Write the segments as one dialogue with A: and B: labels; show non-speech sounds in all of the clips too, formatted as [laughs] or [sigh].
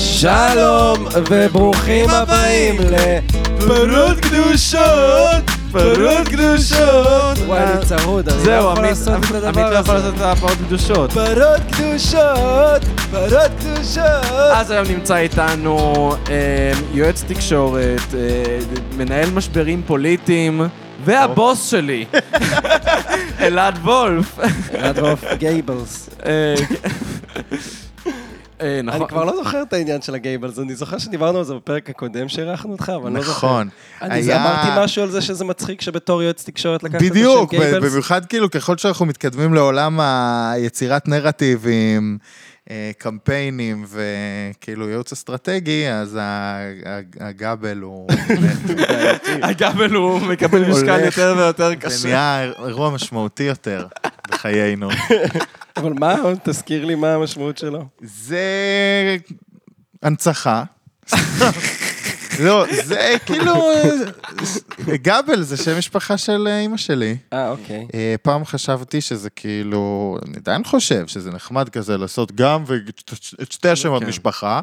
A: שלום וברוכים הבאים ל...
B: פרות קדושות, פרות קדושות.
A: וואי, אני צרוד, אני לא
B: זהו,
A: יכול
B: עמית
A: לעשות את
B: עמית- עמית
A: הדבר
B: לא יכול
A: הזה.
B: לעשות את הפרות קדושות.
A: פרות קדושות, פרות קדושות.
B: אז היום נמצא איתנו אה, יועץ תקשורת, אה, מנהל משברים פוליטיים, והבוס
A: אוקיי.
B: שלי, [laughs] אלעד וולף.
A: רדרוף גייבלס.
B: אה, אה, נכון.
A: אני כבר לא זוכר את העניין של הגייבלס, אני זוכר שדיברנו על זה בפרק הקודם שאירחנו אותך, אבל אני לא זוכר.
C: נכון.
A: אני זה-
C: היה-
A: אמרתי משהו על זה שזה מצחיק שבתור יועץ תקשורת לקחת את זה של
C: בדיוק, ב-
A: גייבלס.
C: במיוחד כאילו ככל שאנחנו מתקדמים לעולם היצירת נרטיבים, אה, קמפיינים וכאילו ייעוץ אסטרטגי, אז ה- ה- הגאבל
A: [laughs]
C: הוא...
A: לא-
B: הגבל הוא מקבל משקל
C: הולך.
B: יותר ויותר
C: זה
B: קשה.
C: נהיה אירוע משמעותי יותר בחיינו.
A: אבל מה, תזכיר לי מה המשמעות שלו.
C: זה הנצחה. לא, זה כאילו... גאבל זה שם משפחה של אימא שלי.
A: אה, אוקיי.
C: אה, פעם חשבתי שזה כאילו, אני עדיין חושב שזה נחמד כזה לעשות גם ואת שתי השמות
B: כן.
C: משפחה.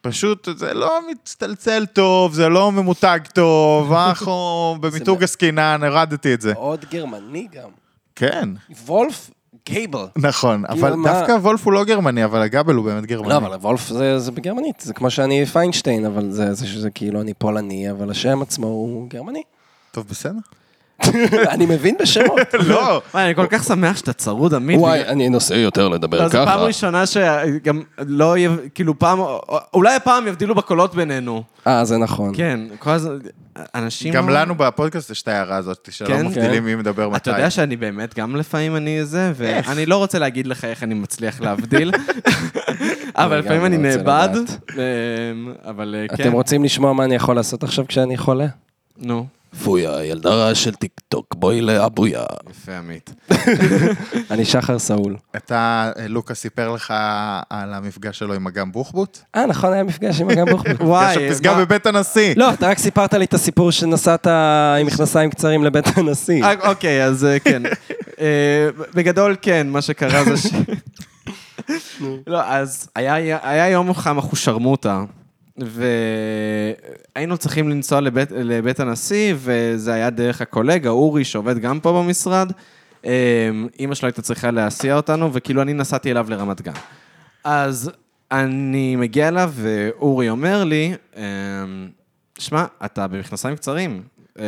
C: פשוט זה לא מצטלצל טוב, זה לא ממותג טוב, אנחנו במיתוג עסקינן, הרדתי את זה.
B: אוקיי.
A: עוד גרמני גם.
C: כן,
A: וולף גייבל.
C: נכון,
B: כאילו
C: אבל
A: מה-
C: דווקא וולף הוא לא גרמני, אבל הגאבל הוא באמת
A: לא,
C: גרמני.
A: אבל וולף זה, זה בגרמנית, זה כמו שאני פיינשטיין, אבל זה, זה שזה כאילו אני פולני, אבל השם עצמו הוא
B: [laughs]
A: גרמני.
C: טוב, בסדר.
A: אני מבין בשמות.
C: לא,
B: וואי, אני כל כך שמח שאתה צרוד, עמית.
A: וואי, אני אנסה יותר לדבר
B: לא, זו פעם
A: אה, ככה.
B: ראשונה שגם לא יהיה, כאילו פעם, אולי הפעם יבדילו בקולות בינינו.
A: אה, זה נכון.
B: כן, כל הזמן, אנשים...
C: גם לנו בפודקאסט יש את ההערה הזאת, שלא
B: כן?
C: מבדילים מי מדבר מתי.
B: אתה יודע שאני באמת, גם לפעמים אני זה, ואני לא רוצה להגיד לך איך אני
A: [laughs]
B: מצליח להבדיל, אבל
A: גם
B: לפעמים
A: לא
B: אני
A: רוצה
B: נאבד,
A: לדעת.
B: אמ, אבל אה, כן.
A: אתם רוצים לשמוע מה אני יכול לעשות עכשיו כשאני
B: [laughs]
A: חולה?
B: נו.
D: פויה, ילדה רעה של טיקטוק, בואי לאבויה.
B: יפה, עמית.
A: אני שחר סאול.
C: אתה, אה, לוקה סיפר לך על המפגש שלו עם אגם בוחבוט?
A: אה, נכון, היה מפגש עם אגם בוחבוט.
B: [laughs]
C: יש
B: וואי,
C: שם פסגה
B: מה-
C: בבית הנשיא.
A: לא, אתה רק סיפרת לי את הסיפור שנסעת עם מכנסיים קצרים לבית הנשיא.
B: אה, אוקיי, אז אה, כן. אה, בגדול, כן, מה שקרה זה ש... [laughs] לא, אז היה- היה יום חם אחושרמוטה, והיינו צריכים לנסוע לבית- לבית הנשיא, וזה היה דרך הקולגה, אורי, שעובד גם פה במשרד. אה, אימא שלו הייתה צריכה להסיע אותנו, וכאילו אני נסעתי אליו לרמת גן. אז אני מגיע אליו, ואורי אומר לי, אה, שמע, אתה במכנסיים קצרים. אה,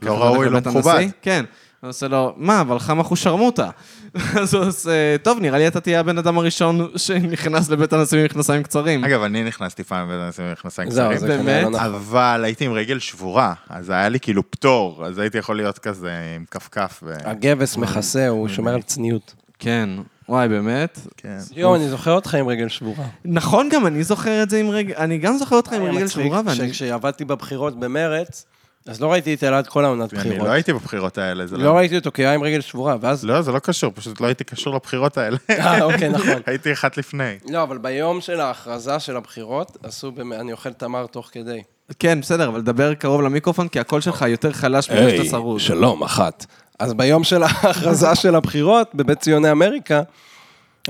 B: ככה אתה
C: ראוי,
B: הולך
C: לא
B: לבית
C: מכובד."
B: הנשיא?" כן. הוא עושה לו, מה, אבל חם אחושרמוטה. [laughs] אז הוא עושה, טוב, נראה לי אתה תהיה הבן אדם הראשון שנכנס לבית הנשיא עם מכנסיים קצרים.
C: אגב, אני נכנסתי פעם במכנסיים
A: זהו,
C: קצרים,
A: זה כנראה לא
B: באמת?
A: נכון.
C: אבל הייתי עם רגל שבורה, אז היה לי כאילו פטור, אז הייתי יכול להיות כזה עם כפכף. ו-
A: הגבס מכסה, הוא שומר על צניעות.
B: כן. וואי, באמת?
C: כן.
A: יואו, אני זוכר אותך עם רגל שבורה.
B: נכון, גם אני זוכר את זה עם רגל, אני גם זוכר אותך עם
A: היה
B: רגל
A: מצחיק
B: שבורה, ואני...
A: שכשעבדתי בבחירות במרץ, אז לא ראיתי את אלעד כל העונת
C: אני
A: בחירות.
C: לא הייתי בבחירות האלה, זה
A: לא
C: לא...
A: ראיתי אותו כי היה עם רגל שבורה, ואז...
C: לא, זה לא קשור, פשוט לא הייתי קשור לבחירות האלה. [laughs]
A: אה, אוקיי, נכון.
C: הייתי אחת לפני.
A: לא, אבל ביום של ההכרזה של הבחירות, עשו... במ- אני אוכל תמר תוך כדי.
B: כן, בסדר, אבל דבר קרוב למיקרופון, כי הקול שלך יותר חלש ממה שאתה
D: היי,
B: שרוד.
D: שלום, אחת.
A: אז ביום של ההכרזה של הבחירות, בבית ציוני אמריקה,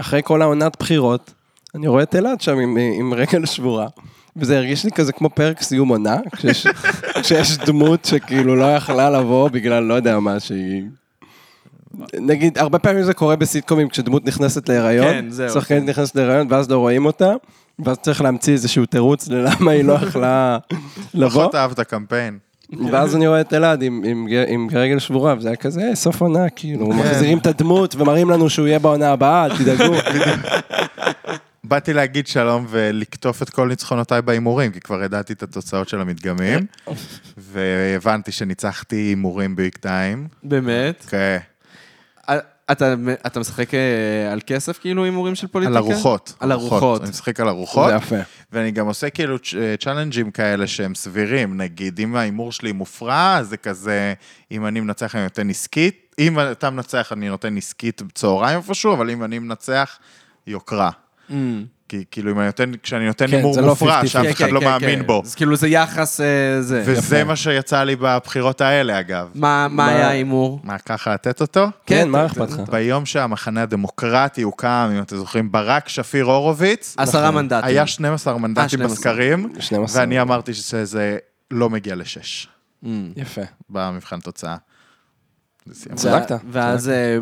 A: אחרי כל העונת בחירות, אני רואה את אלעד שם עם, עם רגל שבורה. וזה הרגיש לי כזה כמו פרק סיום עונה, כשיש, כשיש דמות שכאילו לא יכלה לבוא בגלל לא יודע מה שהיא... נגיד, הרבה פעמים זה קורה בסיטקומים כשדמות נכנסת להיריון,
B: כן, זהו,
A: שחקנית
B: כן.
A: נכנסת להיריון ואז לא רואים אותה, ואז צריך להמציא איזשהו תירוץ ללמה היא לא יכלה לבוא.
C: פחות אהבת קמפיין.
A: ואז אני רואה את אלעד עם, עם, עם רגל שבורה, וזה היה כזה, "אה, סוף עונה,
B: כן.
A: כאילו, מחזירים את הדמות ומראים לנו שהוא יהיה בעונה הבאה, אל
B: [laughs]
A: תדאגו.
C: באתי להגיד שלום ולקטוף את כל ניצחונותיי בהימורים, כי כבר ידעתי את התוצאות
A: [laughs]
C: של המדגמים, והבנתי שניצחתי הימורים ביג טיים.
B: באמת?
C: כן.
B: אה, אתה אתה משחק אה, על כסף, כאילו, הימורים של
C: על
B: פוליטיקה?
C: ארוחות.
B: על ארוחות.
C: אני משחק על ארוחות.
B: נכון.
A: זה
B: כן,
A: יפה.
C: ואני גם עושה כאילו צ'- צ'אלנג'ים כאלה שהם סבירים, נגיד, אם ההימור שלי מופרע, אז זה כזה, אם אני מנצח אני נותן עסקית, אם אתה מנצח אני נותן עסקית בצהריים איפשהו, אבל אם אני מנצח, יוקרה.
B: אמ,
C: כי כאילו, אם אני נותן, כשאני נותן
A: כן,
C: הימור
A: זה לא
C: מופרע,
A: 50-50.
C: שאף
B: כן,
C: אחד
B: כן,
C: לא
B: כן,
C: מאמין
B: כן.
C: בו.
B: אז כאילו זה יחס אה, זה.
C: וזה מה שיצא לי בבחירות האלה, אגב.
B: מה מה
A: מה-
B: היה ההימור?
C: מה, ככה לתת אותו?
B: אה.
A: כן, מה
B: אתה-
A: אכפת לך?
C: ביום שהמחנה הדמוקרטי הוקם, אם אתם זוכרים, ברק שפיר הורוביץ,
B: עשרה מנדטים.
C: נכון. היה 12
B: אה,
C: מנדטים
B: 12.
C: בסקרים,
A: 12.
C: ואני אמרתי שזה לא מגיע לשש
A: יפה.
C: במבחן תוצאה.
A: צדקת. [laughs]
B: ואז אה,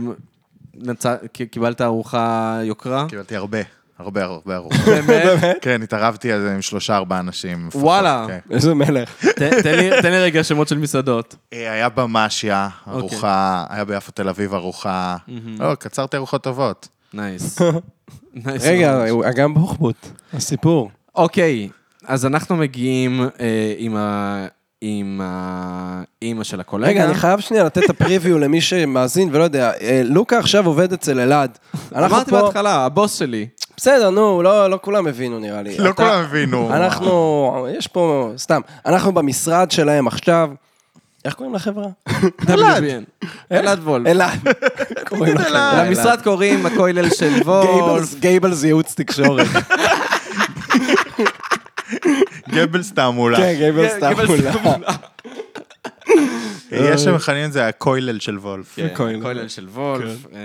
B: נצ- ק- קיבלת ארוחה יוקרה?
C: קיבלתי הרבה, הרבה הרבה הרבה.
B: [laughs]
C: [laughs]
B: באמת?
C: כן, התערבתי על זה עם שלושה ארבעה אנשים. לפחות,
B: וואלה.
C: כן.
A: איזה מלך.
B: ת- תן לי- תן לי רגע שמות של מסעדות.
C: אה, היה במשיה, ארוחה, היה ביפו תל אביב ארוחה. לא, קצרתי ארוחות טובות. [laughs]
B: נייס. נייס
A: רגע, אה,
B: ממש.
A: הוא אגם בוחבוט, הסיפור.
B: אוקיי, אז אנחנו מגיעים אה, עם ה... עם האימא של הקולגה.
A: רגע, אני חייב שנייה לתת את הפריוויו למי שמאזין ולא יודע. אה, לוקה עכשיו עובד אצל אלעד. אנחנו
B: אמרתי
A: פה...
B: בהתחלה, הבוס שלי.
A: בסדר, נו, לא לא כולם הבינו נראה לי.
C: לא
A: אתה-
C: כולם הבינו.
A: אנחנו, יש פה, סתם, אנחנו במשרד שלהם עכשיו, איך קוראים
B: [laughs]
A: לחברה?
B: WBN. אלעד וולף.
A: אלעד. קוראים לחברה אלעד.
B: למשרד קוראים הכולל
A: [laughs]
B: של וולף.
A: גייבלס- גייבלס ייעוץ תקשורת.
C: גבלס תעמולה.
A: כן, גייבלס
B: כן, גייבלס
A: תעמולה.
C: אה, יש שמכנים את זה הכולל של וולף.
B: כן,
A: הכולל.
B: הכולל של וולף.
A: כן.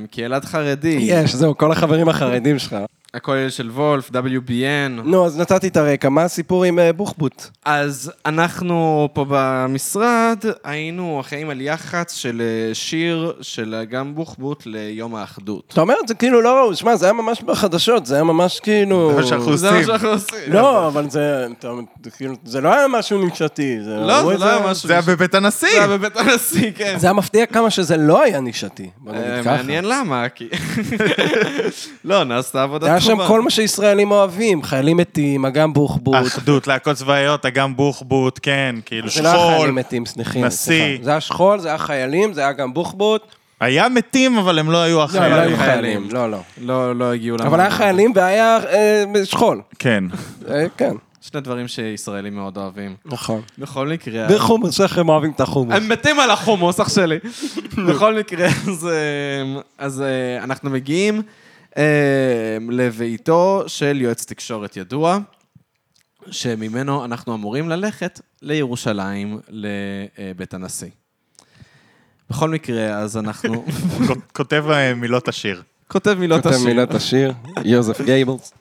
B: אמ, כי אלעד חרדי.
A: [laughs] יש, זהו, כל החברים החרדים שלך.
B: הכולל של וולף, WBN.
A: נו, אז נתתי את הרקע, מה הסיפור עם אה, בוחבוט?
B: אז אנחנו פה במשרד היינו אחראים על יח"צ של אה, שיר של אגם בוחבוט ליום האחדות.
A: אתה אומר את זה כאילו לא ראו, שמע, זה היה ממש בחדשות, זה היה ממש כאילו...
C: זה מה שאנחנו
B: זה מה
C: עושים.
B: שאנחנו עושים.
A: לא, אבל זה, אתה- כאילו, זה לא היה משהו נישתי.
B: לא,
A: ראו
B: זה
A: את
B: לא היה משהו.
C: זה היה בבית הנשיא.
B: זה היה בבית הנשיא, כן.
A: זה היה מפתיע כמה שזה לא היה נישתי, בוא
B: אה,
A: נגיד ככה.
B: מעניין
A: [laughs]
B: למה, כי... לא, נעשתה עבודה טובה.
A: היה שם כל מה שישראלים אוהבים, חיילים מתים, אגם בוחבוט.
C: אחדות, להקות צבאיות, אגם בוחבוט, כן, כאילו
A: זה לא היה חיילים
C: שכול.
A: מתים, סליחים.
C: נשיא.
A: סליחה. זה היה שכול, זה היה חיילים, זה היה גם
B: לא,
A: בוחבוט.
C: היה מתים, אבל הם לא היו
A: לא, לא היו
C: החיילים.
A: חיילים, לא, לא.
B: לא, לא הגיעו לנו.
A: אבל היה חיילים והיה אה, שכול.
C: כן.
A: אה, כן.
B: שני דברים שישראלים מאוד אוהבים.
A: נכון.
B: בכל מקרה...
A: וחומוס, איך הם אוהבים את החומוס.
B: אה. הם מתים על החומוס, אח [laughs] שלי. בכל מקרה, אז, אה, אז אה, אנחנו מגיעים אה, לביתו של יועץ תקשורת ידוע, שממנו אנחנו אמורים ללכת לירושלים, לבית הנשיא. בכל מקרה, אז אנחנו...
C: כ- כותב אה, מילות השיר.
B: [laughs] כותב מילות
A: כותב
B: השיר.
A: מילת השיר, יוזף גייבלס.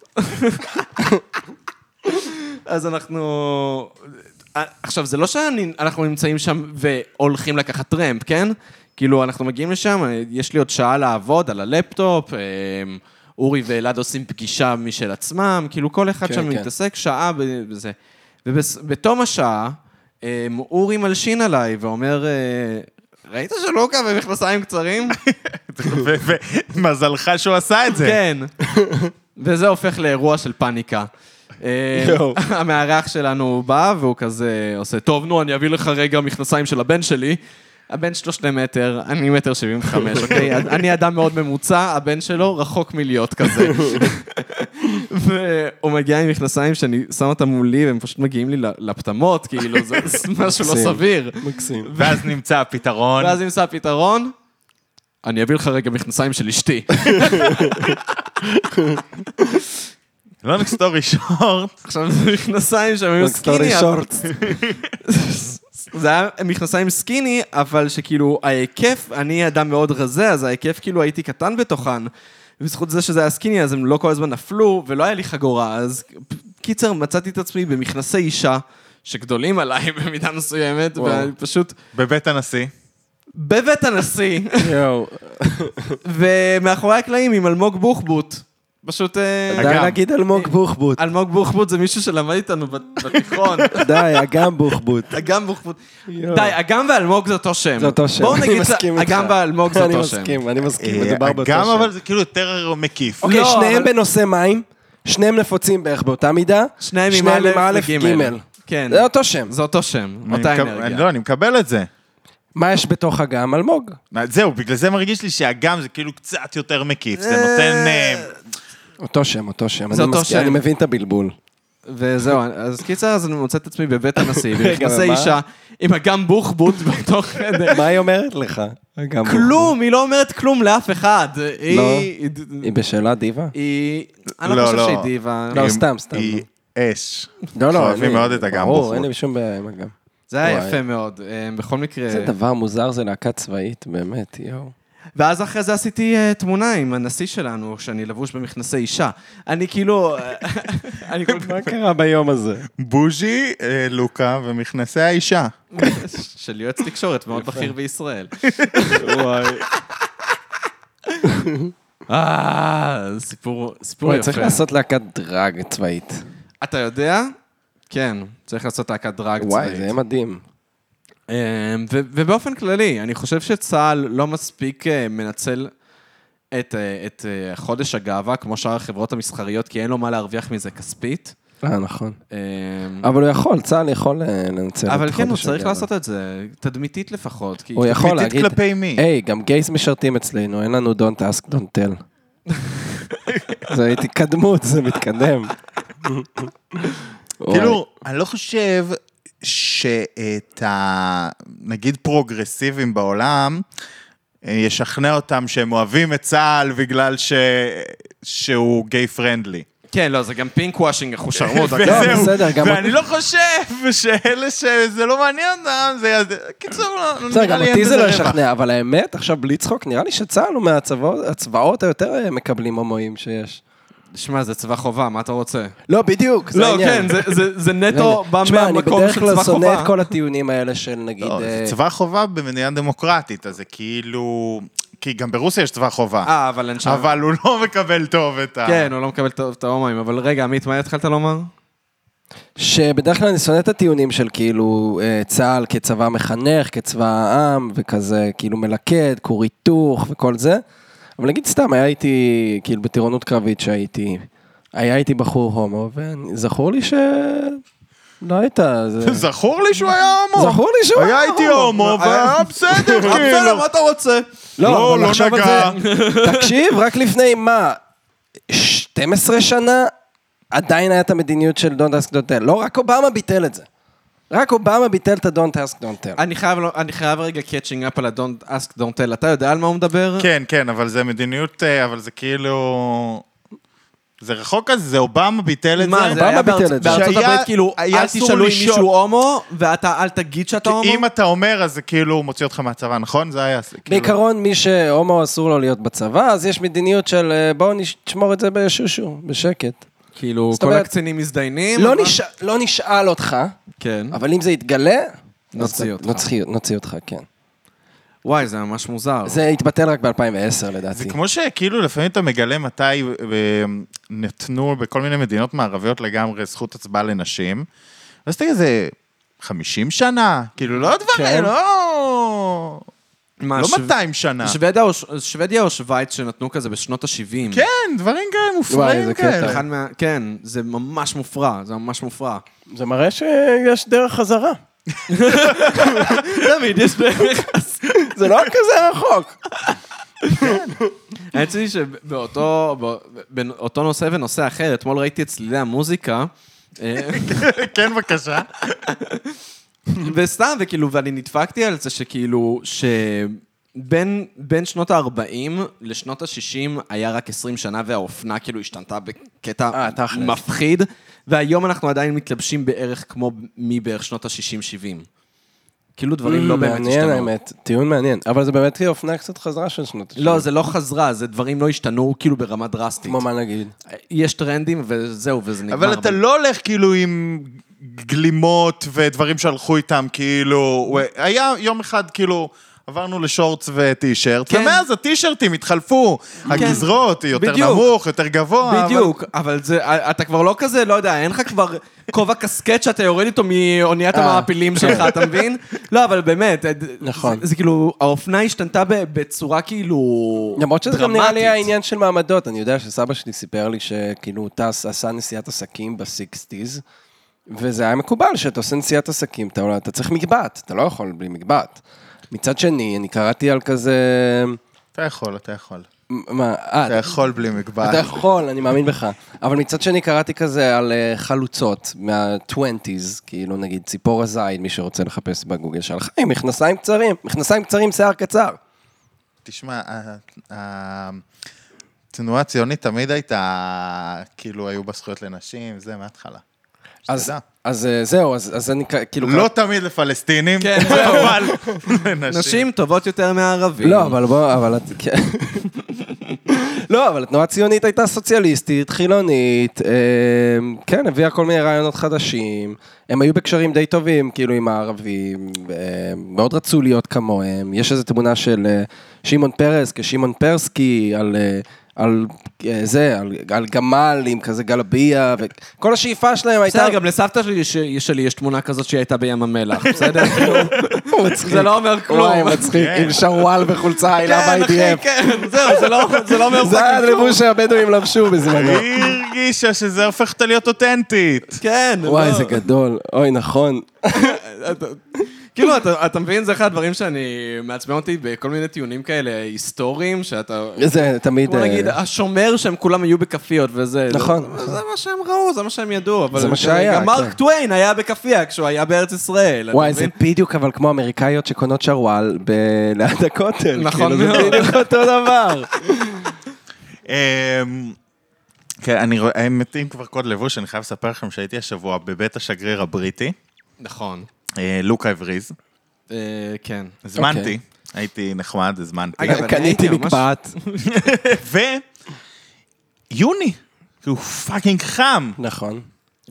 B: אז אנחנו... עכשיו, זה לא שאנחנו נמצאים שם והולכים לקחת טרמפ, כן? כאילו, אנחנו מגיעים לשם, יש לי עוד שעה לעבוד על הלפטופ, אה, אורי ואלעד עושים פגישה משל עצמם, כאילו, כל אחד
A: כן,
B: שם
A: כן.
B: מתעסק שעה בזה. ובתום השעה, אה, אורי מלשין עליי ואומר, אה, ראית שלוקה במכנסיים קצרים?
C: ומזלך שהוא עשה את זה.
B: כן. וזה הופך לאירוע של פאניקה. אה,
A: יואו.
B: [laughs] המארח שלנו בא והוא כזה עושה, טוב, נו, אני אביא לך רגע מכנסיים של הבן שלי. הבן שלו שני מטר, אני מטר שבעים וחמש, אוקיי? אני אדם מאוד ממוצע, הבן שלו רחוק מלהיות כזה. והוא מגיע עם מכנסיים שאני שם אותם מולי, והם פשוט מגיעים לי לפטמות, כאילו, זה [laughs] משהו לא
A: מקסים.
B: סביר.
A: מקסים.
C: ואז נמצא הפתרון.
B: ואז נמצא הפתרון, אני אביא לך רגע מכנסיים של אשתי.
C: long story short,
B: עכשיו זה מכנסיים שהם היו
A: סטורי
B: סקיני. אבל-
A: שורטס.
B: זה היה מכנסיים סקיני, אבל שכאילו ההיקף, אני אדם מאוד רזה, אז ההיקף כאילו הייתי קטן בתוכן. ובזכות זה שזה היה סקיני, אז הם לא כל הזמן נפלו, ולא היה לי חגורה, אז קיצר, מצאתי את עצמי במכנסי אישה, שגדולים עליי [laughs] במידה מסוימת,
A: וואו.
B: ואני פשוט
C: בבית הנשיא.
B: בבית הנשיא, [laughs]
A: יואו.
B: ומאחורי הקלעים עם אלמוג בוחבוט. פשוט... אה,
C: אגב.
A: די להגיד אלמוג בוחבוט.
B: אלמוג בוחבוט זה מישהו שלמד איתנו בת- בתיכון.
A: די, אגם בוחבוט.
B: אגם בוחבוט.
A: יואו.
B: אה. די, אגם ואלמוג זה אותו שם.
A: לא. זה אותו שם,
B: [laughs] בואו
A: אני
B: נגיד,
A: מסכים
B: זה-
A: איתך.
B: אגם ואלמוג זה
A: אני
B: אותו שם.
A: מסכים, אני מסכים,
C: אה,
A: כאילו, מדובר באותו
C: גם
A: שם.
C: אבל זה כאילו יותר מקיף.
A: אוקיי,
B: לא,
A: שניהם
B: אבל-
A: בנושא מים, שניהם נפוצים בערך באותה מידה,
B: שניהם עם
A: שניהם עם
B: א'
A: א' ג'.
B: וג'.
A: לא-
B: כן.
A: זה אותו שם.
B: זה אותו שם,
C: אני
B: אותה
C: מקב-
B: אנרגיה.
C: לא, אני מקבל את זה.
A: מה יש בתוך אגם? אלמוג.
C: זהו, בגלל זה מרגיש לי שהגם זה כאילו קצת יותר מקיף. זה נותן... אה,
A: אותו שם, אותו שם.
B: זה
A: אני
B: אותו
A: מסכים, אני
B: שם. [laughs]
A: מבין את הבלבול.
B: וזהו, אז קיצר, אז אני מוצא את עצמי בבית הנשיא, ונכנסה
A: ומה?
B: אישה עם הגם בוחבוט בתוך חדר.
A: מה היא אומרת לך? גם-
B: כלום, היא לא אומרת כלום לאף אחד.
A: לא.
B: היא...
A: היא בשאלה דיבה?
B: היא... אני לא
C: לא,
B: חושב
C: לא.
B: שהיא דיבה.
A: לא,
C: היא-
A: סתם, סתם.
C: היא אה, אש.
A: לא, לא,
C: אוהבים
A: אין לי-
C: מאוד את הגם
A: ברור,
C: בחוץ.
A: אין לי שום בעיה עם הגם.
B: זה היה
A: וואי.
B: יפה מאוד, אה, בכל מקרה.
A: איזה דבר מוזר זה להקה צבאית, באמת,
B: [laughs]
A: יואו.
B: ואז אחרי זה עשיתי אה, תמונה עם הנשיא שלנו, שאני לבוש במכנסי אישה. אני כאילו... אה, [laughs] אני כל
A: מה קרה ביום הזה?
C: בוז'י, אה, לוקה ומכנסי האישה.
B: של יועץ תקשורת מאוד בכיר בישראל.
A: וואי.
B: אה, זה סיפור סיפור
A: וואי, צריך
B: יפה.
A: לעשות להקת דרג צבאית.
B: אתה יודע? כן, צריך לעשות להקת דרג
A: וואי,
B: צבאית.
A: זה יהיה מדהים.
B: אה, ו- ובאופן כללי, אני חושב שצה"ל לא מספיק אה, מנצל את, אה, את אה, חודש הגאווה, כמו שאר החברות המסחריות, כי אין לו מה להרוויח מזה כספית.
A: אה, נכון.
B: אה,
A: אבל הוא יכול, צה"ל יכול אה, לנצל את
B: אבל כן, הוא
A: חודש
B: צריך
A: הגאווה.
B: לעשות את זה, תדמיתית לפחות. כי-
A: הוא יכול
C: פליטית
A: נכון, להגיד,
C: כלפי מי?
A: היי, גם גייז משרתים אצלנו, אין לנו don't ask, don't tell.
B: [laughs]
A: זה התקדמות, זה מתקדם.
C: כאילו, אני לא חושב שאת ה... נגיד פרוגרסיבים בעולם, אה, ישכנע אותם שהם אוהבים את צה"ל בגלל ש... שהוא גיי פרנדלי.
B: כן, לא, זה גם פינק וושינג
A: [laughs]
B: אחושרמוט. אגב.
A: לא, בסדר, גם-
C: ואני לא חושב שאלה שזה לא מעניין אותם, זה... קיצור, לא,
A: בסדר,
C: נראה
A: גם
C: לי אין
A: אותי זה
C: בזה
A: לא
C: רווח.
A: ישכנע, אבל האמת, עכשיו בלי צחוק, נראה לי שצה"ל הוא מהצבאות היותר אה, מקבלים הומואים שיש.
B: שמע, זה צבא חובה, מה אתה רוצה?
A: לא, בדיוק, זה
B: לא,
A: העניין.
B: כן, זה- זה- זה נטו
A: העניין.
B: בא
A: תשמע, אני
B: מהמקום
A: בדרך
B: של
A: כלל
B: צבא
A: שונא
B: חובה.
A: את כל הטיעונים האלה של נגיד...
C: לא, זה
A: אה,
C: צבא חובה במדינה דמוקרטית, אז זה כאילו... כי גם ברוסיה יש צבא חובה,
B: אה, אבל אין שם...
C: אבל הוא לא מקבל טוב את ה...
B: כן, הוא לא מקבל טוב את ההומואים, אבל רגע, עמית, מה התחלת לומר?
A: שבדרך כלל אני שונא את הטיעונים של כאילו אה, צה"ל כצבא מחנך, כצבא העם, וכזה כאילו מלכד, כור היתוך וכל זה. אבל נגיד סתם, היה איתי, כאילו בטירונות קרבית שהייתי, היה איתי בחור הומו, וזכור לי ש... לא הייתה, זה...
C: זכור לי שהוא היה הומו.
A: זכור לי שהוא
C: היה
A: היה
C: איתי
A: הומו.
C: הומו,
B: לא, היה-
C: והיה אה, בסדר,
A: [laughs]
B: בסדר,
C: כאילו.
B: מה אתה רוצה?
C: [laughs] לא, לא
A: לחשוב על
C: נגע.
A: זה- תקשיב, רק לפני מה? 12 שנה עדיין הייתה המדיניות של Don't Ask Don't Tell. לא, רק אובמה ביטל את זה. רק אובמה ביטל את ה-Don't Ask Don't Tell.
B: אני חייב, לא- אני חייב רגע קאצ'ינג אפ על ה-Don't Ask Don't Tell. אתה יודע על מה הוא מדבר?
C: כן, כן, אבל זה מדיניות, אה, אבל זה כאילו... זה רחוק כזה, זה אובמה ביטל את זה.
B: מה, זה
A: אובמה
B: היה
A: ביטל
B: בארצ-
A: את זה.
B: בארצות
C: שהיה-
B: הברית, כאילו,
C: היה
B: אל
C: אסור
B: תשאלו אם
C: לשאול.
B: מישהו הומו, ואתה אל תגיד שאתה
C: כי
B: הומו?
C: אם אתה אומר, אז זה כאילו הוא מוציא אותך מהצבא, נכון? זה היה... זה כאילו-
A: בעיקרון, מי שהומו אסור לו להיות בצבא, אז יש מדיניות של אה, בואו נש- נשמור את זה בשושו, בשקט.
B: כאילו,
A: זאת
B: כל
A: אומרת-
B: הקצינים מזדיינים?
A: לא
B: אבל-
A: נשאל- לא נשאל אותך,
B: כן.
A: אבל אם זה יתגלה...
B: נוציא
A: אז-
B: אותך.
A: נוציא- נוציא אותך, כן.
B: וואי, זה ממש מוזר.
A: זה התבטל רק ב-2010
C: זה
A: לדעתי.
C: כמו שכאילו לפעמים אתה מגלה מתי אה, נתנו בכל מיני מדינות מערביות לגמרי זכות הצבעה לנשים. אז תגיד, זה 50 שנה? כאילו, לא
A: כן.
C: דברים, לא...
B: מה,
C: לא
B: שו-
C: 200 שנה.
B: שוודיה או ש- שוודיה או שווייץ שנתנו כזה בשנות ה-70.
C: כן, דברים כאלה
A: וואי,
C: מופרעים
A: איזה קטע.
C: כאלה.
B: אחד מה... כן, זה ממש מופרע, זה ממש מופרע.
A: זה מראה שיש דרך חזרה.
B: תמיד יש בערך...
A: [laughs]
B: [laughs]
A: זה לא כזה רחוק.
B: האמת היא שבאותו באותו נושא ונושא אחר, אתמול ראיתי את צלילי המוזיקה, אה,
C: [laughs] כן, בבקשה.
B: וסתם, וכאילו, ואני נדפקתי על זה שכאילו, שבין בין שנות ה-40 לשנות ה-60 היה רק 20 שנה, והאופנה כאילו השתנתה בקטע
A: אה, תכל'ס.
B: מפחיד, והיום אנחנו עדיין מתלבשים בערך כמו מבערך שנות ה-60-70. כאילו [laughs] דברים לא באמת
A: Mm, מעניין
B: השתנו.
A: האמת, טיעון מעניין. אבל זה באמת אופנה קצת חזרה של שנות ה-70.
B: לא, זה לא חזרה, זה דברים לא השתנו כאילו ברמה דרסטית.
A: כמו מה נגיד.
B: יש טרנדים וזהו, וזה נגמר.
C: אבל אתה לא הולך כאילו עם גלימות ודברים שהלכו איתם, כאילו... היה יום אחד כאילו... עברנו לשורטס וטישרט,
B: כן.
C: ומאז הטישרטים התחלפו, הגזרות, יותר
B: בדיוק.
C: נמוך, יותר גבוה.
B: בדיוק, אבל זה, אתה כבר לא כזה, לא יודע, אין לך כבר כובע קסקט שאתה יורד איתו מאוניית
A: אה.
B: המעפילים שלך,
A: [laughs]
B: אתה מבין? לא, אבל באמת, אה,
A: נכון.
B: זה, זה כאילו, האופנה השתנתה ב- בצורה כאילו דרמטית.
A: למרות שזה גם נראה לי העניין של מעמדות, אני יודע שסבא שלי סיפר לי שכאילו הוא טס, עשה נסיעת עסקים בסיקסטיז, וזה היה מקובל שאתה עושה נסיעת עסקים, אתה, עולה- אתה צריך מגבעת, אתה לא יכול בלי מגבעת. מצד שני, אני קראתי על כזה...
C: אבל- אתה יכול, אתה יכול.
A: מה, אה,
C: אתה יכול בלי
A: אתה
C: מגבלה.
A: יכול, אני מאמין בך. אבל מצד שני קראתי כזה על אה, חלוצות מה-20's, כאילו נגיד ציפור הזין, מי שרוצה לחפש בגוגל, שהלכה עם מכנסיים קצרים, מכנסיים קצרים, שיער קצר.
C: תשמע, ה- ה- התנועה הציונית תמיד הייתה, כאילו, היו בה זכויות לנשים, זה מההתחלה.
A: אז
C: שתדע.
A: אז, אה, זהו, אז אז אני כ- כאילו...
C: לא תמיד לפלסטינים,
B: כן, זהו.
C: אבל לנשים.
B: נשים טובות יותר מהערבים.
A: לא, אבל בוא, אבל... את- כן. לא, אבל התנועה הציונית הייתה סוציאליסטית, חילונית, אמ, כן, הביאה כל מיני רעיונות חדשים. הם היו בקשרים די טובים, כאילו, עם הערבים, אמ, מאוד רצו להיות כמוהם. יש איזו תמונה של אה, שמעון פרס כשמעון פרסקי, על... אה, על אה, זה, על, על גמל עם כזה גלביה, וכל השאיפה שלהם הייתה...
B: בסדר,
A: [laughs]
B: גם לסבתא שלי ש- שלי יש תמונה כזאת שהיא הייתה בים המלח, בסדר?
A: מצחיק.
B: זה לא אומר כלום.
A: וואי, מצחיק, עם שרוואל וחולצה, עילה
B: כן, אחי,
A: ב-IDF.
B: כן, זהו, זה לא- זה לא
A: [laughs]
B: אומר
A: זה היה
B: כלום.
A: הלבוש שהבדואים לבשו בזמנו.
C: היא הרגישה שזה הופך אותה להיות אותנטית.
B: כן,
A: וואי,
B: לא.
A: זה גדול. אוי, נכון.
B: כאילו, אתה, אתה מבין, זה אחד הדברים שאני מעצבן אותי בכל מיני טיעונים כאלה היסטוריים, שאתה...
A: זה תמיד...
B: כמו
A: אה,
B: נגיד, השומר שהם כולם היו בכאפיות וזה.
A: נכון,
B: זה,
A: נכון.
B: זה מה שהם ראו, זה מה שהם ידעו. אבל
A: זה מה שהיה,
B: גם מרק
A: כן.
B: טוויין היה בכאפיה כשהוא היה בארץ ישראל. אתה
A: וואי, זה
B: מבין?
A: בדיוק אבל כמו אמריקאיות שקונות שרוואל ב- ליד הכותל.
B: נכון
A: כאילו, זה
B: מאוד.
A: בדיוק אותו דבר.
C: אמ, כן, אני רואה, האמת, אם כבר קוד לבוש, אני חייב לספר לכם שהייתי השבוע בבית השגריר הבריטי,
B: [laughs] נכון.
C: אה, לוקה הבריז.
B: אה, כן.
C: הזמנתי, הייתי נחמד, הזמנתי.
B: אגב, אני
A: קניתי
B: הייתי ממש-
A: מקבעת.
C: ויוני, הוא פאקינג חם.
A: נכון.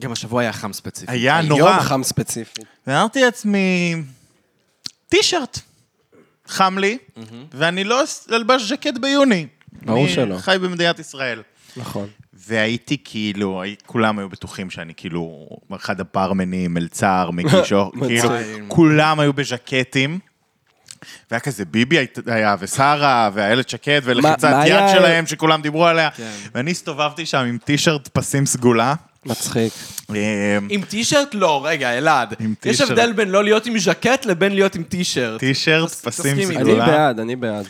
B: גם השבוע היה חם ספציפי.
C: היה נורא.
A: יום חם ספציפי.
C: ואמרתי לעצמי, טישרט. חם לי, ואני לא אס- אלבש ז'קט ביוני.
A: ברור שלא.
C: אני חי במדינת ישראל.
A: נכון.
C: והייתי כאילו, הי- כולם היו בטוחים שאני כאילו אחד
A: [laughs]
C: הברמנים, מלצר, מגישו, כאילו,
B: מצחיק.
C: כולם היו בז'קטים. והיה כזה ביבי היית- היה, ושרה, ואיילת שקד, ולחיצת
A: מה
C: יד
A: היה-
C: שלהם שכולם דיברו עליה.
B: כן.
C: ואני הסתובבתי שם עם טישרט פסים סגולה.
A: מצחיק.
C: אה,
B: עם טישרט? לא, רגע, אלעד.
C: עם
B: יש
C: טישרט.
B: הבדל בין לא להיות עם ז'קט לבין להיות עם טישרט.
C: טישרט
B: תס-
C: פסים
B: תסכים איתי.
A: אני
B: גדולה.
C: סגולה.
A: בעד, אני בעד.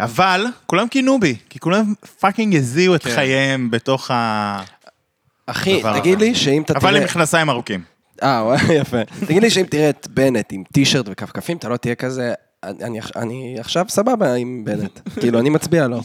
C: אבל כולם כינו בי, כי כולם פאקינג הזיעו את חייהם בתוך ה...
A: כן. אחי,
C: דבר
A: תגיד
C: אחר.
A: לי שאם אתה
C: אבל עם
A: תראה...
C: מכנסיים ארוכים. [laughs]
A: אה, וואי, [laughs] יפה. תגיד לי שאם תראה את בנט עם טישרט וכפכפים, אתה לא תהיה כזה... "אני- אני עכש- אני עכשיו סבבה עם
B: [laughs]
A: בנט. כאילו, אני מצביע לו.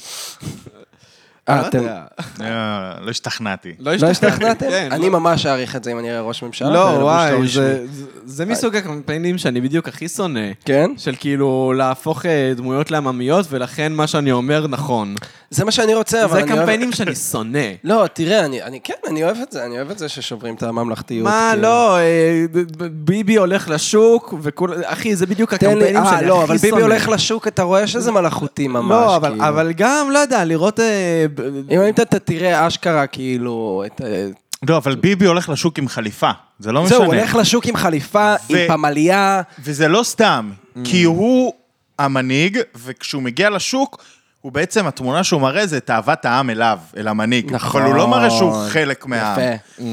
A: אה,
B: לא
A: אתם...
B: יודע.
C: אה, לא השתכנעתי.
A: לא
B: השתכנעתי,
A: השתכנעתם?
B: כן,
A: אני
B: לא-
A: ממש אעריך את זה אם אני אראה ראש ממשלה.
B: לא,
A: בלבוש
B: וואי,
A: רשמי.
B: זה- זה- זה מסוג הקמפיינים שאני בדיוק הכי שונא.
A: כן?
B: של כאילו להפוך אה, דמויות לעממיות, ולכן מה שאני אומר נכון.
A: זה מה שאני רוצה, אבל
B: זה
A: אני אוהב...
B: קמפיינים שאני
A: [laughs]
B: שונא.
A: לא, תראה, אני, אני כן, אני אוהב את זה, אני אוהב את זה ששוברים את הממלכתיות.
B: מה,
A: כאילו.
B: לא, אה, ב- ב- ביבי הולך לשוק, וכול... אחי, זה בדיוק
A: תן לי,
B: הקמפיינים שאני
A: אה,
B: הכי שונא.
A: לא, אבל ביבי הולך לשוק, אתה רואה שזה מלאכותי ממש,
B: לא, אבל,
A: כאילו.
B: אבל גם, לא יודע, לראות... אה, ב-
A: אם אתה- אתה תראה אשכרה, כאילו, את... ה-
C: לא, אבל ביבי הולך לשוק עם חליפה, זה לא משנה.
A: זהו, הוא הולך לשוק עם חליפה,
C: ו-
A: עם פמליה.
C: וזה לא סתם,
A: Mm.
C: כי הוא המנהיג, וכשהוא מגיע לשוק, הוא בעצם, התמונה שהוא מראה זה את אהבת העם אליו, אל המנהיג.
A: נכון.
C: אבל הוא לא מראה שהוא חלק מהעם.
A: יפה.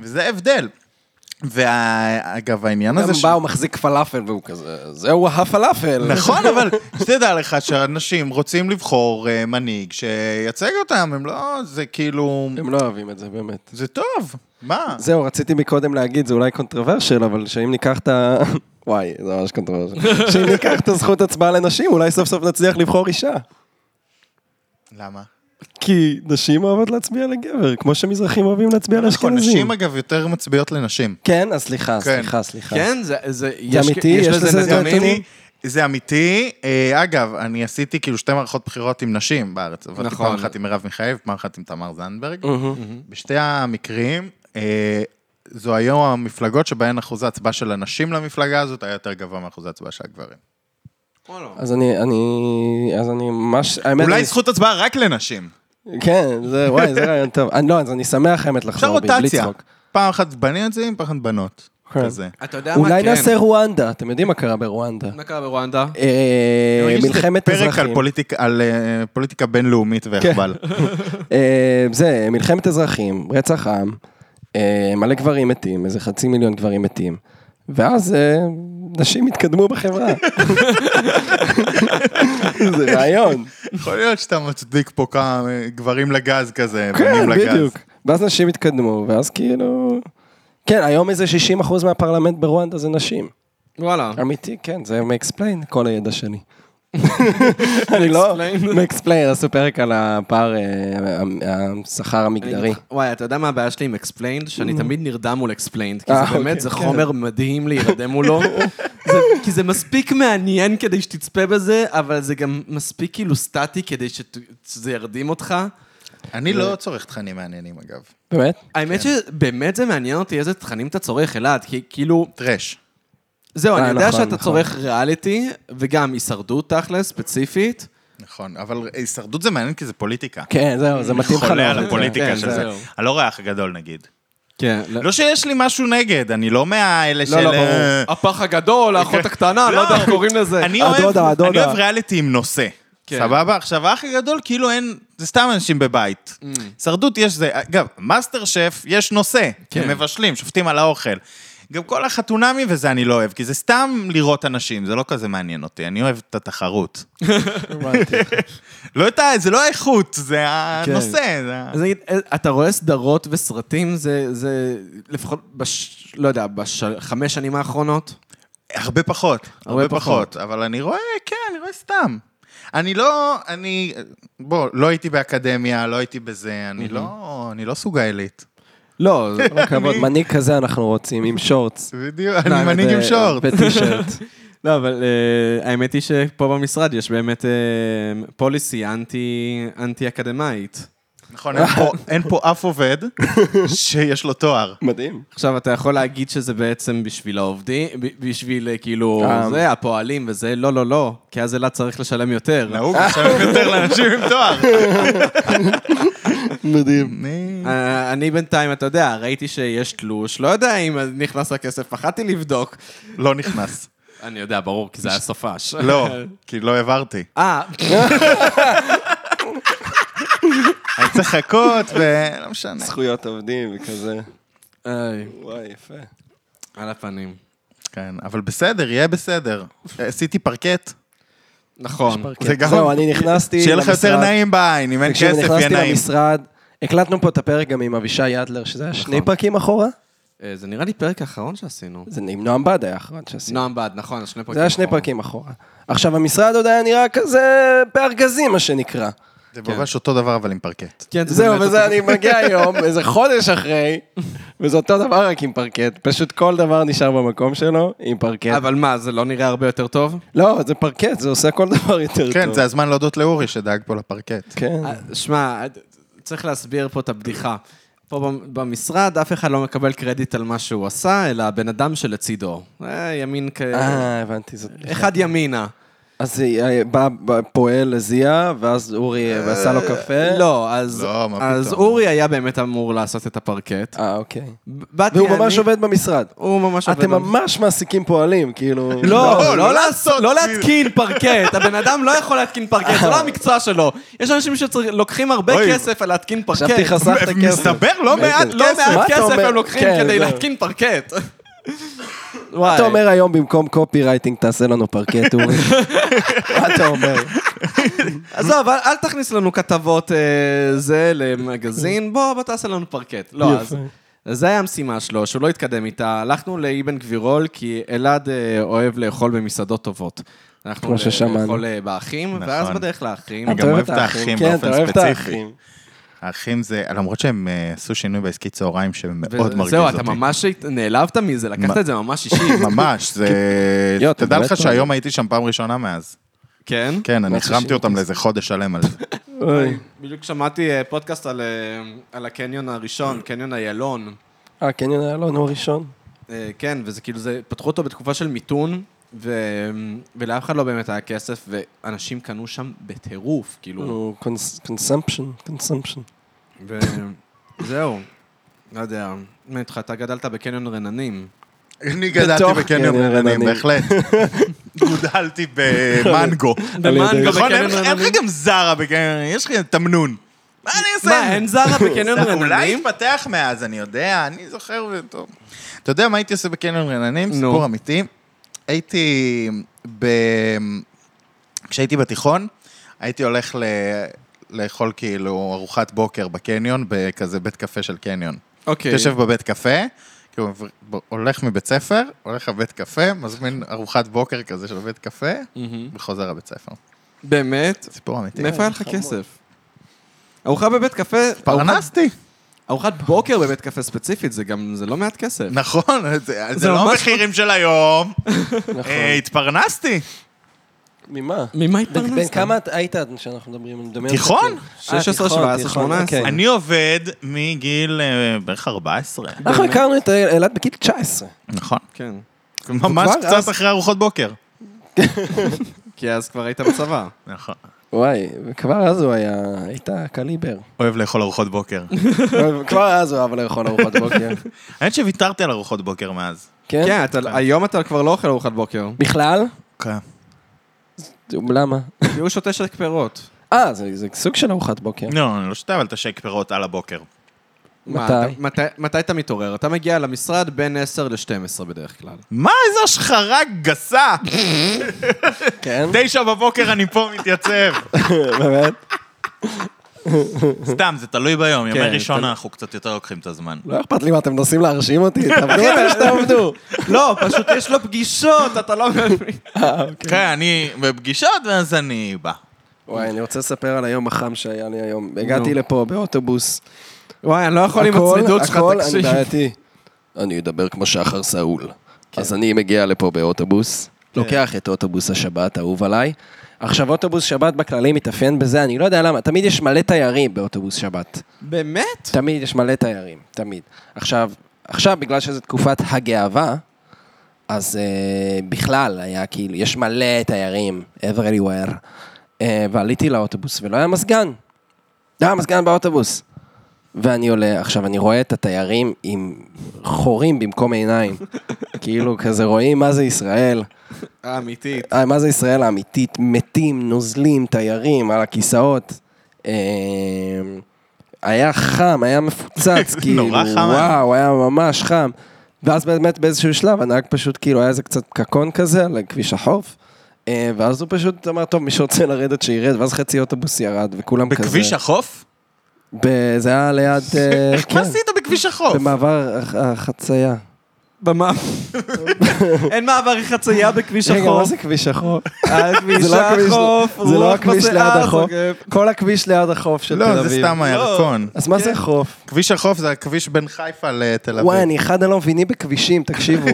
C: וזה ההבדל. ואגב, העניין הזה...
A: גם בא, הוא מחזיק פלאפל, והוא כזה, זהו הפלאפל.
C: נכון, אבל שתדע לך שאנשים רוצים לבחור אה, מנהיג שייצג אותם, הם לא... זה כאילו...
A: הם לא אוהבים את זה, באמת.
C: זה טוב, מה?
A: זהו, רציתי מקודם להגיד, זה אולי קונטרוברשל, אבל שאם ניקח את ה... [laughs] וואי, זה ממש קונטרוברשל. שאם ניקח את הזכות הצבעה לנשים, אולי סוף סוף נצליח לבחור אישה.
C: למה?
A: כי נשים אוהבות להצביע לגבר, כמו שמזרחים אוהבים להצביע
C: נכון,
A: לאשכנזים.
C: נשים אגב יותר מצביעות לנשים.
A: כן, אז סליחה,
C: כן.
A: סליחה, סליחה.
B: כן, זה... זה
A: אמיתי? יש לזה
C: זה
A: נתונים?
C: אמיתי, זה אמיתי. אה, אגב, אני עשיתי כאילו שתי מערכות בחירות עם נשים בארץ. עבדתי
B: נכון.
C: פעם אחת עם מרב מיכאלי ופעם אחת עם תמר זנדברג.
A: מהמם.
C: בשתי המקרים, אה, זו היום המפלגות שבהן אחוז ההצבעה של הנשים למפלגה הזאת היה יותר גבוה מאחוז ההצבעה של הגברים.
A: אז אני, אני, אז אני ממש, האמת,
C: אולי
A: אני-
C: זכות הצבעה רק לנשים.
A: כן, זה, וואי, זה רעיון טוב. אני- לא, אז אני שמח האמת
C: אפשר
A: לחזור בי, בלי
C: רוטציה.
A: צחוק.
C: פעם אחת בנים יוצאים, פעם אחת בנות.
A: כן.
C: כזה.
B: אתה יודע מה,
A: אולי
B: כן.
A: נעשה רואנדה, אתם יודעים מה קרה ברואנדה.
B: מה קרה ברואנדה?
A: אה,
C: אני מרגיש שזה
A: מלחמת
C: פרק על
A: אזרחים. כן.
C: פוליטיקה- על אה, פוליטיקה בינלאומית והחבל.
A: אה, זה, מלחמת אזרחים, רצח עם, אה, מלא גברים מתים, איזה חצי מיליון גברים מתים. ואז אה, נשים התקדמו בחברה. [laughs] זה רעיון.
C: יכול להיות שאתה מצדיק פה כמה אה, גברים לגז כזה,
A: כן,
C: בנים לגז.
A: בדיוק. ואז נשים התקדמו, ואז כאילו... כן, היום איזה 60% מהפרלמנט ברואנדה זה נשים.
B: וואלה.
A: אמיתי, כן, זה מקספליין, כל הידע שלי. [laughs] אני לא... מקספליין, עשו פרק על הפער, אה, השכר המגדרי.
B: וואי, אתה יודע מה הבעיה שלי עם אקספליינד? שאני תמיד נרדם מול אקספליינד, כי
A: Mm. אה,
B: זה באמת,
A: אוקיי,
B: זה
A: כן.
B: חומר מדהים להירדם
A: [laughs]
B: מולו. זה- כי זה מספיק מעניין כדי שתצפה בזה, אבל זה גם מספיק כאילו סטטי כדי שת- שזה ירדים אותך.
C: אני לא צורך תכנים מעניינים, אגב.
A: באמת?
B: האמת שבאמת זה מעניין אותי איזה תכנים אתה צורך, אלעד, כי כאילו,
C: טרש.
B: זהו,
A: אה,
B: אני יודע
A: נכון,
B: שאתה
A: נכון.
B: צורך ריאליטי, וגם הישרדות תכל'ס, ספציפית.
C: נכון, אבל הישרדות זה מעניין כי זה פוליטיקה.
A: כן, זהו, זה מתאים לך.
C: חולה על
A: לאוזן.
C: הפוליטיקה
B: כן,
C: של זה.
B: זהו.
C: על האורח הגדול נגיד.
B: כן.
C: לא שיש לי משהו נגד, אני לא מהאלה של...
A: לא, ברור. כן.
C: אה,
B: הפח הגדול, האחות הקטנה, לא יודע איך קוראים לזה.
C: אני
A: הדודה,
C: אוהב,
A: הדודה.
C: אני אוהב ריאליטי עם נושא.
B: כן.
C: סבבה? עכשיו, האח הגדול, כאילו אין, זה סתם אנשים בבית.
B: Mm.
C: הישרדות יש זה. אגב, מאסטר שף, יש נושא.
B: כן.
C: הם מבשלים, שופטים על האוכל. גם כל החתונמי וזה אני לא אוהב, כי זה סתם לראות אנשים, זה לא כזה מעניין אותי, אני אוהב את התחרות.
A: הבנתי.
C: לא את ה... זה לא האיכות, זה הנושא. זה ה-
B: אז נגיד, אה, אתה רואה סדרות וסרטים, זה, זה לפחות, בש, לא יודע, בחמש שנים האחרונות?
C: הרבה פחות, הרבה,
B: הרבה
C: פחות. פחות, אבל אני רואה, כן, אני רואה סתם. אני לא, אני, בוא, לא הייתי באקדמיה, לא הייתי בזה, אני לא, אני לא סוג העילית.
B: לא,
C: [laughs]
A: כל הכבוד, מנהיג כזה אנחנו רוצים, עם שורטס.
C: בדיוק, אני מנהיג עם
A: ו-
C: שורט.
A: וטישרט.
C: [laughs]
B: לא, אבל אה, האמת היא שפה במשרד יש באמת אה, פוליסי אנטי, אנטי-אקדמאית.
C: נכון, אין פה- אין פה אף עובד שיש לו תואר.
A: מדהים.
B: עכשיו, אתה יכול להגיד שזה בעצם בשביל העובדים, ב- בשביל אה, כאילו,
A: אה.
B: זה, הפועלים וזה, לא, לא, לא, כי אז אלה צריך לשלם יותר.
C: נהוג עכשיו יותר לאנשים עם תואר.
A: מדהים.
B: אה, אני בינתיים, אתה יודע, ראיתי שיש תלוש, לא יודע אם נכנס הכסף, פחדתי לבדוק.
C: לא נכנס.
B: אני יודע, ברור, כי זה היה סופש.
C: לא, כי לא העברתי.
B: אה,
C: אני צריך לחכות, ולא משנה.
A: זכויות עובדים וכזה.
B: איי,
A: וואי, יפה.
B: על הפנים.
C: כן, אבל בסדר, יהיה בסדר. עשיתי פרקט.
B: נכון.
C: זה גם...
A: כן. זהו, אני נכנסתי
C: שיהיה לך יותר
A: למשרד.
C: נעים בעין, אם אין
A: תקשיב,
C: כסף, יהיה
A: נכנסתי
C: נעים.
A: למשרד, הקלטנו פה את הפרק גם עם אבישי ידלר, שזה היה
C: נכון.
A: שני פרקים אחורה.
B: אה, זה נראה לי פרק האחרון שעשינו.
A: זה עם נועם בד היה האחרון שעשינו.
B: נועם בד, נכון, שני פרקים.
A: זה היה שני
B: אחרון.
A: פרקים אחורה. עכשיו, המשרד עוד היה נראה כזה בארגזים, מה שנקרא.
C: זה ממש
A: כן.
C: אותו דבר, אבל עם פרקט.
B: כן,
A: זהו,
B: באמת
A: וזה
B: אותו-
A: אני מגיע היום, איזה חודש אחרי, וזה אותו דבר רק עם פרקט. פשוט כל דבר נשאר במקום שלו עם פרקט.
B: אבל מה, זה לא נראה הרבה יותר טוב?
A: לא, זה פרקט, זה עושה כל דבר יותר טוב.
C: כן, זה הזמן להודות לאורי שדאג פה לפרקט.
A: כן.
B: אה, שמע, אה, צריך להסביר פה את הבדיחה. פה במ- במשרד אף אחד לא מקבל קרדיט על מה שהוא עשה, אלא הבן אדם שלצידו. אה, ימין כ...
A: אה, הבנתי, זאת...
B: אחד ימינה.
A: אז אה, בא בא פועל לזיע, ואז אורי אה, עשה לו קפה.
B: לא, אז
C: לא, מה
B: אז
C: פתאום.
B: אורי היה באמת אמור לעשות את הפרקט.
A: אה, אוקיי.
B: באתי
A: והוא
B: אני-
A: ממש עובד במשרד.
B: הוא ממש עובד.
A: אתם ממש מעסיקים פועלים, כאילו...
B: לא,
C: לא
B: לא לעשות, לא להתקין פרקט. הבן אדם לא יכול להתקין פרקט, זה לא המקצוע שלו. יש אנשים שלוקחים הרבה
C: אוי.
B: כסף על להתקין פרקט.
A: חשבתי חסכת כסף.
C: מסתבר לא מעט
B: לא
C: כסף.
A: מה
B: מעט
A: אתה
B: כסף
A: אומר?
B: הם לוקחים
A: כן,
B: כדי
A: זהו.
B: להתקין פרקט.
A: מה
B: וואי.
A: אתה אומר היום במקום קופי רייטינג תעשה לנו פרקט, אורי?
B: [laughs]
A: מה אתה אומר?
B: עזוב, אל אל תכניס לנו כתבות אה, זה למגזין, בוא, בוא תעשה לנו פרקט. לא,
A: יפה.
B: אז... אז זה היה המשימה שלו, שהוא לא התקדם איתה. הלכנו לאבן גבירול, כי אלעד אה, אוהב לאכול במסעדות טובות. אנחנו
A: כמו
B: ל-
A: ששמענו.
B: לאכול אה, באחים, ואז
C: נכון.
B: בדרך לאחים.
C: אני גם אוהב את האחים
A: כן,
C: באופן
A: אתה אוהב את
C: ספציפי.
A: האחים.
C: האחים זה, למרות שהם אה, עשו שינוי בעסקי צהריים שמאוד
B: ו-
C: מרגיז
B: זהו,
C: אותי.
B: אתה ממש הת- נעלבת מזה, לקחת
C: [laughs] מה?
B: את זה ממש אישי.
C: [coughs] ממש, זה...
A: יו, אתה
C: תדע
A: באמת
C: לך
A: אוהב.
C: שהיום הייתי שם פעם ראשונה מאז.
B: כן?
C: כן, אני
A: מה זה
C: החרמתי
A: שינוי?
C: אותם לאיזה חודש שלם על זה.
A: אוי.
B: בדיוק שמעתי אה, פודקאסט על, אה, על הקניון הראשון, קניון איילון.
A: אה, קניון איילון הוא הראשון.
B: אה, כן, וזה כאילו, זה, פתחו אותו בתקופה של מיתון, ו, ולאף אחד לא באמת היה כסף, ואנשים קנו שם בטירוף,
C: [laughs]
B: כאילו.
A: הוא קונסמפשן, קונסמפשן.
B: וזהו, לא יודע. מה איתך, אתה גדלת בקניון רננים.
C: [laughs] אני גדלתי
A: בתוך
C: בקניון
A: קניון
C: רננים,
A: רננים. [laughs]
C: בהחלט. גודלתי במנגו.
A: במנגו
C: נכון, אין לך- אין לך גם זרה בקניון, יש לך תמנון. מה אני אעשה?
B: מה, אין זרה בקניון
C: [laughs] אולי
B: רננים?
C: התפתח מאז, אני יודע, אני זוכר וטוב. אתה יודע מה הייתי עושה בקניון רננים?
B: נו.
C: סיפור אמיתי. הייתי ב... כשהייתי בתיכון, הייתי הולך ל... לאכול כאילו ארוחת בוקר בקניון, בכזה בית קפה של קניון.
B: אוקיי.
C: יושב בבית קפה, כאילו הולך מבית ספר, הולך לבית קפה, מזמין ארוחת בוקר כזה של בית קפה,
B: מהמם.
C: וחוזר לבית ספר.
B: באמת?
C: סיפור אמיתי.
B: מאיפה היה לך כסף? ארוחה בבית קפה, ארוחת-
C: פרנסתי.
B: ארוחת בוקר בבית קפה ספציפית, זה גם, זה לא מעט כסף.
C: נכון, זה- זה לא
B: ממש- נכון.
C: המחירים של היום. אה, התפרנסתי.
A: נכון. ממה?
B: ממה
A: בן כמה את- היית עד שאנחנו מדברים? אני מדמיין
C: תיכון.
A: את זה.
B: 16,
A: אה, תיכון,
B: 17,
A: תיכון,
B: 18.
A: אוקיי.
C: אני עובד מגיל אה, בערך 14.
A: אנחנו הכרנו את אילת בגיל 19.
C: נכון.
B: כן.
C: ממש
A: וכבר אז-
C: קצת אחרי ארוחות בוקר.
B: כי אז כבר היית
A: [laughs]
B: בצבא.
C: נכון.
A: וואי, וכבר אז הוא היה, היית קליבר.
C: אוהב לאכול
A: [laughs]
C: ארוחות בוקר.
A: כבר אז הוא אהב לאכול ארוחות בוקר.
C: האמת שוויתרתי על ארוחות בוקר מאז.
A: כן?
B: כן, אתה- היום אתה כבר לא אוכל ארוחת בוקר.
A: בכלל? אוקיי.
C: כן.
A: למה?
B: כי הוא שותה שק פירות.
A: אה, זה זה סוג של ארוחת
C: [laughs]
A: בוקר.
C: לא, אני לא שותה, אבל תשק פירות על הבוקר.
B: מה,
A: מתי?
B: אתה- מתי- מתי אתה מתעורר? אתה מגיע למשרד בין 10 ל-12 בדרך כלל.
C: מה, איזו השחרה גסה!
A: כן?
C: תשע בבוקר אני פה מתייצב.
A: [laughs] באמת?
C: סתם, זה תלוי ביום. ימי
B: כן,
C: ראשון
B: תל-
C: אנחנו קצת יותר לוקחים את הזמן.
A: לא אכפת לי מה אתם מנסים להרשים אותי, תעבדו אותי
B: [laughs]
A: שתעבדו.
B: [laughs] לא, פשוט יש לו פגישות, אתה לא מבין.
A: אוקיי.
C: כן, אני בפגישות, ואז אני בא.
A: וואי, אני רוצה לספר על היום החם שהיה לי היום. הגעתי לפה באוטובוס.
B: [laughs] וואי, אני לא יכול עם
A: הכל-
B: הצמידות שלך,
A: הכל, אני
B: תקשיב.
A: בעייתי. כן.
D: אני אדבר כמו שחר סאול. אז אני מגיע לפה באוטובוס,
A: לוקח את אוטובוס השבת האהוב עליי. עכשיו, אוטובוס שבת בכללי מתאפיין בזה, אני לא יודע למה, תמיד יש מלא תיירים באוטובוס שבת.
B: באמת?
A: תמיד יש מלא תיירים, תמיד. עכשיו, עכשיו, בגלל שזו תקופת הגאווה, אז אה, בכלל היה כאילו, יש מלא תיירים, everywhere. אה, ועליתי לאוטובוס ולא היה מזגן. לא היה מזגן באוטובוס. ואני עולה, עכשיו אני רואה את התיירים עם חורים במקום עיניים. כאילו, כזה רואים מה זה ישראל.
B: אה, אמיתית.
A: אה, מה זה ישראל האמיתית? מתים, נוזלים, תיירים, על הכיסאות. אה, היה חם, היה מפוצץ,
C: [laughs]
A: כאילו,
C: נורא חם היה.
A: וואו, היה ממש חם. ואז באמת באיזשהו שלב הנהג פשוט כאילו היה איזה קצת קקון כזה על כביש החוף. אה, ואז הוא פשוט אמר, טוב, מי שרוצה לרדת שירד, ואז חצי אוטובוס ירד, וכולם כזה.
C: בכביש החוף?
A: ב- זה היה ליד,
C: [laughs]
A: אה,
C: מה
A: כן,
C: עשית בכביש החוף?
A: במעבר הח- החצייה.
B: במה... [laughs] אין מעברי חצייה בכביש
A: רגע, מה
B: החוף.
A: זה כביש החוף?
B: הכביש
A: זה לא הכביש-
B: החוף,
A: זה לא
B: רוח
A: הכביש
B: בשיער
A: ליד החוף.
B: זוגף.
A: כל הכביש ליד החוף של תל אביב.
C: לא, זה סתם כן. הירקון.
A: אז מה זה חוף?
C: כביש החוף זה הכביש בין חיפה לתל
A: וואי,
C: אביב.
A: אני אחד הלא מבינים בכבישים, [laughs] תקשיבו.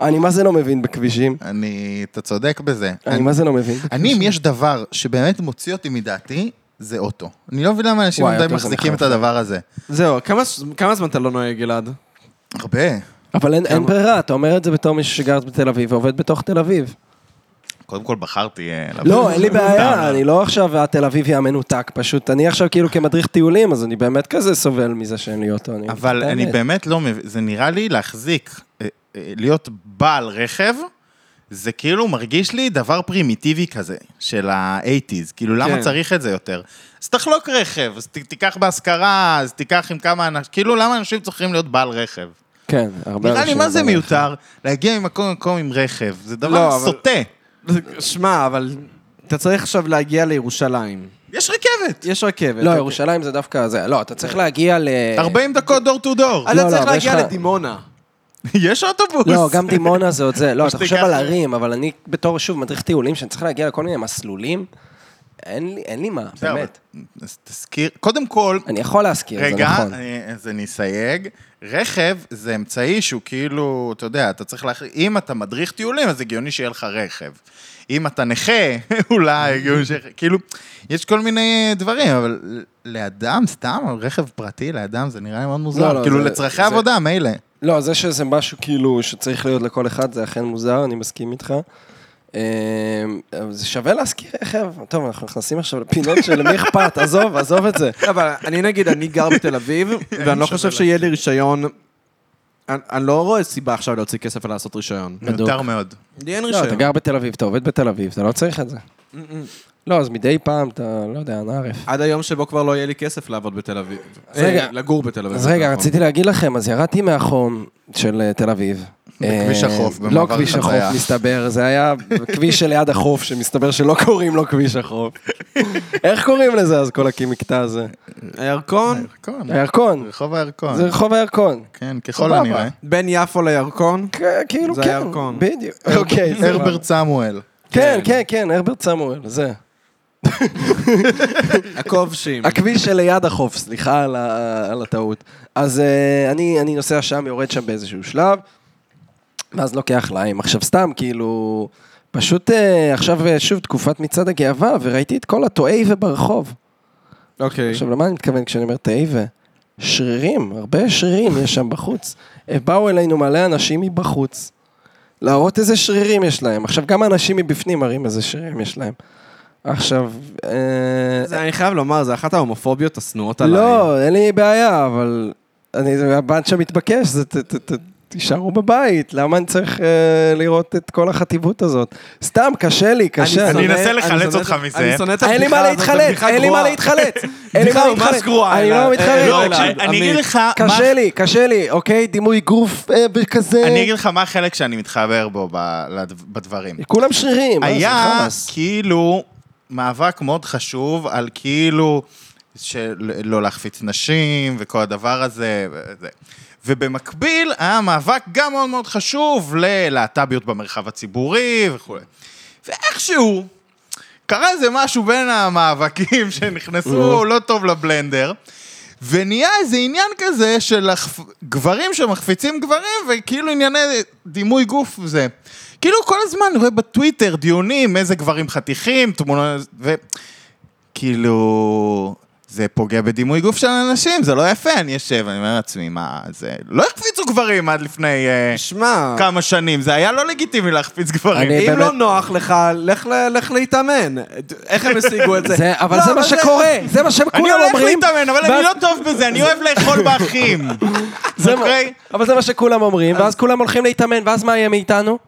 A: אני מה זה לא מבין בכבישים?
C: אני... אתה צודק בזה.
A: אני מה זה לא מבין?
C: אני, אם יש דבר שבאמת מוציא אותי מדעתי, זה אוטו. אני לא מבין למה אנשים
A: וואי,
C: עדיין
A: אוטו זה
C: מחזיקים את
A: מחרפן.
C: הדבר הזה.
B: זהו, כמה ש- כמה זמן אתה לא נוהג, גלעד?
C: הרבה.
A: אבל אין- אין ברירה, אתה אומר את זה בתור מישהו שגר בתל אביב ועובד בתוך תל אביב.
C: קודם כל בחרתי... אה, לבוא.
A: לא, אין לי
C: סתם,
A: בעיה,
C: לא.
A: אני לא עכשיו התל אביבי המנותק, פשוט אני עכשיו כאילו כמדריך טיולים, אז אני באמת כזה סובל מזה שאין לי אוטו. אני-
C: אבל
A: את
C: אני
A: האמת.
C: באמת לא מבין, זה נראה לי להחזיק, אה, אה, להיות בעל רכב, זה כאילו מרגיש לי דבר פרימיטיבי כזה, של ה-80's, כאילו למה
B: כן.
C: צריך את זה יותר? אז תחלוק רכב, אז ת- תיקח בהשכרה, אז תיקח עם כמה אנשים, כאילו למה אנשים צריכים להיות בעל רכב?
A: כן, הרבה
C: נראה לי
A: אנשים
C: מה זה
A: בדרך.
C: מיותר, להגיע ממקום למקום עם רכב, זה
B: לא,
C: דבר
B: אבל-
C: סוטה.
A: אה,
B: שמע, אבל אתה צריך עכשיו להגיע לירושלים.
C: יש רכבת,
B: יש רכבת.
A: לא,
B: אוקיי.
A: ירושלים זה דווקא זה, לא, אתה צריך להגיע ל...
C: 40 דקות דור טו דור.
A: לא,
B: אתה צריך
A: אבל יש
B: להגיע
A: לך-
B: לדימונה.
C: [laughs] יש אוטובוס.
A: לא, גם דימונה זה עוד זה. לא, אתה
C: שתיקח-
A: חושב על ערים, אבל אני בתור, שוב, מדריך טיולים, שאני צריך להגיע לכל מיני מסלולים, אין לי- אין לי מה,
C: בסדר, אבל-
A: באמת.
C: אז תזכיר, קודם כל,
A: אני יכול להזכיר, זה
C: רגע,
A: נכון.
C: אני- אז אני אסייג. רכב זה אמצעי שהוא כאילו, אתה יודע, אתה צריך להחליט, אם אתה מדריך טיולים, אז הגיוני שיהיה לך רכב. אם אתה נכה, [laughs] אולי הגיוני ש... כאילו, יש כל מיני דברים, אבל לאדם, סתם, רכב פרטי לאדם, זה נראה לי מאוד מוזר.
A: לא,
C: כאילו,
A: זה-
C: לצרכי
A: זה-
C: עבודה, מילא.
A: לא, זה שזה משהו כאילו שצריך להיות לכל אחד, זה אכן מוזר, אני מסכים איתך. אמ, אבל זה שווה להזכיר רכב. טוב, אנחנו נכנסים עכשיו לפינות של מי אכפת, עזוב, עזוב את זה.
B: אבל אני נגיד, אני גר בתל [laughs] אביב, ואני לא חושב שיהיה לי רישיון... אני אני לא רואה סיבה עכשיו להוציא כסף ולעשות רישיון.
A: בדוק.
C: מיותר מאוד.
B: לי אין
A: לא, אתה
B: רישיון.
A: גר בתל אביב, אתה עובד בתל אביב, אתה לא צריך את זה. לא, אז מדי פעם אתה, לא יודע, נערף.
B: Mm, עד היום שבו כבר לא יהיה לי כסף לעבוד בתל אביב.
A: רגע.
B: אה, לגור בתל אביב.
A: אז רגע,
B: נכון.
A: רציתי להגיד לכם, אז ירדתי מהחום של אה, תל אביב,
C: בכביש
A: אה,
C: החוף,
A: לא
C: במעבר
A: כביש החוף,
C: חצייה.
A: מסתבר, זה היה כביש שליד החוף, שמסתבר שלא קוראים לו כביש
C: [laughs]
A: החוף. איך קוראים לזה אז כל הקמקטע הזה?
B: הירקון,
C: הירקון.
A: הירקון.
C: רחוב הירקון.
A: אה, זה רחוב הירקון.
C: כן, ככל
A: סבבה.
C: הנראה.
B: בין יפו לירקון.
A: כן, כאילו,
B: זה
A: כן.
B: הירקון.
A: בדיוק. [laughs] אוקיי, סבבה.
C: הרברט סמואל.
A: כן, כן, כן, הרברט סמואל, זה. [laughs]
B: הכובשים.
A: הכביש שליד החוף, סליחה על, ה- על הטעות. אז uh, אני, אני נוסע שם, יורד שם באיזשהו שלב, ואז לוקח להם. עכשיו סתם, כאילו, פשוט uh, עכשיו אה, שוב תקופת מצעד הגאווה, וראיתי את כל הטועיבה ברחוב.
B: אוקיי.
A: עכשיו, למה אני מתכוון כשאני אומר תעיבה? שרירים, הרבה שרירים יש שם בחוץ. אה, באו אלינו מלא אנשים מבחוץ, להראות איזה שרירים יש להם. עכשיו, גם האנשים מבפנים מראים איזה שרירים יש להם. עכשיו, אה,
B: זה- אני חייב לומר, זה אחת ההומופוביות השנואות עליי.
A: לא, אין לי בעיה, אבל אני, זה הבנד שמתבקש, זה ת, ת, ת, תישארו בבית, למה אני צריך אה, לראות את כל החטיבות הזאת? סתם, קשה לי, קשה.
B: שונא-
C: אני אנסה
B: שונא-
C: לחלץ
B: שונא-
C: אותך מזה.
B: אני שונא את הבדיחה הזאת,
A: אין לי מה
B: זו
A: להתחלץ,
B: בדיחה
A: אין לי מה
B: גרועה.
A: להתחלץ.
B: [laughs]
A: אין לי
B: בדיחה
A: מה
B: ממש
A: להתחלץ.
B: גרועה,
A: אני
B: אלעד.
A: לא מתחרט.
B: אה,
C: לא,
B: אלעד,
C: תקשיב, אני
B: עמית.
C: אגיד לך... מה-
A: קשה לי, קשה לי, אוקיי? דימוי גוף אה, וכזה.
C: אני אגיד לך מה החלק שאני מתחבר בו ב- לדב- בדברים.
A: כולם שרירים. מה אה, זה,
C: היה
A: חלאס.
C: כאילו מאבק מאוד חשוב על כאילו של לא להחפיץ נשים וכל הדבר הזה. וזה. ובמקביל היה מאבק גם מאוד מאוד חשוב ללהט"ביות במרחב הציבורי וכולי. ואיכשהו קרה איזה משהו בין המאבקים [laughs] שנכנסו לא טוב לבלנדר. ונהיה איזה עניין כזה של החפ- גברים שמחפיצים גברים, וכאילו ענייני דימוי גוף זה. כאילו כל הזמן אני רואה בטוויטר דיונים, איזה גברים חתיכים, תמונות, ו... כאילו... זה פוגע בדימוי גוף של אנשים, זה לא יפה, אני יושב, אני אומר לעצמי, מה, זה... לא החפיצו גברים עד לפני אה,
B: שמע,
C: כמה שנים, זה היה לא לגיטימי להחפיץ גברים.
A: אני-
B: אם
A: באמת-
B: לא נוח לך, לך ל- לך להתאמן. איך הם השיגו את זה?
A: זה- אבל
B: לא,
A: זה מה שקורה, זה מה שהם
C: אני לא
A: כולם
C: הולך
A: אומרים.
C: להתאמן, אבל אני
A: ואז-
C: לא טוב בזה, אני אוהב
A: [laughs]
C: לאכול באחים.
A: זה מה-
C: אוקיי?
A: אבל זה מה שכולם אומרים, ואז כולם הולכים להתאמן, ואז מה יהיה מאיתנו?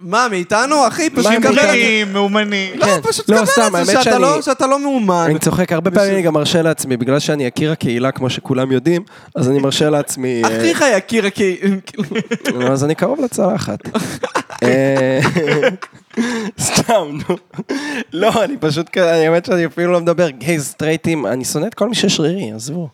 B: מה, מאיתנו, אחי? פשוט
A: הם
B: קבל את זה.
C: שיכורים, מאומנים.
B: לא,
A: כן.
B: פשוט
A: לא,
B: קבל
A: סתם,
B: את זה
A: האמת
B: שאתה
A: שאני-
B: לא- שאתה לא מאומן.
A: אני צוחק, הרבה פעמים אני גם מרשה לעצמי, בגלל שאני יקיר הקהילה, כמו שכולם יודעים, אז אני מרשה לעצמי... אה,
B: אחיך יקיר, כי... כאילו,
A: נו, אז אני קרוב
C: [laughs]
A: לצלחת. אה, סתם, נו. לא, אני פשוט, כ- האמת שאני אפילו לא מדבר, גיי סטרייטים, אני שונא את כל מי ששרירי, עזבו.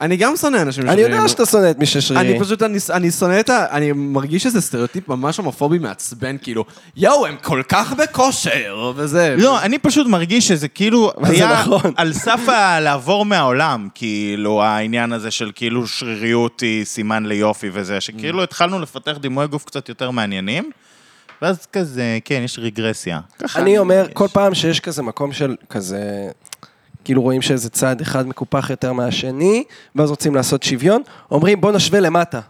B: אני גם שונא אנשים
A: אני יודע
B: שרירים.
A: שאתה שונא את מי ששרירי.
B: אני פשוט, אני, אני שונא את ה... אני מרגיש שזה סטריאוטיפ ממש הומופובי מעצבן, כאילו, יואו, הם כל כך בכושר, וזה.
C: לא, אני פשוט מרגיש שזה
A: [laughs]
C: כאילו
A: זה
C: היה
A: נכון?
C: על סף ה- לעבור מהעולם, כאילו העניין הזה של כאילו שריריות היא סימן ליופי וזה,
A: Mm.
C: שכאילו התחלנו לפתח דימוי גוף קצת יותר מעניינים, ואז כזה, כן, יש
A: [laughs]
C: רגרסיה. ככה
A: אני אומר, כל פעם שיש כזה מקום של כזה, כאילו רואים שאיזה צעד אחד מקופח יותר מהשני, ואז רוצים לעשות שוויון, אומרים בוא נשווה למטה.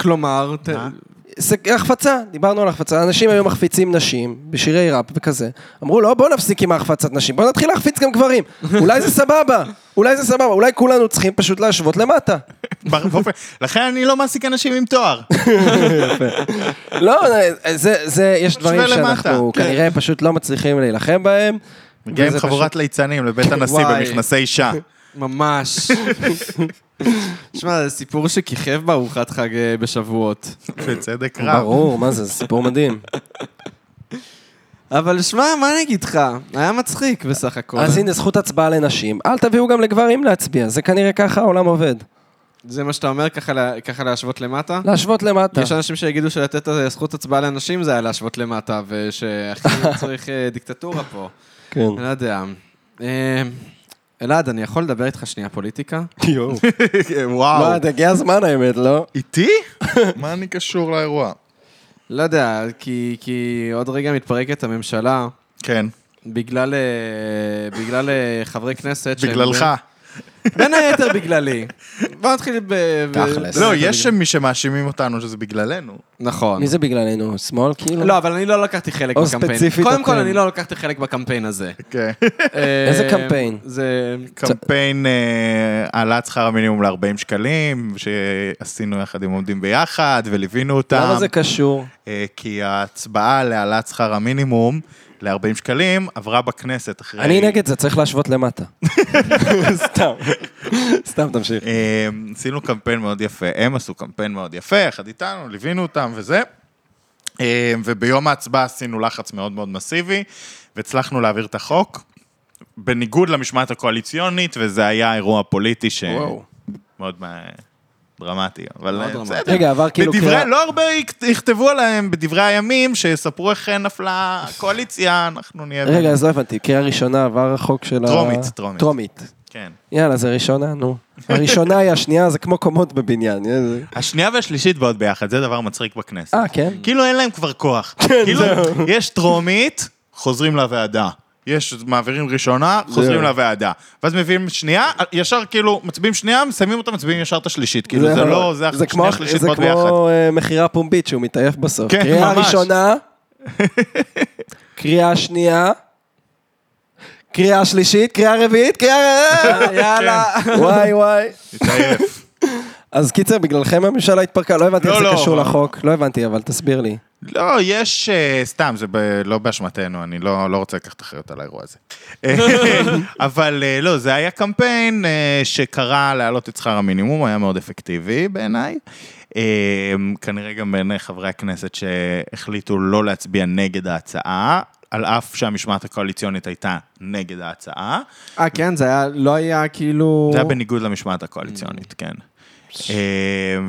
B: כלומר, ת...
C: מה?
A: זה החפצה, דיברנו על החפצה, אנשים היו מחפיצים נשים בשירי ראפ וכזה. אמרו לא, בוא נפסיק עם ההחפצת נשים, בוא נתחיל להחפיץ גם גברים.
C: [laughs]
A: אולי זה סבבה, אולי זה סבבה, אולי כולנו צריכים פשוט להשוות למטה.
C: בר- באופן- לכן אני לא מעסיק אנשים עם תואר.
A: [laughs] לא, זה, זה, יש דברים
C: נשווה למטה,
A: שאנחנו
C: כן.
A: כנראה פשוט לא מצליחים להילחם בהם.
C: מגיע עם
A: וזה
C: חבורת ליצנים לבית הנשיא
B: וואי.
A: [laughs]
C: במכנסי אישה.
B: ממש. שמע, זה סיפור שכיכב בארוחת חג אה, בשבועות.
C: בצדק
A: פשוט-
C: רב.
A: ברור, מה זה, זה סיפור מדהים.
B: אבל שמע, מה אני אגיד לך? היה מצחיק בסך הכל.
A: אז הנה, זכות הצבעה לנשים. אל תביאו גם לגברים להצביע, זה כנראה ככה העולם עובד.
B: זה מה שאתה אומר, ככה לה- ככה להשוות למטה?
A: להשוות למטה.
B: יש אנשים שיגידו שלתת אה, זכות הצבעה לאנשים זה היה להשוות למטה,
A: [laughs]
B: ושהכי צריך אה, דיקטטורה פה.
A: כן.
B: אני לא יודע. אה, אלעד, אני יכול לדבר איתך שנייה פוליטיקה?
A: יואו.
C: [laughs] וואו.
A: לא, עד הגיע הזמן האמת, לא?
C: איתי? מה אני קשור לאירוע?
B: לא יודע, כי, כי עוד רגע מתפרקת הממשלה
C: כן,
B: בגלל, אה, בגלל אה, חברי כנסת. שהם- אה,
C: בגללך.
B: בין היתר בגללי. בוא נתחיל ב... ב-
A: תכלס.
C: לא, יש מי שמאשימים אותנו שזה בגללנו.
B: נכון.
A: מי זה בגללנו? שמאל כאילו?
B: לא, אבל אני לא לקחתי חלק
A: או
B: בקמפיין.
A: ספציפית
B: קודם כל,
A: אתם.
B: אני לא לקחתי חלק בקמפיין הזה.
C: כן.
A: [laughs] איזה
B: אה,
A: קמפיין?
B: זה...
C: קמפיין אה, העלאת שכר המינימום ל-40 שקלים, שעשינו יחד עם עומדים ביחד, וליווינו אותם.
A: למה זה קשור?
C: אה, כי ההצבעה להעלאת שכר המינימום ל-40 שקלים, עברה בכנסת אחרי...
A: אני נגד זה, צריך להשוות למטה. סתם, סתם תמשיך.
C: אה, עשינו קמפיין מאוד יפה, הם עשו קמפיין מאוד יפה, יחד איתנו, ליווינו אותם וזה. אה, וביום ההצבעה עשינו לחץ מאוד מאוד מסיבי, והצלחנו להעביר את החוק, בניגוד למשמעת הקואליציונית, וזה היה אירוע פוליטי ש...
A: וואו.
C: מאוד מה- דרמטי, אבל
B: מאוד
C: אה,
B: דרמטי.
C: בסדר.
A: רגע, עבר כאילו
C: בדברי,
A: קריאה-
C: לא הרבה יכ- יכתבו עליהם בדברי הימים, שיספרו איך נפלה הקואליציה, אנחנו נהיה...
A: רגע, אז לא הבנתי, קריאה ראשונה עבר החוק של ה...
C: טרומית, טרומית.
A: טרומית.
C: כן.
A: יאללה, זה ראשונה, נו. הראשונה היא השנייה, זה כמו קומות בבניין. אה, זה-
C: השנייה והשלישית באות ביחד, זה דבר מצחיק בכנסת.
A: אה, כן?
C: כאילו אין להם כבר כוח. כאילו, יש טרומית, חוזרים לוועדה. יש, מעבירים ראשונה, חוזרים
A: זהו.
C: לוועדה. ואז מביאים שנייה, ישר כאילו, מצביעים שנייה, מסיימים אותה, מצביעים ישר את השלישית. כאילו, זה לא, זה
A: זה כמו-
C: שנייה שלישית
A: זה
C: באות ביחד.
A: כמו אה, מכירה פומבית שהוא מתעייף בסוף.
C: כן,
A: קריאה
C: ממש.
A: ראשונה, קריאה שנייה, קריאה שלישית, קריאה רביעית,
C: [laughs]
A: קריאה...
C: כן.
A: יאללה. וואי וואי.
C: מתעייף.
A: אז קיצר, בגללכם הממשלה התפרקה, לא הבנתי
C: לא,
A: איך זה
C: לא,
A: קשור
C: אבל-
A: לחוק, לא הבנתי, אבל תסביר לי.
C: לא, יש, אה, סתם, זה ב- לא באשמתנו, אני לא לא רוצה לקחת אחריות על האירוע הזה. אבל אה, לא, זה היה קמפיין אה, שקרא להעלות את שכר המינימום, הוא היה מאוד אפקטיבי בעיניי. אה, כנראה גם בעיני חברי הכנסת שהחליטו לא להצביע נגד ההצעה, על אף שהמשמעת הקואליציונית הייתה נגד ההצעה.
B: אה, כן, זה היה, לא היה כאילו...
C: זה היה בניגוד למשמעת הקואליציונית, כן. אה,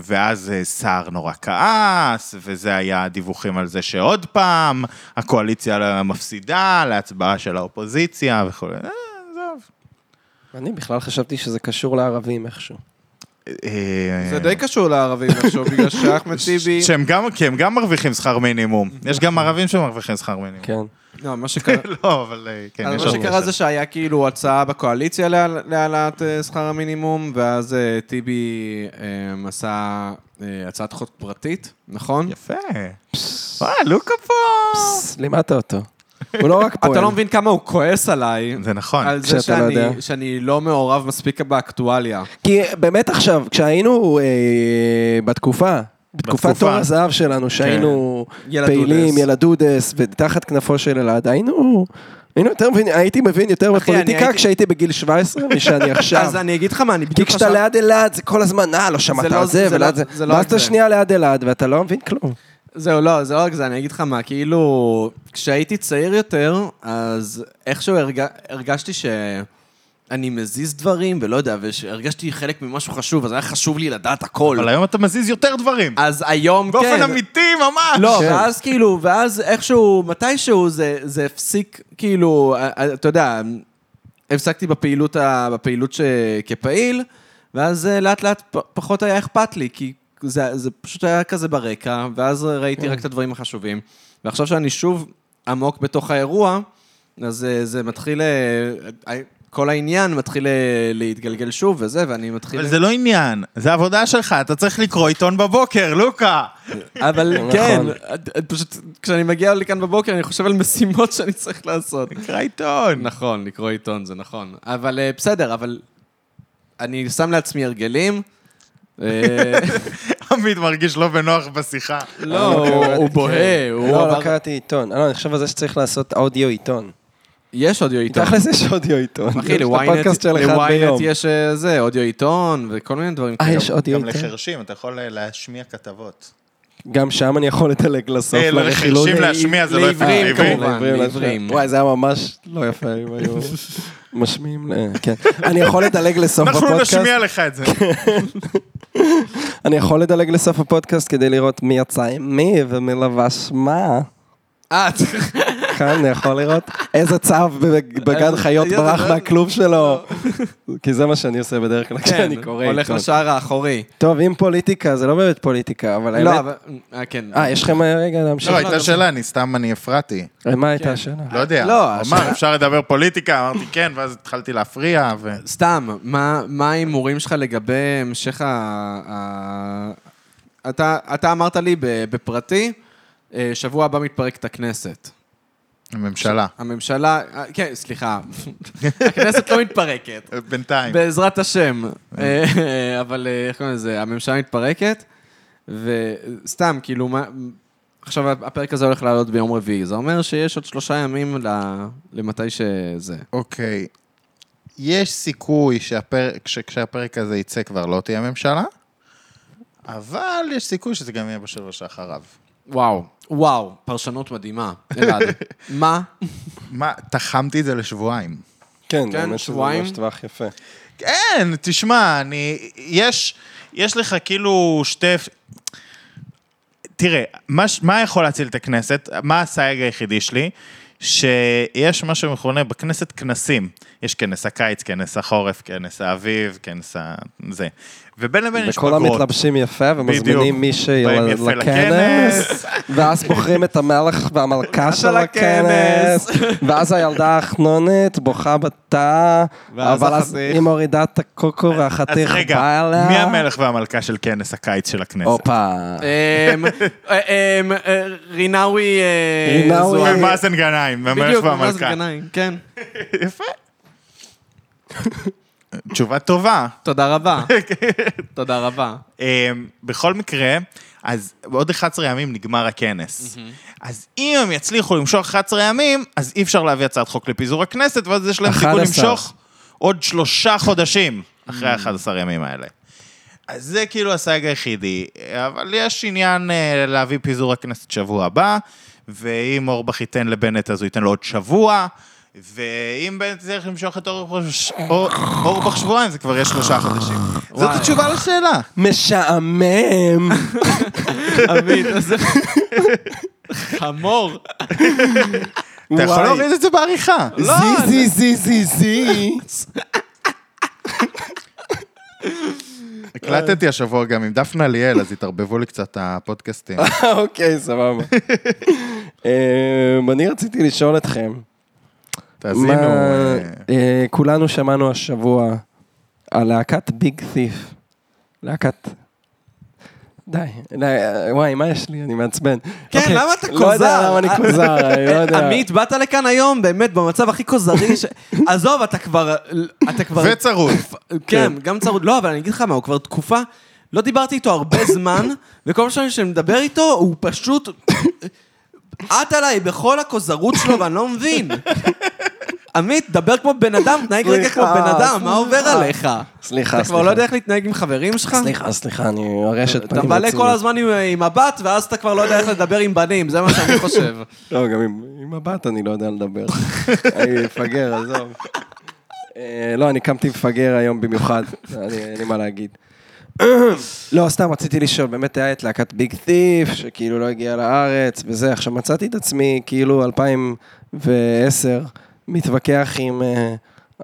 C: ואז אה, סער נורא כעס, וזה היה דיווחים על זה שעוד פעם, הקואליציה מפסידה להצבעה של האופוזיציה וכו'. אה, עזוב.
A: אני בכלל חשבתי שזה קשור לערבים איכשהו.
C: אה,
B: זה די קשור לערבים עכשיו, בגלל שאחמד טיבי...
C: שהם גם, כי הם גם מרוויחים שכר מינימום. יש גם ערבים שמרוויחים שכר מינימום.
A: כן.
B: לא, מה שקרה...
C: [laughs] לא, אבל אה, כן,
B: אז
C: יש
B: מה
C: עוד
B: שקרה
C: כסף.
B: זה שהיה כאילו הצעה בקואליציה לה- להעלאת אה, שכר המינימום, ואז אה, טיבי אה, עשה אה, הצעת חוק פרטית, נכון?
C: יפה. וואי, לוקה פה.
A: פס, לימדת אותו. הוא לא רק פועל.
B: אתה לא מבין כמה הוא כועס עליי.
C: זה נכון.
B: על זה
A: כשאתה לא
B: שאני-
A: יודע.
B: שאני לא מעורב מספיק באקטואליה.
A: כי באמת עכשיו, כשהיינו אה, בתקופה, בתקופת
C: בתקופה.
A: תור הזהב
B: כן.
A: שלנו, שהיינו
B: ילד
A: פעילים,
B: דודס.
A: ילד דודס, ותחת כנפו של אלעד, היינו... היינו יותר מבין, הייתי מבין יותר
B: אחי, אני
A: בפוליטיקה
B: הייתי-
A: כשהייתי בגיל 17 משאני עכשיו.
B: [laughs] אז אני אגיד לך מה, אני
A: כי
B: בדיוק
A: כשאתה
B: חשבתי...
A: ליד אלעד זה כל הזמן, אה, לא שמעת
B: לא-
A: על זה,
B: זה
A: ולעד
B: לא-
A: זה.
B: זה לא
A: ואז
B: רק
A: אתה
B: זה.
A: שנייה ליד אלעד ואתה לא מבין כלום.
B: זהו, לא, זה לא רק זה, אני אגיד לך מה, כאילו, כשהייתי צעיר יותר, אז איכשהו הרג... הרגשתי שאני מזיז דברים, ולא יודע, והרגשתי חלק ממשהו חשוב, אז היה חשוב לי לדעת הכל.
C: אבל היום אתה מזיז יותר דברים.
B: אז היום, לא- כן.
C: באופן אמיתי, ממש.
B: לא,
A: כן.
B: ואז כאילו, ואז איכשהו, מתישהו זה, זה הפסיק, כאילו, אה, אה, אתה יודע, הפסקתי בפעילות, ה, בפעילות ש, כפעיל, ואז אה, לאט לאט פ- פחות היה אכפת לי, כי זה, זה פשוט היה כזה ברקע, ואז ראיתי רק את הדברים החשובים. ועכשיו שאני שוב עמוק בתוך האירוע, אז אה, זה מתחיל, אה, אה, כל העניין מתחיל אה, להתגלגל שוב וזה, ואני מתחיל...
C: אבל זה לא עניין, זה העבודה שלך, אתה צריך לקרוא עיתון בבוקר, לוקה.
B: אבל
C: לא-
A: נכון.
B: כן, את- את פשוט כשאני מגיע לכאן בבוקר, אני חושב על משימות שאני צריך לעשות.
C: תקרא עיתון. [laughs]
B: נכון, לקרוא עיתון זה נכון. אבל אה, בסדר, אבל אני שם לעצמי הרגלים.
A: [laughs]
B: אה,
C: עמית מרגיש לא בנוח בשיחה.
B: לא, הוא- הוא בוהה, הוא
A: לא,
B: עבר-
A: לא קראתי עיתון. אה, לא, אני חושב על זה שצריך לעשות אודיו עיתון.
B: יש אודיו עיתון.
A: תכל'ס יש אודיו עיתון.
B: אחי,
A: יש את
B: לוויינט
A: הפודקאסט של אחד
B: לוויינט
A: ביום.
B: יש אה, זה, אודיו עיתון וכל מיני דברים
A: אה,
B: כאלה.
A: יש אודיו
C: גם
A: עיתון.
C: לחרשים, אתה יכול אה, להשמיע כתבות.
A: גם שם אני יכול לדלג לסוף.
C: אה, לא,
A: לרכילוני.
C: לחרשים להשמיע זה לא
B: לעיוורים,
C: אפקטיבי.
B: כמובן.
A: לעיוורים,
B: לעיוורים.
A: כן, וואי, זה היה ממש לא יפה אם
C: [laughs]
A: היו משמיעים. ל- כן. אני יכול לדלג
B: לא,
A: לסוף
C: אנחנו לא
A: הפודקאסט.
C: נשמיע לך
B: [laughs]
C: את זה.
A: אני יכול לדלג לסוף הפודקאסט כדי לראות מי יצא עם מי ומי לבש מה.
B: אה, צריך-
A: כאן אני יכול לראות איזה צב בגן
B: איזה-
A: חיות
B: איזה-
A: ברח
B: איזה- לא.
A: מהכלוב שלו. [laughs] כי זה מה שאני עושה בדרך כלל
B: כן,
A: כשאני קורא
B: הולך
A: עיתון.
B: לשער האחורי.
A: טוב, אם פוליטיקה, זה לא באמת פוליטיקה, אבל
B: לא,
A: האמת...
B: אבל... אה, כן.
A: אה, יש לכם אה, רגע להמשיך? אה,
C: לא, הייתה שאלה, אני סתם, אני הפרעתי.
B: כן.
A: מה הייתה השאלה?
C: לא יודע.
B: לא,
C: הוא אמר,
B: השאלה-
C: אפשר לדבר פוליטיקה, אמרתי כן, ואז התחלתי להפריע, ו...
B: סתם, מה מה ההימורים שלך לגבי המשך ה... ה... אתה, אתה אמרת לי ב- בפרטי, אה, שבוע הבא מתפרקת הכנסת.
C: הממשלה.
B: הממשלה, אה, כן, סליחה, הכנסת לא
C: [laughs]
B: מתפרקת,
C: אה, בינתיים.
B: בעזרת השם. אה, אבל אה, איך קוראים לזה, הממשלה מתפרקת, וסתם, כאילו, מה... עכשיו, הפרק הזה הולך לעלות ביום רביעי, זה אומר שיש עוד שלושה ימים ל- למתי שזה.
C: אוקיי. יש סיכוי שהפרק, שכשהפרק הזה יצא כבר לא תהיה ממשלה, אבל יש סיכוי שזה גם יהיה בשבוע שאחריו.
B: וואו, וואו, פרשנות מדהימה, אלעד. מה?
C: מה, תחמתי את זה לשבועיים.
A: כן,
B: כן,
A: באמת שזה
B: שבועיים.
A: ממש טווח יפה.
C: כן, תשמע, אני... יש, יש לך כאילו שתי... תראה, מה, ש- מה יכול להציל את הכנסת? מה הסייג היחידי שלי? שיש מה שמכונה בכנסת כנסים. יש כנס הקיץ, כנס החורף, כנס האביב, כנס ה... זה. ובין לבין יש
A: וכל
C: פגרות.
A: המתלבשים יפה
C: בדיוק.
A: ומזמינים מישהי
C: באים
A: ל-
C: יפה
A: לכנס, ואז בוחרים את המלך
C: [laughs]
A: והמלכה של הכנס, ואז הילדה האחנונית בוכה בתא,
B: ואז
A: אבל אז
B: החתיך.
A: היא מורידה את הקוקו
C: אז
A: והחתיך
C: רגע,
A: בא אליה.
C: מי המלך והמלכה של כנס הקיץ של הכנסת?
A: הופה.
B: אמ, אמ, אה, רינאוי... אה,
A: רינאוי.
B: זועבי.
C: ומאזן גנאים, המלך
B: בדיוק, מאזן
C: והמלכה.
B: גנאים, כן.
C: יפה. תשובה טובה.
B: תודה רבה. תודה רבה.
C: אמ, בכל מקרה, אז בעוד 11 ימים נגמר הכנס. אז אם הם יצליחו למשוך 11 ימים, אז אי אפשר להביא הצעת חוק לפיזור הכנסת, ואז יש להם סיכוי
A: 11.
C: למשוך עוד שלושה חודשים אחרי ה-11 ימים האלה. אז זה כאילו הסייג היחידי, אבל יש עניין אה, להביא פיזור הכנסת שבוע הבא, ואם אורבך ייתן לבנט אז הוא ייתן לו עוד שבוע, ואם בנט צריך למשוך את אורבך ש- אור- אורבך שבועיים זה כבר יהיה שלושה חודשים. זאת
B: וואי.
C: התשובה לשאלה.
A: משעמם.
B: עמית, איזה... חמור.
C: אתה יכול
A: וואי.
C: להוריד לא, את זה בעריכה.
A: זי זי זי זי זי. [laughs]
C: הקלטתי השבוע גם עם דפנה ליאל, אז התערבבו לי קצת הפודקאסטים.
A: אוקיי,
C: [laughs]
A: סבבה. אמ, אני רציתי לשאול אתכם,
C: תאזינו.
A: מה-
C: אה,
A: אה, כולנו שמענו השבוע על להקת ביג ת'יף. להקת... די, די, אה, וואי, מה יש לי? אני מעצבן.
B: כן,
A: אוקיי,
B: למה אתה
A: לא יודע
B: כוזר?
A: למה אני כוזר, אני לא יודע.
B: אה, עמית, באת לכאן היום באמת במצב הכי כוזרי ש... עזוב, אתה כבר... אתה כבר...
C: וצרוד.
B: כן, גם צרוד. לא, אבל אני אגיד לך מה, הוא כבר תקופה... לא דיברתי איתו הרבה זמן, וכל פעם שאני מדבר איתו, הוא פשוט... עט עליי בכל הכוזרות שלו, ואני לא מבין. עמית, דבר כמו בן אדם, תנהג רגע כמו בן
A: סליחה,
B: אדם, מה עובר
A: סליחה.
B: עליך?
A: סליחה,
B: אתה כבר לא
A: סליחה.
B: יודע איך להתנהג עם חברים שלך?
A: סליחה, סליחה, אני הרשת פנים
B: אתה מלא כל
A: רצינית.
B: הזמן עם- עם הבת, ואז אתה כבר לא יודע איך לדבר עם בנים, זה מה שאני [laughs] חושב.
A: לא, גם עם, עם הבת אני לא יודע לדבר. אני מפגר, עזוב. אה, לא, אני קמתי מפגר היום במיוחד, אני- אין לי מה להגיד. לא, סתם רציתי לשאול, באמת היה את להקת ביג ת'יף, שכאילו לא הגיעה לארץ וזה. עכשיו מצאתי את עצמי, כאילו 2010, מתווכח עם אה,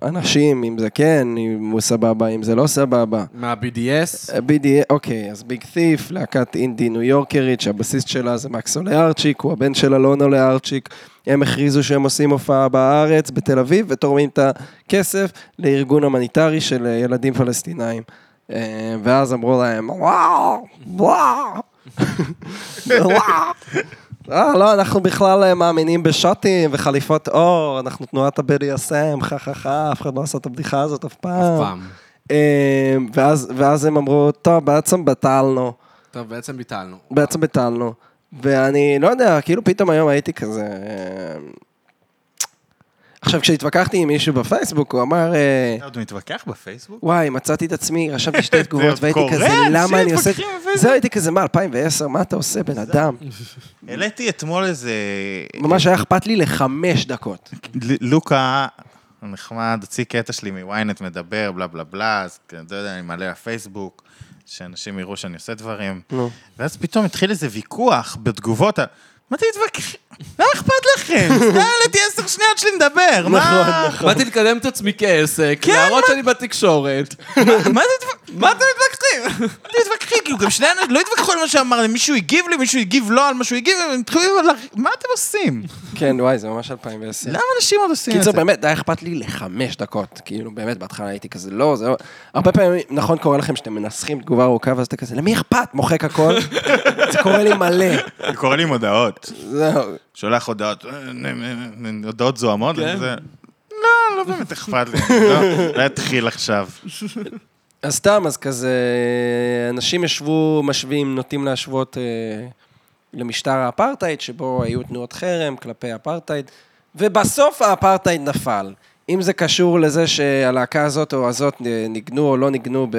A: אנשים, אם זה כן, אם הוא סבבה, אם זה לא סבבה.
B: מה-BDS?
A: BD, אוקיי, אז ביג ת'יף, להקת אינדי ניו יורקרית, שהבסיסט שלה זה מקסו לארצ'יק, הוא הבן של אלונה לארצ'יק. הם הכריזו שהם עושים הופעה בארץ, בתל אביב, ותורמים את הכסף לארגון המניטרי של אה, ילדים פלסטינאים. אה, ואז אמרו להם, וואו, וואו, [laughs] וואו. אה, לא, אנחנו בכלל אה, מאמינים בשוטים וחליפות אור, אנחנו תנועת ה-BDSM, חה חה חה, אף אחד לא עשה את הבדיחה הזאת אף פעם.
B: פעם.
A: אה, ואז, ואז הם אמרו, טוב, בעצם בטלנו,
B: טוב,
A: [laughs]
B: בעצם ביטלנו.
A: בעצם בטלנו. ואני לא יודע, כאילו פתאום היום הייתי כזה... אה, עכשיו, כשהתווכחתי עם מישהו בפייסבוק, הוא אמר, אה,
C: אתה עוד מתווכח בפייסבוק?
A: וואי, מצאתי את עצמי, רשמתי
C: [laughs]
A: שתי
C: עוד
A: תגובות, והייתי
C: קורה?
A: כזה,
C: אנשים
A: למה אני עושה...
C: מתווכחים בפייסבוק?"
A: זהו, הייתי כזה, מה, 2010, מה אתה עושה, בן אדם?
C: העליתי אתמול איזה...
A: ממש היה אכפת לי לחמש
C: [laughs]
A: דקות.
C: ל- לוקה הנחמד, הוציא קטע שלי מוויינט מדבר, בלה בלה בלה, אז אני לא יודע, אני מעלה לפייסבוק, שאנשים יראו שאני עושה דברים.
A: נו.
C: ואז פתאום התחיל איזה ויכוח בתגובות ה... מה אתם מתווכחים? מה אכפת [laughs] לכם? סתם העליתי עשר שניות שלי לדבר, מה?
B: באתי לקדם את עצמי כעסק, להראות שאני [laughs] בתקשורת.
C: מה זה התווכחים? מה אתם מתווכחים? אתם מתווכחים, כאילו גם שני אנשים לא התווכחו על מה שאמרתי, מישהו הגיב לי, מישהו הגיב לא על מה שהוא הגיב, הם התחילו לריב על... מה אתם עושים?
A: כן, וואי, זה ממש 2010.
C: למה אנשים עוד עושים את זה?
A: קיצר, באמת, היה אכפת לי לחמש דקות. כאילו, באמת, בהתחלה הייתי כזה, לא, זה לא... הרבה פעמים, נכון, קורה לכם שאתם מנסחים תגובה ארוכה, ואז אתה כזה, למי אכפת? מוחק הכל. זה קורה לי מלא.
C: זה קורא לי מודעות.
A: זהו.
C: שולח הודעות, אה, אה, אה, הודעות זוהמות,
B: כן.
C: וזה... לא, לא באמת [laughs] אכפת לי, לא- לא אתחיל עכשיו.
A: אז סתם, אז כזה, אנשים ישבו, משווים, נוטים להשוות אה, למשטר האפרטהייד, שבו היו תנועות חרם כלפי האפרטהייד, ובסוף האפרטהייד נפל. אם זה קשור לזה שהלהקה הזאת או הזאת ניגנו או לא ניגנו ב...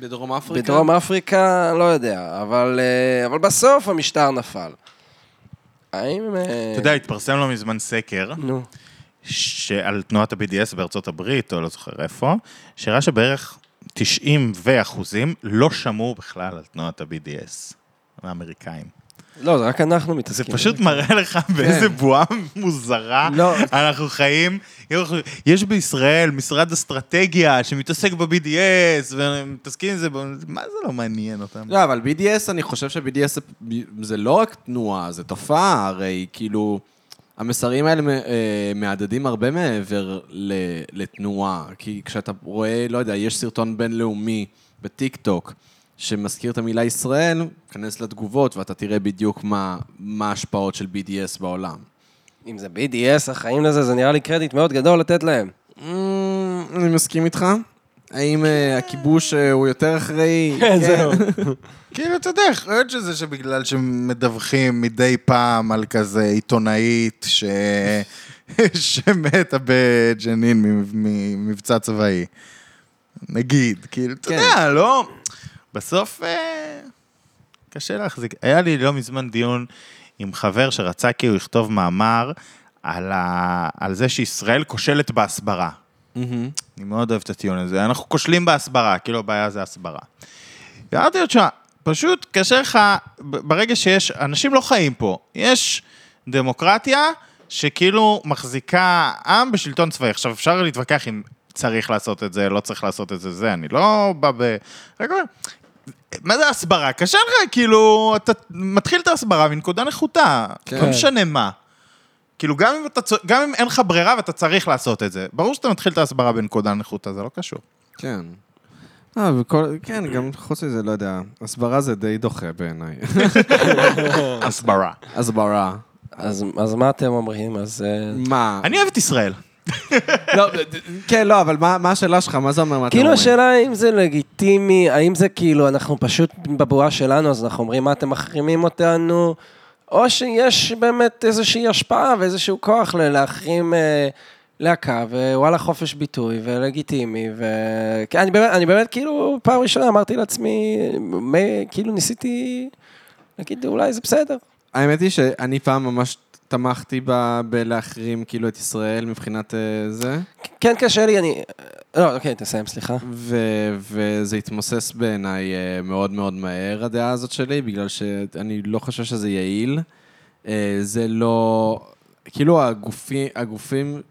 B: בדרום אפריקה?
A: בדרום אפריקה, לא יודע, אבל, אה, אבל בסוף המשטר נפל. האם... אה,
C: אתה יודע, התפרסם לא מזמן סקר
A: נו.
C: ש- על תנועת ה-BDS בארצות הברית, או לא זוכר איפה, שהראה שבערך 90 ואחוזים לא שמעו בכלל על תנועת ה-BDS, האמריקאים.
A: לא, זה רק אנחנו
C: זה
A: מתעסקים.
C: פשוט מראה לך באיזה בועה מוזרה
A: לא.
C: אנחנו חיים. יש בישראל משרד אסטרטגיה שמתעסק ב-BDS, ומתעסקים עם זה, ב- מה זה לא מעניין אותם?
B: לא, אבל BDS, אני חושב ש-BDS זה- זה לא רק תנועה, זה תופעה, הרי כאילו, המסרים האלה מ- אה, מהדהדים הרבה מעבר ל- לתנועה, כי כשאתה רואה, לא יודע, יש סרטון בינלאומי בטיק טוק שמזכיר את המילה ישראל, כנס לתגובות ואתה תראה בדיוק מה מה ההשפעות של BDS בעולם.
A: אם זה BDS, החיים לזה, זה נראה לי קרדיט מאוד גדול לתת להם.
B: אמ, אני מסכים איתך. האם אה, הכיבוש אה, הוא יותר אחראי?
A: כן, זהו.
C: כאילו, אתה יודע, יכול להיות שזה שבגלל שמדווחים מדי פעם על כזה עיתונאית ש... [laughs] שמתה בג'נין ממ- ממבצע צבאי. נגיד, כאילו, אתה
B: כן.
C: יודע, לא... בסוף אה, קשה להחזיק. היה לי לא מזמן דיון עם חבר שרצה כאילו לכתוב מאמר על, ה... על זה שישראל כושלת בהסברה.
B: מהמם.
C: אני מאוד אוהב את הטיעון הזה. אנחנו כושלים בהסברה, כאילו הבעיה זה הסברה. ואמרתי לו, תשמע, פשוט קשה לך, ב- ברגע שיש, אנשים לא חיים פה, יש דמוקרטיה שכאילו מחזיקה עם בשלטון צבאי. עכשיו, אפשר להתווכח אם צריך לעשות את זה, לא צריך לעשות את זה, זה, אני לא בא ב... רק אומר, מה זה הסברה? קשה לך, כאילו, אתה מתחיל את ההסברה מנקודה נחותה,
B: כן.
C: לא משנה מה. כאילו, גם אם, אתה, צ- גם אם אין לך ברירה ואתה צריך לעשות את זה, ברור שאתה מתחיל את ההסברה בנקודה נחותה, זה לא קשור.
B: כן. אה, וכל, כן, גם חוץ מזה, לא יודע, הסברה זה די דוחה בעיניי.
C: הסברה.
B: הסברה.
A: אז, אז מה אתם אומרים? אז... אה,
B: מה?
C: אני אוהב את ישראל.
B: לא, כן, לא, אבל מה מה השאלה שלך? מה זה אומר? מה אתם
A: כאילו
B: אומרים?
A: השאלה אם זה לגיטימי, האם זה כאילו, אנחנו פשוט בבועה שלנו, אז אנחנו אומרים, מה אתם מחרימים אותנו? או שיש באמת איזושהי השפעה ואיזשהו כוח ל- להחרים אה, להקה, ווואלה חופש ביטוי ולגיטימי, ו... כי אני באמת, אני באמת כאילו, פעם ראשונה אמרתי לעצמי, מ- כאילו ניסיתי להגיד, אולי זה בסדר.
B: האמת היא שאני פעם ממש תמכתי ב- בלהחרים כאילו את ישראל מבחינת אה, זה,
A: כן קשה לי, אני... לא, אוקיי, תסיים, סליחה.
B: ו- וזה התמוסס בעיניי אה, מאוד מאוד מהר, הדעה הזאת שלי, בגלל שאני לא חושב שזה יעיל. אה, זה לא... כאילו הגופים, הגופים...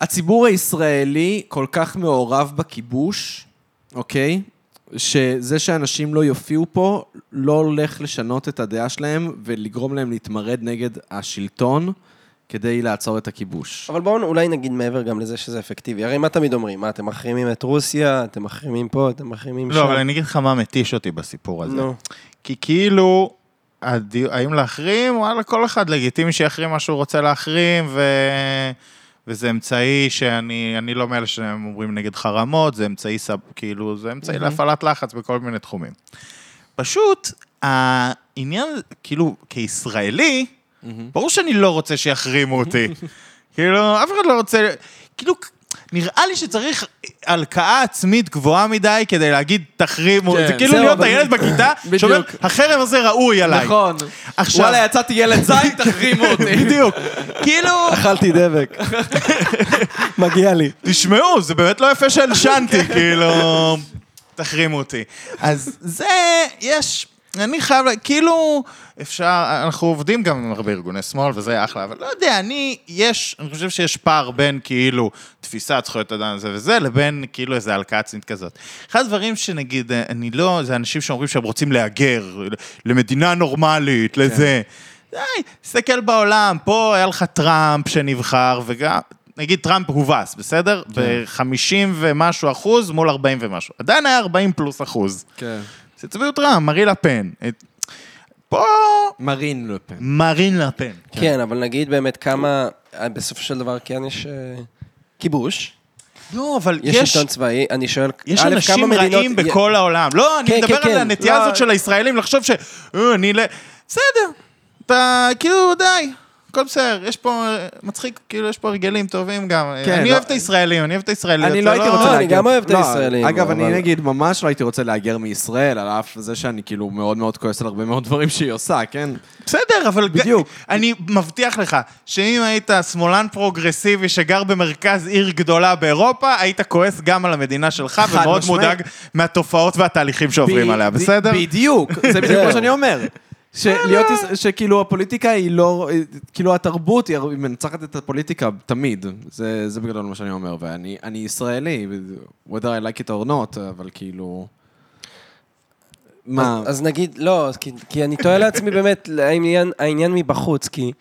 B: הציבור הישראלי כל כך מעורב בכיבוש, אוקיי? שזה שאנשים לא יופיעו פה, לא הולך לשנות את הדעה שלהם ולגרום להם להתמרד נגד השלטון כדי לעצור את הכיבוש.
A: אבל בואו אולי נגיד מעבר גם לזה שזה אפקטיבי. הרי מה תמיד אומרים? מה, אתם מחרימים את רוסיה, אתם מחרימים פה, אתם מחרימים שם.
C: לא, אבל אני אגיד לך מה מתיש אותי בסיפור הזה.
A: נו.
C: כי כאילו, הדי- האם להחרים? וואלה, כל אחד לגיטימי שיחרים מה שהוא רוצה להחרים, ו... וזה אמצעי שאני אני לא מאלה שהם אומרים נגד חרמות, זה אמצעי, סב, כאילו, זה אמצעי להפעלת לחץ בכל מיני תחומים. פשוט, העניין, כאילו, כישראלי, ברור שאני לא רוצה שיחרימו
B: [laughs]
C: אותי. כאילו, אף אחד לא רוצה... כאילו, נראה לי שצריך הלקאה עצמית גבוהה מדי כדי להגיד, תחרימו.
B: כן,
C: זה כאילו
B: זהו,
C: להיות
B: אבל-
C: הילד בכיתה שאומר,
B: בדיוק.
C: החרם הזה ראוי עליי.
B: נכון.
C: עכשיו-
B: וואלה, יצאתי ילד זין, תחרימו אותי.
C: בדיוק. כאילו,
A: אכלתי דבק.
C: [laughs]
A: מגיע לי.
C: כן. תשמעו, זה באמת לא יפה שהלשנתי, כאילו, תחרימו אותי. אז זה, יש, אני חייב, לה- כאילו, אפשר, אנחנו עובדים גם עם הרבה ארגוני שמאל, וזה אחלה, אבל לא יודע, אני, יש, אני חושב שיש פער בין, כאילו, תפיסת זכויות אדם זה וזה, לבין, כאילו, איזה הלקאה עצמית כזאת. אחד הדברים שנגיד, אני לא, זה אנשים שאומרים שהם רוצים להגר, למדינה נורמלית, לזה. די, תסתכל בעולם, פה היה לך טראמפ שנבחר, וגם, נגיד טראמפ הובס, בסדר? ב-50 ומשהו אחוז מול 40 ומשהו. עדיין היה 40 פלוס אחוז.
B: כן.
C: זה הצביעו טראמפ, מרי לפן. את- פה
B: מרין לופן.
C: מרין לפן.
A: כן, אבל נגיד באמת כמה, בסופו של דבר כן יש אה, כיבוש.
C: לא, אבל
A: יש
C: יש...
A: עיתון צבאי, אני שואל,
C: יש
A: א', כמה
C: אנשים
A: מדינות-
C: רעים בכל העולם. לא, אני
A: כן,
C: מדבר
A: כן,
C: על
A: כן.
C: הנטייה
A: לא-
C: הזאת של הישראלים לחשוב ש... "אה, אני ל... בסדר. אתה, כאילו, די. הכל בסדר. יש פה... אה, מצחיק, כאילו, יש פה הרגלים טובים גם.
B: כן,
C: אני
B: לא-
C: אוהב את הישראלים, אני אוהב את הישראליות.
B: אני
C: זה
B: לא הייתי רוצה
A: אני
B: להגר.
A: גם אוהב את
B: לא,
A: הישראלים,
B: אגב, אני
A: אבל-
B: נגיד ממש לא הייתי רוצה להגר מישראל, על אף זה שאני כאילו מאוד מאוד כועס על הרבה מאוד דברים שהיא עושה, כן?
C: בסדר, אבל...
B: בדיוק.
C: ג- אני מבטיח לך, שאם היית שמאלן פרוגרסיבי שגר במרכז עיר גדולה באירופה, היית כועס גם על המדינה שלך,
B: חד
C: ומאוד
B: משמעית.
C: מודאג מהתופעות והתהליכים שעוברים
B: ב-
C: עליה,
B: ב-
C: בסדר?
B: בדיוק,
A: [laughs]
B: זה בדיוק
A: זהו.
B: מה שאני אומר. שלהיות, יש- שכאילו הפוליטיקה היא לא, כאילו התרבות היא הר- היא מנצחת את הפוליטיקה תמיד. זה זה בגדול מה שאני אומר, ואני אני ישראלי, whether I like it or not, אבל כאילו... מה?
A: אז- אז נגיד, לא, כי- כי אני תוהה לעצמי באמת, העניין- העניין מבחוץ, כי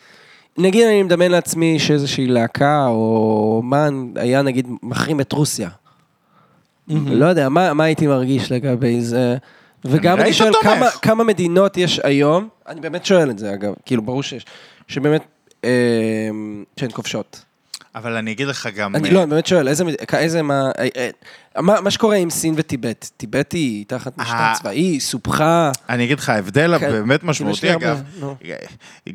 A: נגיד אני מדמיין לעצמי שאיזושהי להקה או אומן היה נגיד מחרים את רוסיה. לא יודע, מה מה הייתי מרגיש לגבי זה? וגם
C: כנראה
A: אני
C: היית
A: שואל
C: תומך.
A: כמה- כמה מדינות יש היום, אני באמת שואל את זה אגב, כאילו ברור שיש, שבאמת, אה, שהן כובשות.
C: אבל אני אגיד לך גם...
A: אני
C: אה,
A: לא, אני באמת שואל, איזה, מד- כ- איזה, מה, אה, אה, מה, מה שקורה עם סין וטיבט, טיבט היא תחת משטר
C: אה.
A: צבאי, סופחה,
C: אני אגיד לך, ההבדל
A: כן.
C: הבאמת
A: כאילו, יש לי
C: משמעותי,
A: הרבה,
C: אגב,
B: לא.
A: נו.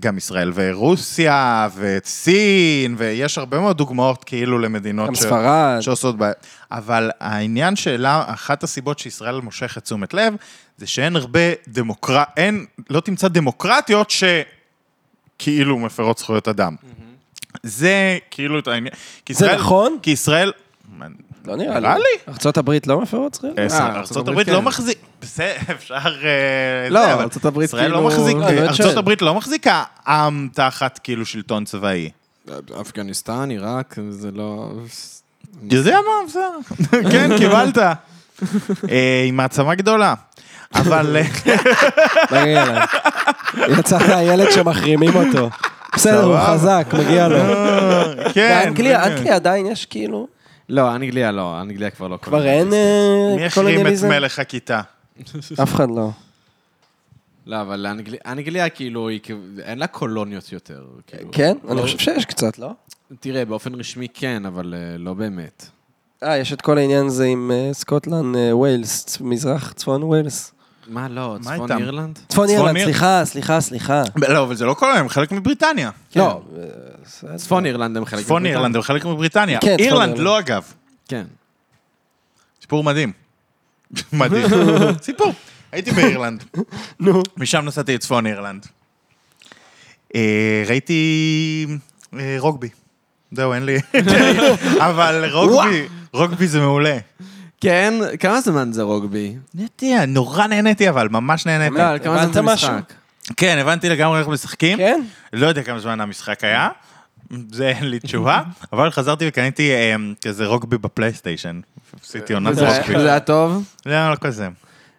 C: גם ישראל ורוסיה וסין, ויש הרבה מאוד דוגמאות כאילו למדינות
A: גם
C: ש-
A: ספרד.
C: שעושות בעיה. אבל העניין שלה, אחת הסיבות שישראל מושכת תשומת לב, זה שאין הרבה דמוקרט... אין, לא תמצא דמוקרטיות שכאילו מפרות זכויות אדם. זה כאילו את העניין. כי
A: זה
C: ישראל-
A: נכון?
C: כי ישראל... אה,
A: לא נראה לי.
C: נראה לי.
A: ארה"ב לא מפרות זכויות?
C: אה,
B: ארצות
C: ארה"ב
B: הברית
C: לא
B: כן.
C: מחזיק, בסדר, [laughs] אפשר... אה,
B: לא,
C: זה, אבל
B: ארצות הברית
C: ישראל לא
B: כאילו-
C: מחזיק,
A: לא, אני באמת שואל.
C: ארצות הברית לא מחזיקה עם תחת כאילו שלטון צבאי.
B: אפגניסטן, עיראק, זה לא...
C: יודע מה, בסדר. [laughs] כן, קיבלת. אה, היא מעצמה גדולה. [laughs] אבל... אה,
A: מגיע לה. לא
C: [laughs]
A: יצא לך ילד שמחרימים אותו. בסדר, הוא
C: סבבה.
A: חזק, מגיע לו.
C: כן.
A: באנגליה, אנגליה עדיין יש כאילו,
B: לא, אנגליה לא, אנגליה כבר לא.
A: כבר אין
C: מי
A: אה,
C: החרים את
A: קולוניאליזם?
C: מלך הכיתה?
A: אף אחד לא.
B: לא, אבל אנגליה, אנגליה כאילו, היא, כ- אין לה קולוניות יותר. כאילו.
A: כן? אני
B: לא.
A: חושב שיש קצת, לא?
B: תראה, באופן רשמי כן, אבל אה, לא באמת.
A: אה, יש את כל העניין הזה עם אה, סקוטלנד, אה, ווילס, צ- מזרח, צפון ווילס.
B: מה לא,
C: מה
B: צפון
C: איתם?
B: אירלנד?
A: צפון אירלנד,
C: איר-
A: סליחה, סליחה, סליחה.
C: לא, אבל זה לא כל היום, חלק מבריטניה.
A: לא,
B: צפון אירלנד הם חלק...
C: צפון
B: מבריטניה.
C: אירלנד הם חלק מבריטניה.
A: כן, צפון
C: אירלנד
A: אירלנד.
C: לא, אגב.
B: כן.
C: סיפור מדהים. [laughs] מדהים.
A: [laughs]
C: סיפור. הייתי באירלנד.
A: נו.
C: משם נסעתי לצפון אירלנד. אה, ראיתי אה, רוגבי. זהו, אין
A: [laughs]
C: לי... אבל רוגבי, רוגבי זה מעולה.
B: כן, כמה זמן זה רוגבי?
C: נהניתי, נורא נהניתי אבל, ממש נהניתי.
B: לא, על כמה זמן
A: הבנת
B: זה
A: משהו?
B: משחק?
C: כן, הבנתי לגמרי איך משחקים.
A: כן?
C: לא יודע כמה זמן המשחק היה, זה אין לי
A: [laughs]
C: תשובה, אבל חזרתי וקניתי אה, כזה רוגבי בפלייסטיישן. עשיתי עונת
B: זה
C: רוגבי.
B: היה- זה היה טוב?
C: לא, לא כזה.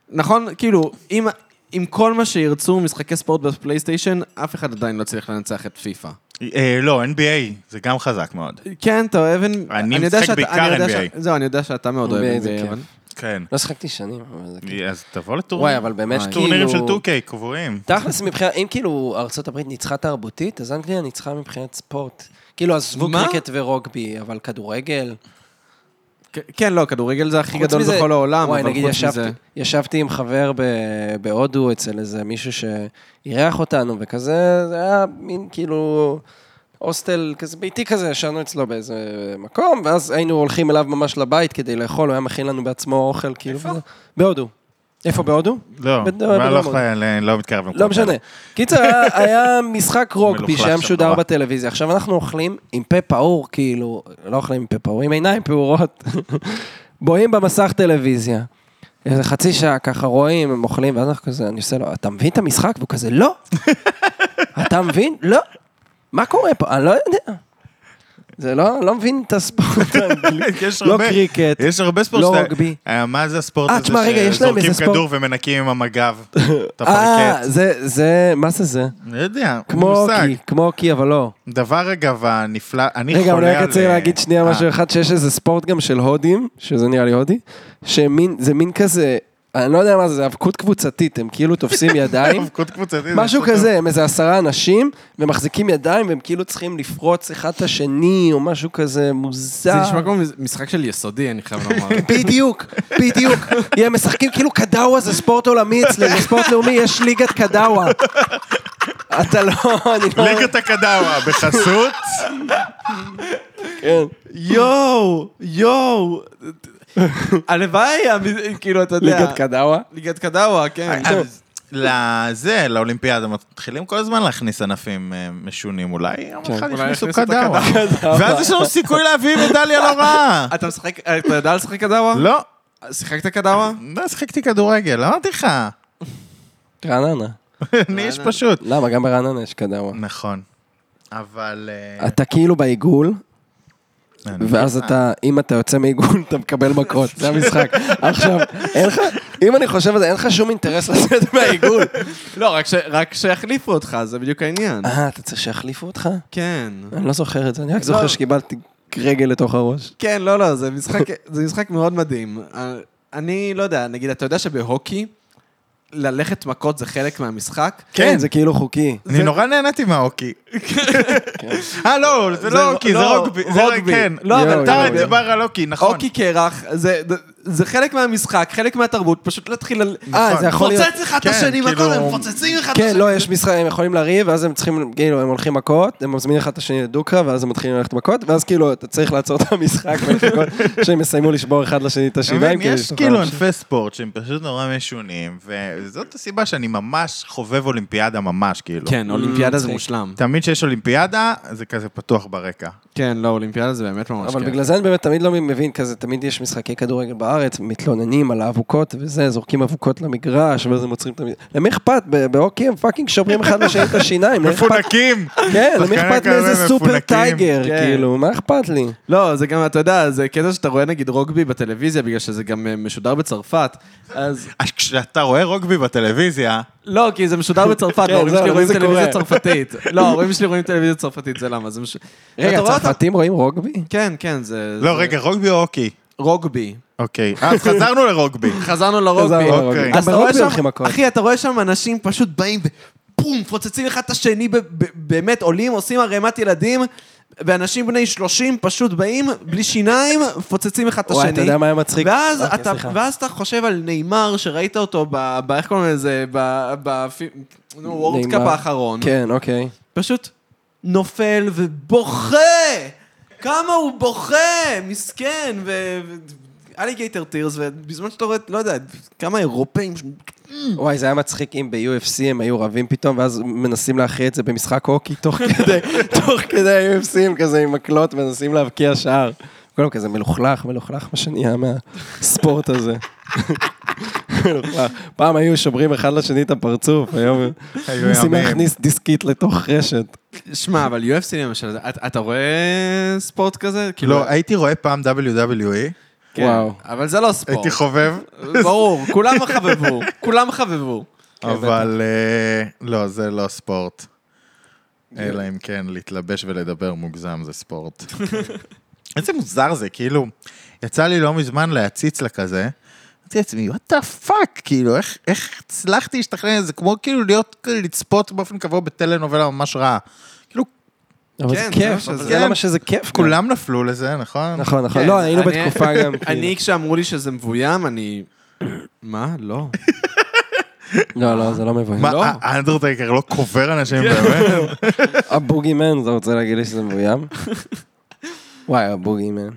B: נכון, כאילו, אם... עם כל מה שירצו משחקי ספורט בפלייסטיישן, אף אחד עדיין לא צריך לנצח את פיפא.
C: אה, לא, NBA, זה גם חזק מאוד.
B: כן, אתה אוהב...
C: משחק בעיקר NBA.
B: זהו, אני יודע שאתה מאוד אוהב
A: NBA, זה
B: NBA.
A: כיף.
B: אבל-
C: כן.
A: לא שחקתי שנים, אבל זה כאילו...
C: אה, אז תבוא לטורניר.
A: וואי, אבל באמת,
B: וואי.
A: כאילו...
C: טורנירים של 2K קבועים.
A: תכלס, מבחינת, אם כאילו ארה"ב ניצחה תרבותית, אז אנגליה ניצחה מבחינת ספורט. כאילו, עזבו
B: מה?
A: קריקט ורוגבי, אבל כדורגל...
B: כ- כן, לא, כדורגל זה הכי
A: חוץ
B: גדול
A: מזה-
B: בכל העולם,
A: וואי,
B: אבל
A: נגיד,
B: חוץ
A: ישבתי,
B: מזה...
A: ישבתי עם חבר ב, בהודו אצל איזה מישהו שאירח אותנו, וכזה, זה היה מין כאילו הוסטל כזה ביתי כזה, ישנו אצלו באיזה מקום, ואז היינו הולכים אליו ממש לבית כדי לאכול, הוא היה מכין לנו בעצמו אוכל, כאילו... וזה- בהודו. איפה בהודו?
C: לא,
A: בד-
C: מה, לא
A: בדרום.
C: יכול- אני לא מתקרב למקום.
A: לא משנה. קיצר, היה- היה
C: [laughs]
A: משחק רוגבי
C: מלוכלך
A: שהיה
C: שם
A: משודר
C: נורא.
A: בטלוויזיה. עכשיו אנחנו אוכלים עם פה פעור, כאילו, לא אוכלים עם פה פעור, עם עיניים פעורות. [laughs] בואים במסך טלוויזיה. איזה חצי שעה ככה רואים, הם אוכלים, ואז אנחנו כזה, אני עושה לו, אתה מבין את המשחק? והוא כזה,
C: [laughs]
A: לא. אתה מבין? לא. מה קורה פה? אני לא יודע. זה לא, לא מבין את
C: [laughs]
A: הספורט האנגלי.
C: [laughs] יש
A: לא
C: הרבה-
A: קריקט.
C: יש הרבה ספורט.
A: לא
C: שאתה-
A: רוגבי.
C: אה, מה זה הספורט
A: אה,
C: הזה
A: תשמע, רגע, יש להם
C: שזורקים
A: איזה ספורט-
C: כדור ומנקים
A: [laughs]
C: עם המגב את
A: אה,
C: הפרקט?
A: זה, זה, מה זה זה?
C: לא יודע, אין
A: כמו
C: מושג.
A: קי, כמו קי, אבל לא.
C: דבר אגב הנפלא, אני חולה
A: רגע,
C: על...
A: אבל אני רק רוצה
C: אה,
A: להגיד שנייה
C: אה,
A: משהו אחד, שיש איזה ספורט גם של הודים, שזה נראה לי הודי, שמין, זה מין כזה, אני לא יודע מה זה, זה האבקות קבוצתית, הם כאילו תופסים ידיים.
C: האבקות קבוצתית.
A: משהו
C: זה
A: כזה, הם איזה עשרה אנשים, ומחזיקים ידיים, והם כאילו צריכים לפרוץ אחד את השני, או משהו כזה מוזר.
B: זה נשמע כמו משחק של יסודי, אני חייב לומר.
A: בדיוק, בדיוק. הם משחקים כאילו קדאווה זה ספורט עולמי אצלנו, ספורט לאומי יש ליגת קדאווה. אתה לא, אני לא...
C: ליגת הקדאווה,
A: [laughs]
C: בחסות.
A: כן.
B: [laughs] יואו, יואו. הלוואי, המ- כאילו, אתה יודע.
A: ליגת אה. קדאווה?
B: ליגת קדאווה, כן.
C: אז לזה, לאולימפיאדה, מתחילים כל הזמן להכניס ענפים אה, משונים, אולי יום
A: כן.
C: אחד
B: אולי
C: יכניסו
B: יכניסו את
C: קדאווה. ואז יש לנו סיכוי להביא מדליה
A: [laughs]
C: לא רעה.
B: אתה משחק, אתה יודע לשחק קדאווה?
C: לא,
B: שיחקת קדאווה?
C: לא, שיחקתי כדורגל, אמרתי
A: [laughs]
C: לך.
A: רעננה.
C: אני איש פשוט.
A: למה? גם ברעננה יש קדאווה.
C: נכון. אבל... אה,
A: אתה כאילו בעיגול,
C: אני-
A: ואז
B: אה.
A: אתה, אם אתה יוצא מעיגול, [laughs] אתה מקבל מכות, זה המשחק. עכשיו, אין לך, אם אני חושב על זה, אין לך שום אינטרס [laughs] לצאת
B: [laughs]
A: מהעיגול.
B: לא, רק ש- רק שיחליפו אותך, זה בדיוק העניין.
A: אה, אתה צריך שיחליפו אותך?
B: כן.
A: אני לא זוכר את זה, אני רק
B: לא.
A: זוכר שקיבלתי רגל לתוך הראש.
B: כן, לא, לא, זה משחק, זה משחק מאוד מדהים. אה, אני לא יודע, נגיד, אתה יודע שבהוקי, ללכת מכות זה חלק מהמשחק?
A: כן, זה כאילו חוקי.
C: אני נורא נהניתי מההוקי.
A: כן.
C: אה, לא, זה לא
B: זה-
C: הוקי, זה
B: לא,
C: רוגבי. זה
B: רוגבי.
C: כן.
B: לא,
A: אבל
C: טארד
A: יואו.
C: דיבר על הוקי, נכון.
B: הוקי קרח, זה- זה חלק מהמשחק, חלק מהתרבות, פשוט להתחיל... ל-
A: אה, זה יכול להיות...
B: פוצץ לך נכון. את
C: כן,
B: השני
C: כאילו-
B: מכות, הם מפוצצים לך את השני.
A: כן, לא, יש משחק, הם יכולים לריב, ואז הם צריכים, כאילו, הם הולכים מכות, הם מזמינים אחד את השני לדו-קרב, ואז הם מתחילים ללכת מכות, ואז כאילו, אתה צריך לעצור את
B: [laughs]
A: המשחק, ולחכות שהם יסיימו לשבור אחד לשני את
C: אתה מבין?
A: השבעים. כדי
C: יש
A: שתוכל
B: נכון.
C: כאילו
A: להמשיך.
C: ענפי ספורט שהם פשוט נורא משונים, וזאת הסיבה שאני ממש חובב אולימפיאדה ממש, כאילו.
B: כן, אולימפיאדה זה
A: מצחיק.
B: מושלם.
C: תמיד שיש אולימפיאדה, זה כזה פתוח ברקע.
B: כן, לא, אולימפיאדה זה באמת ממש
A: אבל בגלל זה אני באמת תמיד לא מבין, כזה תמיד יש משחקי כדורגל בארץ, מתלוננים על האבוקות וזה, זורקים אבוקות למגרש, ואז הם עוצרים את המגרש. למי אכפת? ב- בהוקי הם פאקינג שוברים
C: [laughs]
A: אחד לשני את השיניים. למי לא אכפת-
C: מפונקים!
A: כן, למי
C: שחקנים
A: אכפת
C: כאלה
A: מאיזה סופר
C: מפונקים.
A: טייגר,
B: כן.
A: כאילו, מה אכפת לי?
B: לא, זה גם, אתה יודע, זה קטע שאתה רואה נגיד רוגבי בטלוויזיה, בגלל שזה גם אה, משודר בצרפת, אז...
C: אז אה, כשאתה רואה רוגבי בטלוויזיה,
B: לא, כי זה משודר בצרפת,
A: כן,
B: ההורים
A: זהו,
B: שלי
A: לי
B: רואים
A: זה
B: טלוויזיה
A: קורה.
B: צרפתית. לא, ההורים שלי רואים טלוויזיה צרפתית, זה למה, זה מש...
A: רגע,
B: אתה רואה אותם-
A: הצרפתים רואים רוגבי?
B: כן, כן, זה...
C: לא,
B: זה-
C: רגע, רוגבי או הוקי?
B: רוגבי.
C: אוקיי.
A: [laughs]
C: אז חזרנו לרוגבי.
B: חזרנו לרוגבי.
A: חזרנו
C: אוקיי.
A: לרוגבי.
B: אז
A: גם
B: אתה רואה
A: ברוגבי
B: שם-
A: הולכים מכות.
B: אחי, אתה רואה שם אנשים פשוט באים ובום, מפוצצים אחד את השני, ב- ב- באמת עולים, עושים ערימת ילדים, ואנשים בני 30 פשוט באים, בלי שיניים, מפוצצים אחד את השני.
A: וואי, אתה יודע מה היה מצחיק?
B: ואז,
A: אוקיי,
B: אתה,
A: סליחה.
B: ואז אתה חושב על נאמר, שראית אותו ב... ב איך קוראים לזה? ב... ב... נו, וורד
A: נאמר.
B: קאפ האחרון.
A: כן, אוקיי.
B: פשוט נופל ובוכה! כמה הוא בוכה! מסכן! ו... אליגייטר טירס, ובזמן שאתה רואה, לא יודע, כמה אירופאים... ש-
A: וואי, זה היה מצחיק אם ב-UFC הם היו רבים פתאום, ואז מנסים להכריע את זה במשחק הוקי, תוך כדי, תוך כדי ה-UFC הם כזה עם מקלות, מנסים להבקיע שער. כולם כזה מלוכלך, מלוכלך, מה שנהיה מהספורט הזה. מלוכלך. פעם היו שוברים אחד לשני את הפרצוף, היום
C: היו
A: מנסים
C: ימים.
A: להכניס דיסקית לתוך רשת.
B: שמע, אבל UFC למשל, זה- אתה- אתה רואה ספורט כזה? כאילו-
C: לא, הייתי רואה פעם E, WWE,
B: כן.
A: אה, וואו.
B: אבל זה לא ספורט.
C: הייתי חובב,
B: ברור, כולם חבבו, כולם חבבו.
C: אבל אה, לא, זה לא ספורט. אלא אם כן, להתלבש ולדבר מוגזם זה
B: [laughs]
C: ספורט. איזה מוזר זה, כאילו, יצא לי לא מזמן להציץ לה כזה. אמרתי לעצמי, what the fuck, כאילו, איך- איך הצלחתי להשתכנע, זה כמו כאילו להיות, לצפות באופן קבוע בטלנובלה ממש רעה. כאילו,
A: אבל זה
B: כן, זה מה
A: כיף,
B: שזה-
A: זה למה שזה כיף. גם.
C: כולם נפלו לזה, נכון?
A: נכון, נכון.
B: כן,
A: לא, היינו
B: אני-
A: בתקופה גם.
B: [laughs]
A: כאילו.
B: אני, כשאמרו לי שזה מבוים, אני... מה? לא.
A: לא, לא, זה לא מבוים.
C: מה,
B: לא. כן.
C: האנדרטייקר לא קובר אנשים באמת?
B: [laughs]
A: הבוגי מן, אתה רוצה להגיד לי שזה מבוים? וואי, הבוגי מן.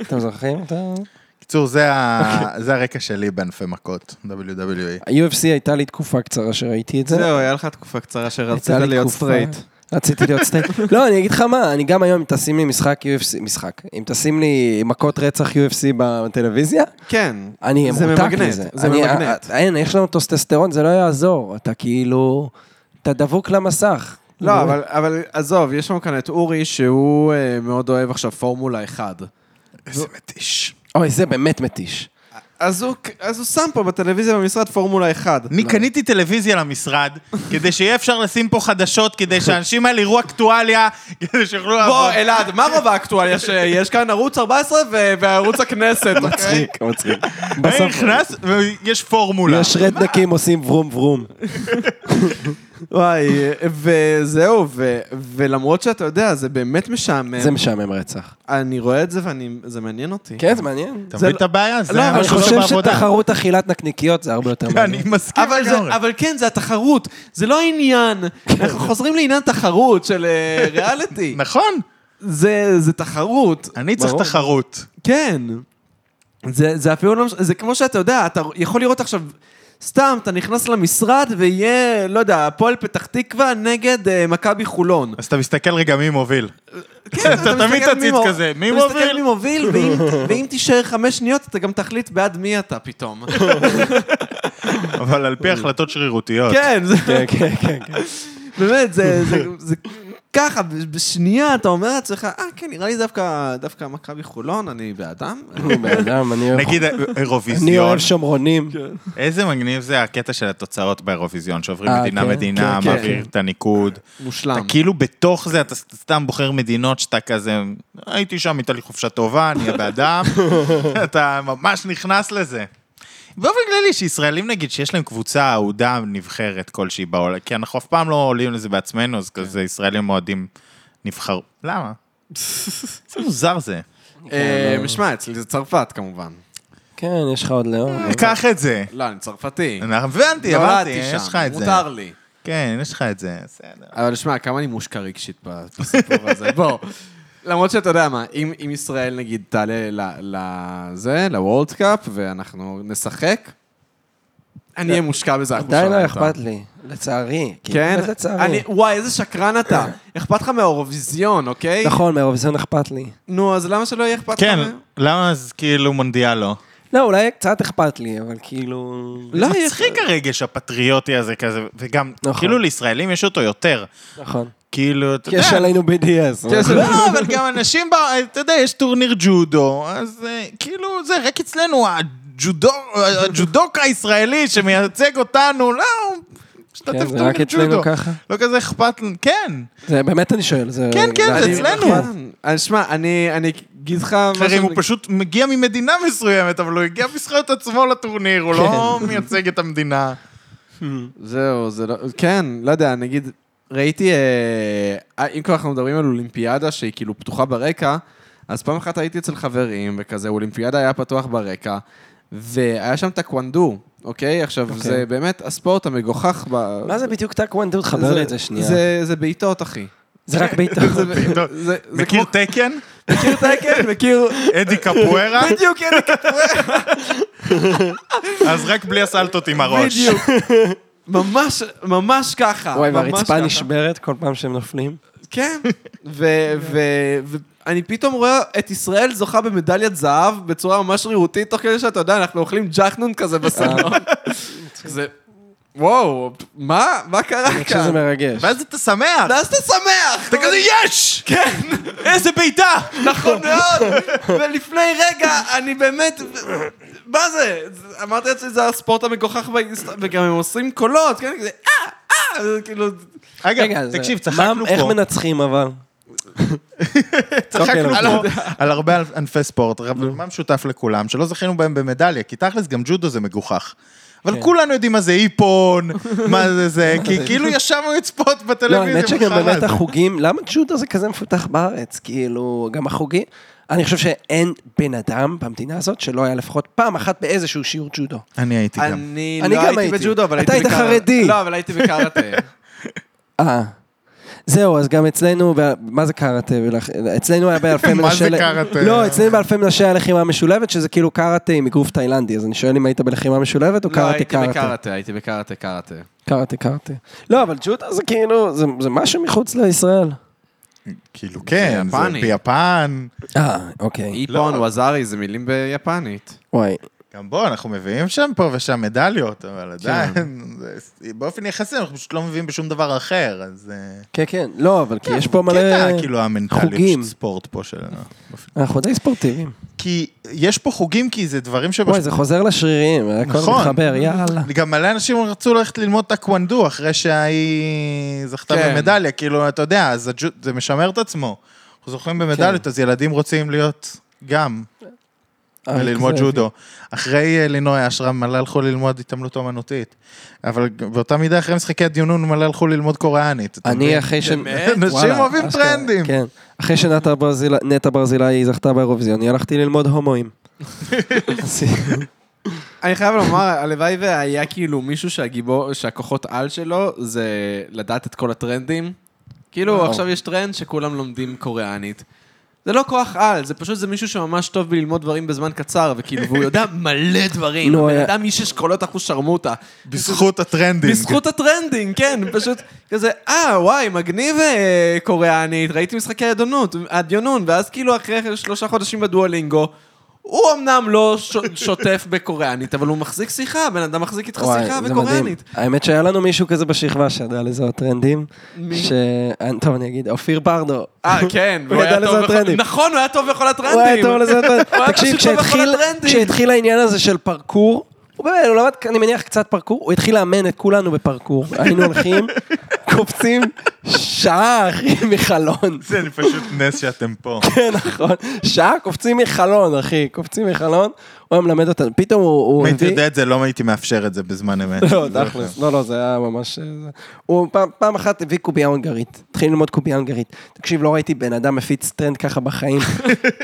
A: אתם זוכרים את ה...
C: קיצור, זה ה-
B: אוקיי.
C: זה הרקע שלי בענפי מכות, E. WWE.
A: ה-UFC הייתה לי תקופה קצרה שראיתי את זה.
B: זהו, היה לך תקופה קצרה שרצית
A: הייתה לי
B: להיות
A: תקופה-
B: סטרייט.
A: רציתי להיות סטרייט.
B: [laughs]
A: לא, אני אגיד לך מה, אני גם היום, אם תשים לי משחק UFC, משחק, אם תשים לי מכות רצח UFC בטלוויזיה,
B: כן.
A: אני
B: זה
A: מותק
B: ממגנט,
A: מזה.
B: זה
A: אני-
B: ממגנט.
A: אה, אה, אין, יש לנו טוסטסטרון, זה לא יעזור. אתה כאילו, אתה דבוק למסך.
B: לא, אבל, אבל עזוב, יש לנו כאן את אורי, שהוא אה, מאוד אוהב עכשיו פורמולה 1.
C: איזה מתיש.
B: [laughs]
A: אוי, זה באמת מתיש.
B: אז הוא- אז הוא שם פה בטלוויזיה במשרד פורמולה לא. 1.
C: אני קניתי טלוויזיה למשרד, כדי שיהיה אפשר לשים פה חדשות, כדי שאנשים האלה יראו אקטואליה, כדי שיוכלו
B: בוא, אה,
C: לעבוד.
B: אלעד, מה רוב האקטואליה שיש כאן? ערוץ 14 ו- וערוץ הכנסת.
A: [laughs]
B: אוקיי?
A: מצחיק, מצחיק.
B: אה,
C: אני
A: בסוף
C: נכנס, ויש פורמולה.
A: יש רדנקים עושים ברום ברום.
B: [laughs] וואי, וזהו, ו- ולמרות שאתה יודע, זה באמת משעמם.
A: זה משעמם רצח.
B: אני רואה את זה וזה מעניין אותתי.
A: כן, זה מעניין.
C: אתה
B: זה
C: מבין
B: לא-
C: את הבעיה?
B: לא,
C: זה
B: אבל
C: מה
A: אני
B: אני חושב
C: שקורה
A: חושב
C: בעבודה. כן,
A: שתחרות אכילת נקניקיות זה הרבה יותר
C: אני
A: מעניין.
C: מסכים
B: אבל, זה,
C: לגמרי.
B: אבל כן, זה התחרות, זה
A: [laughs]
B: לא העניין. אנחנו חוזרים לעניין תחרות של אה, ריאליטי.
C: נכון,
B: זה, זה תחרות,
C: אני צריך
A: ברור.
C: תחרות.
B: כן. זה, זה אפילו לא... מש- זה כמו שאתה יודע, אתה יכול לראות עכשיו... סתם, אתה נכנס למשרד ויהיה, לא יודע, הפועל פתח תקווה נגד אה, מכבי חולון.
C: [laughs] אז אתה מסתכל רגע מי מוביל.
B: כן,
C: אתה תמיד
B: מסתכל
C: תציץ
B: מו-
C: כזה, מי
B: אתה מסתכל מי
C: מוביל? [laughs]
B: מוביל, ואם- ואם תישאר חמש שניות, אתה גם תחליט בעד מי אתה פתאום. [laughs]
C: אבל על פי החלטות שרירותיות.
B: כן, זה...
A: כן, כן, כן. כן.
B: [laughs] באמת, זה, זה, זה ככה, בשנייה אתה אומר לעצמך, אה, כן, נראה לי דווקא, דווקא מכבי חולון, אני באדם.
A: אני בן אדם, אני אוהב-
C: נגיד
A: אני
C: אירוויזיון,
A: אוהב שומרונים.
C: איזה מגניב זה הקטע של התוצאות באירוויזיון, שעוברים
A: אה,
C: מדינה
A: כן,
C: מדינה,
A: כן, כן.
C: מעביר את הניקוד.
B: מושלם.
C: אתה כאילו בתוך זה, אתה ס- סתם בוחר מדינות שאתה כזה, הייתי שם, הייתה לי חופשה טובה, אני אהיה
B: [laughs]
C: באדם, אתה ממש נכנס לזה. באופן כללי, שישראלים נגיד שיש להם קבוצה אהודה נבחרת כלשהי בעולם, כי אנחנו אף פעם לא עולים לזה בעצמנו,
B: כן.
C: אז כזה ישראלים אוהדים נבחר...
B: [laughs]
C: למה? זה מוזר זה.
B: אה, שמע, אצלי זה צרפת כמובן.
A: כן, יש לך עוד לאום.
C: קח את זה.
B: לא, אני צרפתי.
C: הבנתי, הבנתי, אה?
B: נולדתי
C: יש
B: שם,
C: לך את זה.
B: מותר לי.
C: כן, יש לך את זה, בסדר.
B: אבל שמע, כמה אני מושקע רגשית בסיפור
C: [laughs]
B: הזה, בוא. למרות שאתה יודע מה, אם, אם ישראל נגיד תעלה ל- לזה, לוורלד קאפ, ואנחנו נשחק, אני אהיה מושקע בזה. אנחנו
A: עדיין
B: שומעים
A: לא
B: אותם.
A: אכפת לי, לצערי. כאילו,
B: כן?
A: באמת לצערי.
B: אני- וואי, איזה שקרן אתה.
C: [coughs]
B: אכפת לך מהאירוויזיון, אוקיי?
A: נכון, מאירוויזיון אכפת לי.
B: נו, אז למה שלא יהיה אכפת לך?
C: [coughs] כן,
B: מה-
C: למה אז כאילו מונדיאל לא?
A: לא, אולי קצת אכפת לי, אבל כאילו...
B: לא, יהיה
C: מצחיק הרגש הפטריוטי הזה כזה, וגם,
A: נכון.
C: כאילו לישראלים יש אותו יותר.
A: נכון.
C: כאילו, אתה
A: כי יש
C: יודע...
A: עלינו BDS.
B: יש עלינו-
C: [laughs] לא, אבל גם אנשים, בא- אתה יודע, יש טורניר ג'ודו, אז אה, כאילו, זה רק אצלנו, הג'ודו- הג'ודוק הישראלי שמייצג אותנו, לא, הוא
A: כן,
C: משתתף
A: זה רק
C: טורניר
A: אצלנו
C: ג'ודו.
A: ככה.
C: לא כזה אכפת, לנו, כן,
A: זה באמת אני שואל. זה-
C: כן, כן, זה
A: אני-
C: אצלנו.
B: אז אה, שמע, אני אני אגיד לך...
C: אחרים הוא פשוט מגיע ממדינה מסוימת, אבל הוא הגיע בזכויות עצמו לטורניר, הוא
A: כן.
C: לא מייצג את המדינה.
B: זהו, זה לא... כן, לא יודע, נגיד, ראיתי... אה, אה, אם כבר אנחנו מדברים על אולימפיאדה שהיא כאילו פתוחה ברקע, אז פעם אחת הייתי אצל חברים, וכזה, אולימפיאדה היה פתוח ברקע, והיה שם טקוונדו, אוקיי? עכשיו,
A: אוקיי.
B: זה באמת הספורט המגוחך ב...
A: מה זה בדיוק טקוונדו? תחבר לי את זה שנייה.
B: זה- זה בעיטות, אחי.
A: זה רק בעיטה.
B: זה-
C: [laughs] בעיטות.
B: זה- זה
C: מכיר
B: כמו-
C: תקן?
B: מכיר
C: [laughs]
B: תקן, מכיר...
C: אדי
B: [laughs]
C: קפוארה?
B: בדיוק, אין לי
C: אז רק בלי הסלטות עם הראש.
B: בדיוק. ממש, ממש ככה.
A: וואי,
B: ממש
A: והרצפה
B: ככה.
A: נשברת כל פעם שהם נופלים. [laughs]
B: כן. ו- ו- ואני פתאום רואה את ישראל זוכה במדליית זהב בצורה ממש שרירותית, תוך כדי שאתה יודע, אנחנו אוכלים ג'חנון כזה בסלון.
A: אה.
B: זה, וואו, מה, מה קרה
A: אני חושב שזה
B: כאן?
A: מרגש.
C: ואז אתה שמח.
B: ואז אתה שמח!
C: אתה כזה יש!
A: [laughs]
B: כן, איזה בעיטה! נכון מאוד! ולפני רגע, אני באמת... מה זה? אמרתי לעצמי, זה הספורט המגוחך באינסטגרם, וגם הם עושים קולות, כן? כזה, אה, אה, זה כאילו...
A: רגע,
C: אגב,
A: זה-
C: תקשיב,
A: מה-
C: צחקנו
A: איך
C: פה.
A: מנצחים אבל?
C: צחקנו
A: אוקיי,
C: פה על הרבה ענפי ספורט, אבל מה משותף לכולם? שלא זכינו בהם במדליה, כי תכלס גם ג'ודו זה מגוחך.
A: כן.
C: אבל כולנו יודעים מה זה
A: [laughs]
C: איפון, מה זה זה, כי כאילו ישבנו לצפות
A: לא,
C: בטלוויזיה.
A: האמת שגם
C: מחר.
A: באמת החוגים, למה ג'ודו זה כזה מפותח בארץ? כאילו, גם החוגים, אני חושב שאין בן אדם במדינה הזאת שלא היה לפחות פעם אחת באיזשהו שיעור ג'ודו.
C: אני הייתי גם.
B: אני
A: אני
B: לא
A: גם
B: הייתי
A: הייתי.
B: בג'ודו, אבל
A: אתה
B: הייתי
A: היית חרדי.
B: לא, אבל הייתי בקראטה.
A: אה. זהו, אז גם אצלנו, ב- מה זה קראטה? ולח- אצלנו היה באלפי מנשה...
C: [laughs] מה זה
A: ל-
C: קראטה?
A: לא, אצלנו באלפי מנשה היה לחימה משולבת, שזה כאילו קראטה עם אגרוף תאילנדי, אז אני שואל אם היית בלחימה משולבת או
B: לא,
A: קראטה אה.
B: הייתי
A: קראטה?
B: בקראטה, הייתי בקראטה, קראטה.
A: קראטה קראטה. לא, אבל ג'ודו זה כאילו, זה זה משהו מחוץ לישראל.
C: כאילו כן, זה
B: יפני.
C: ביפן.
A: אה, אוקיי.
B: לא, איפון, ווזארי, זה מילים ביפנית.
A: וואי.
C: גם בו, אנחנו מביאים שם פה ושם מדליות, אבל
A: כן.
C: עדיין, זה- באופן יחסי אנחנו פשוט לא מביאים בשום דבר אחר, אז... אה,
A: כן, כן, לא, אבל כי יש פה מלא...
C: קטע, כאילו, המנטליות
A: חוגים.
C: של ספורט פה שלנו.
A: אנחנו די ספורטיביים.
C: כי יש פה חוגים, כי זה דברים שבש...
A: וואי, זה חוזר לשרירים, הכל
C: נכון.
A: מתחבר, יאללה.
C: גם מלא אנשים רצו ללכת ללמוד טקוונדו אחרי שההיא זכתה
B: כן.
C: במדליה, כאילו, אתה יודע, אז הג'ו- זה משמר את עצמו. אנחנו זוכרים
A: כן.
C: במדליות, אז ילדים רוצים להיות גם,
A: אה,
C: וללמוד
A: כזה,
C: ג'ודו. אחרי אה, לינוי אשרם, מלא הלכו ללמוד התעמלות אומנותית. אבל באותה מידה, אחרי משחקי הדיונון, מלא הלכו ללמוד קוריאנית. אתה
A: אני
C: מבין?
A: אחרי ש...
C: אנשים
A: וואלה,
C: אוהבים
A: אשכרה,
C: טרנדים.
A: כן. אחרי שנטע ברזיל- נטע ברזילי זכתה באירוויזיון, אני הלכתי ללמוד הומואים.
B: אני חייב לומר, הלוואי והיה כאילו מישהו שהגיבור, שהכוחות על שלו זה לדעת את כל הטרנדים. כאילו,
A: וואו.
B: עכשיו יש טרנד שכולם לומדים קוריאנית. זה לא כוח על, זה פשוט זה מישהו שממש טוב בללמוד דברים בזמן קצר, וכאילו, והוא יודע מלא
A: [laughs]
B: דברים.
A: נו,
B: הבן
A: היה-
B: אדם איש אשכולות אחוז שרמוטה.
C: בזכות
A: כן.
C: הטרנדינג.
B: בזכות הטרנדינג, כן, פשוט כזה, אה, וואי, מגניב אה, קוריאנית, ראיתי משחקי עדיונות, עדיונון, ואז כאילו אחרי שלושה חודשים בדואלינגו, הוא אמנם לא ש- שוטף בקוריאנית, אבל הוא מחזיק שיחה, בן אדם מחזיק איתך
A: וואי,
B: שיחה
A: זה מדהים.
B: בקוריאנית.
A: האמת שהיה לנו מישהו כזה בשכבה שידע לזהות טרנדים.
B: מי?
A: ש... אה, טוב, אני אגיד, אופיר ברדו.
B: אה, כן,
A: הוא ידע לזהות
B: בכל-
A: טרנדים.
B: נכון, הוא היה טוב בכל הטרנדים.
A: הוא היה טוב
B: [laughs]
A: לזה,
B: הוא היה
A: תקשיב,
B: פשוט טוב בכל
A: כשהתחיל-
B: הטרנדים.
A: כשהתחיל העניין הזה של פרקור, הוא באמת, הוא למד, אני מניח, קצת פרקור, הוא התחיל לאמן את כולנו בפרקור. היינו הולכים, קופצים שעה, אחי, מחלון.
C: [laughs]
A: [laughs]
C: זה פשוט נס שאתם פה.
A: כן, נכון. שעה קופצים מחלון, אחי, קופצים מחלון, הוא היה מלמד אותנו. פתאום הוא- הוא
C: אם
A: הביא...
C: הייתי יודע את זה, לא הייתי מאפשר את זה בזמן אמת.
A: לא, תכלס, לא, לא, זה היה ממש... זה- הוא פעם- פעם אחת הביא קובייה הונגרית, התחיל ללמוד קובייה הונגרית. תקשיב, לא ראיתי בן אדם מפיץ טרנד ככה בחיים.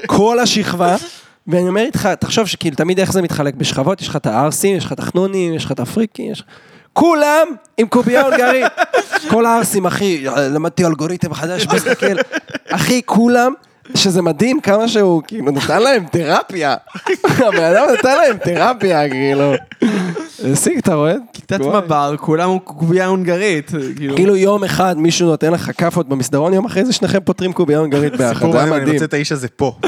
A: כל השכבה, ואני אומר איתך, תחשוב שכאילו, תמיד איך זה מתחלק בשכבות, יש לך את הערסים, יש לך את החנונים, יש לך את הפריקים, יש לך... כולם עם קובייה הונגרית. כל הערסים, אחי, למדתי אלגוריתם חדש, מסתכל. אחי, כולם... שזה מדהים כמה שהוא כאילו נתן להם תרפיה. הבן אדם נתן להם תרפיה, כאילו. סיג, אתה רואה?
B: כיתת מב"ר, כולם קובייה הונגרית.
A: [laughs]
B: כאילו.
A: כאילו יום אחד מישהו נותן לך כאפות במסדרון, יום אחרי זה שניכם פותרים קובייה הונגרית ביחד,
C: [laughs] סיפור
A: זה היה
C: מדהים, אני
A: מדהים.
C: רוצה אה, את האיש הזה פה.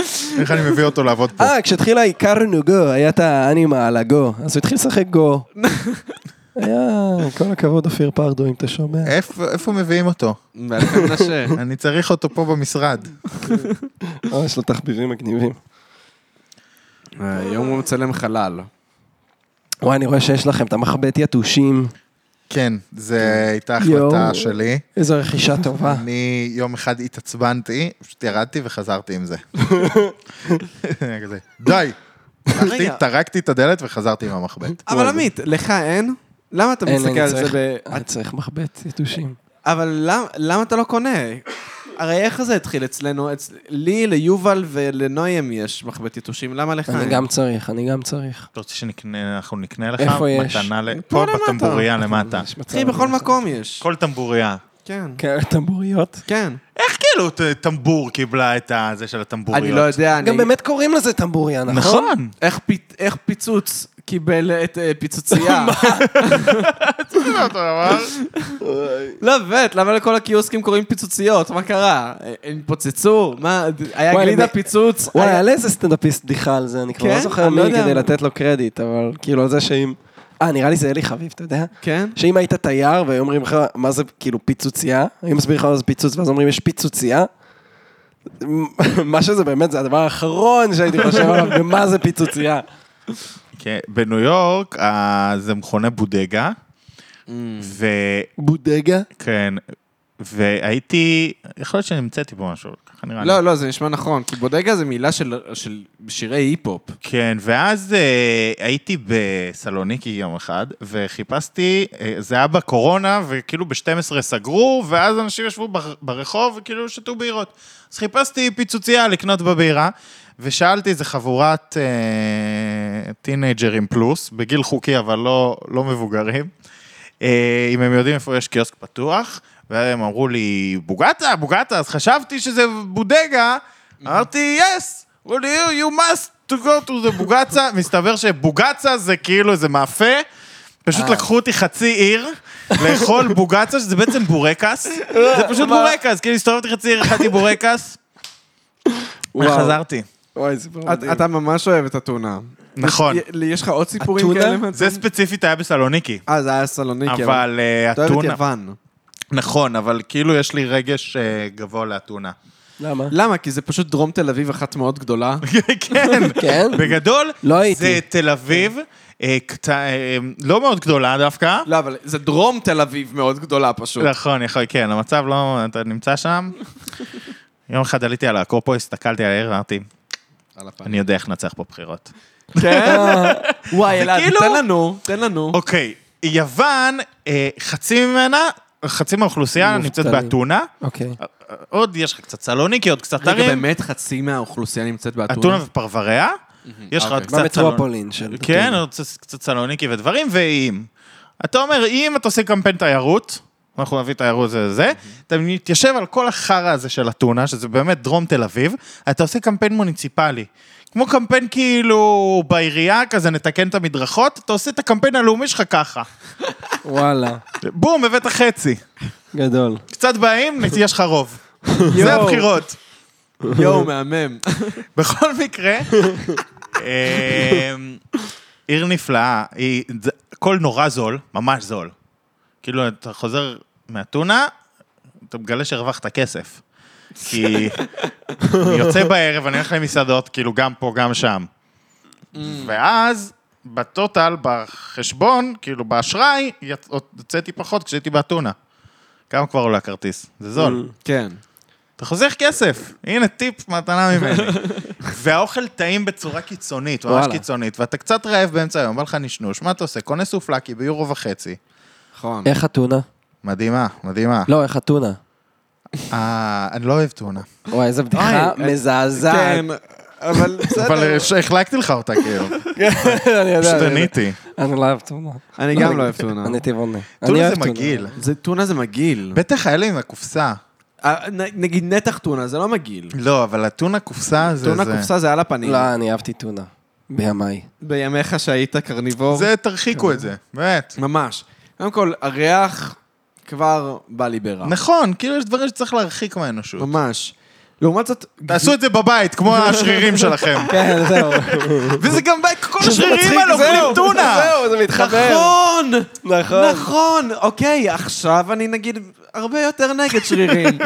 C: איך אני מביא אותו לעבוד פה.
A: אה, כשהתחיל העיקר נוגו, היה את האנימה על הגו, אז הוא התחיל לשחק
B: [laughs]
A: גו. היה, כל הכבוד אופיר פרדו, אם אתה שומע.
B: אה,
C: איפה איפה מביאים אותו?
B: ואלפי מנשה.
C: אני צריך אותו פה במשרד.
A: אה, יש לו תחביבים מגניבים. אה,
B: היום הוא מצלם חלל.
A: וואי, אני רואה שיש לכם את המחבט יתושים.
C: כן, זו הייתה החלטה
A: יואו.
C: שלי.
A: איזו רכישה טובה.
C: אני יום אחד התעצבנתי, פשוט ירדתי וחזרתי [laughs] עם זה. היה כזה, די! הלכתי,
B: רגע.
C: טרקתי את הדלת וחזרתי עם המחבט.
B: [laughs] אבל עמית, לך אין? למה אתה
A: אין,
B: מסתכל
A: אני
B: על זה
A: צריך-
B: ב...
A: אני צריך מחבט יתושים.
B: אבל למה, למה אתה לא קונה? הרי איך זה התחיל אצלנו? אצ... לי, ליובל ולנויים יש מחבט יתושים, למה לך?
A: אני
B: אין?
A: גם צריך, אני גם צריך.
C: אתה רוצה שאנחנו נקנה לך
A: איפה יש?
C: מתנה ל...
B: פה
C: פה
B: למטה.
C: בטמבוריה אה, למטה.
A: יש מצב,
B: אחי, בכל
A: אני-
B: מקום יש.
C: כל טמבוריה.
B: כן.
A: כן, טמבוריות.
B: כן.
C: איך כאילו ט- טמבור קיבלה את זה של הטמבוריות?
B: אני לא יודע, אני...
A: גם באמת קוראים לזה טמבוריה, נכון?
C: נכון.
B: איך, פי- איך פיצוץ קיבל את אה,
A: [laughs]
B: פיצוצייה?
C: נכון. [laughs]
B: לא, באמת, למה לכל הקיוסקים קוראים פיצוציות? מה קרה? אה, הם פוצצו? מה, היה
A: וואי,
B: גלידה
A: אני-
B: פיצוץ?
A: וואי,
B: היה-
A: היה לאיזה סטנדאפיסט בדיחה על זה, אני כבר
B: כן?
A: לא זוכר
B: אני לא
A: מי
B: יודע.
A: כדי לתת לו קרדיט, אבל כאילו על זה שאם... אה, נראה לי זה אלי חביב, אתה יודע?
B: כן?
A: שאם היית תייר והיו אומרים לך, מה זה כאילו פיצוצייה? היו מסבירים לך מה זה פיצוץ, ואז אומרים, יש פיצוצייה? [laughs] מה שזה באמת, זה הדבר האחרון שהייתי חושב עליו, [laughs] ומה זה פיצוצייה?
C: כן, בניו יורק אה, זה מכוני בודגה,
B: Mm-hmm.
C: וכן,
A: בודגה?
C: כן, והייתי, יכול להיות שהמצאתי פה משהו, ככה נראה לי.
B: לא, לא, זה נשמע נכון, כי בודגה זה מילה של, של שירי היפ-הופ.
C: כן, ואז אה, הייתי בסלוניקי יום אחד, וחיפשתי, אה, זה היה בקורונה, וכאילו ב-12 סגרו, ואז אנשים ישבו בר- ברחוב וכאילו שתו בירות. אז חיפשתי פיצוצייה לקנות בבירה, ושאלתי איזה חבורת אה, טינג'רים פלוס, בגיל חוקי אבל לא, לא מבוגרים, אה, אם הם יודעים איפה יש קיוסק פתוח, והם אמרו לי, בוגטה, בוגטה, אז חשבתי שזה בודגה, אמרתי, יס, אמרו לי, you must to go to the בוגצה, [laughs] מסתבר שבוגצה זה כאילו איזה מאפה,
B: אה.
C: פשוט לקחו אותי חצי
B: [laughs]
C: עיר. לאכול בוגצה, שזה בעצם בורקס,
B: אה,
C: זה פשוט בורקס, כאילו הסתובבתי חצי עיר, אכלתי בורקס,
A: וואו.
C: וחזרתי.
A: וואי, סיפור
B: את-
A: מדהים.
B: אתה ממש אוהב את אתונה.
C: נכון.
B: י- יש לך עוד סיפורים
A: אתונה?
B: כאלה?
C: זה ספציפית היה בסלוניקי.
B: אה, זה היה סלוניקי.
C: אבל אה,
B: אתה אוהב את
C: אתונה...
B: יוון.
C: נכון, אבל כאילו יש לי רגש אה, גבוה לאתונה.
A: למה?
B: למה? כי זה פשוט דרום תל אביב אחת מאוד
C: [laughs]
B: גדולה.
C: כן,
A: כן?
C: בגדול,
A: לא הייתי.
C: זה תל אביב, אה, קט- אה, לא מאוד גדולה דווקא.
B: לא, אבל זה דרום תל אביב מאוד גדולה
A: לא.
B: פשוט.
C: נכון, יכול, כן, המצב לא... אתה
A: [laughs]
C: נמצא שם? יום אחד עליתי על הקורפו, הסתכלתי על העיר, אמרתי,
B: על הפנים.
C: אני יודע איך נצח פה בחירות.
B: כן?
A: [laughs]
B: וואי, אלעד,
C: כאילו-
B: תן לנו, תן לנו.
C: אוקיי, יוון, אה, חצי ממנה, חצי מהאוכלוסייה נמצאת
A: מובטלים.
C: באתונה.
A: אוקיי.
C: עוד יש לך קצת סלוניקי, עוד קצת
B: רגע,
C: ערים.
B: באמת חצי מהאוכלוסייה נמצאת באתונה?
C: אתונה ופרבריה. יש לך עוד
B: אוקיי.
C: קצת סלוניקי.
A: במטרופולין של...
C: כן, עוד קצת- קצת סלוניקי ודברים, ואיים. אתה אומר, אם אתה עושה קמפיין תיירות, אנחנו נביא תיירות זה זה, אתה מתיישב על כל החרא הזה של אתונה, שזה באמת דרום תל אביב, אתה עושה קמפיין מוניציפלי. כמו קמפיין כאילו בעירייה, כזה נתקן את המדרכות, אתה עושה את הקמפיין הלאומי שלך ככה.
A: וואלה,
C: בום, הבאת חצי.
A: גדול.
C: קצת באים, יש לך רוב. זה הבחירות.
B: יואו, מהמם.
C: בכל מקרה, אמ, עיר נפלאה, היא- זה- הכל נורא זול, ממש זול. כאילו, אתה חוזר מאתונה, אתה מגלה שהרווחת כסף. כי אני יוצא בערב, אני הולך למסעדות, כאילו, גם פה, גם שם. ואז, בטוטל, בחשבון, כאילו, באשראי, יצ- הוצאתי פחות כשהייתי באתונה. כמה כבר עולה כרטיס? זה זול.
B: [laughs] כן.
C: אתה חוסך כסף, הנה טיפ מתנה ממני. והאוכל טעים בצורה קיצונית, ממש
A: וואלה.
C: קיצונית, ואתה קצת רעב באמצע היום, בא לך נשנוש, מה אתה עושה? קונה סופלקי ביורו וחצי. אה,
B: נכון.
A: איך הטונה?
C: מדהימה, מדהימה.
A: לא, איך הטונה?
C: אה, אני לא אוהב טונה.
A: וואי, איזו בדיחה
B: אוי,
A: מזעזעת.
B: כן, אבל אה,
C: אבל אה,
B: בסדר.
C: החלקתי לך אותה כאילו,
A: [laughs] אני יודע,
C: פשוט
A: אני יודע.
C: עניתי.
A: אני לא אוהב טונה.
B: אני גם לא אוהב טונה.
A: אני טבעוני. אני
C: טונה
A: אוהב
C: זה מגעיל.
B: זה טונה זה מגעיל.
C: בטח היה לי עם הקופסה.
B: אה, נ- נגיד נתח טונה זה לא מגעיל.
C: לא, אבל הטונה קופסה זה...
B: טונה
C: זה-
B: קופסה זה על הפנים.
A: לא, אני אהבתי טונה. בימיי.
B: בימיך שהיית קרניבור.
C: זה, תרחיקו את זה, באמת.
B: ממש. קודם כל, הריח כבר בא לי ברע.
C: נכון, כאילו יש דברים שצריך להרחיק מהאנושות.
B: ממש. לעומת זאת...
C: תעשו את זה בבית, כמו השרירים שלכם.
A: כן, זהו.
B: וזה גם בא... כל
C: השרירים האלה אוכלים טונה.
A: זהו, זה מתחבר.
B: נכון!
A: נכון.
B: נכון! אוקיי, עכשיו אני נגיד הרבה יותר נגד [laughs] שרירים.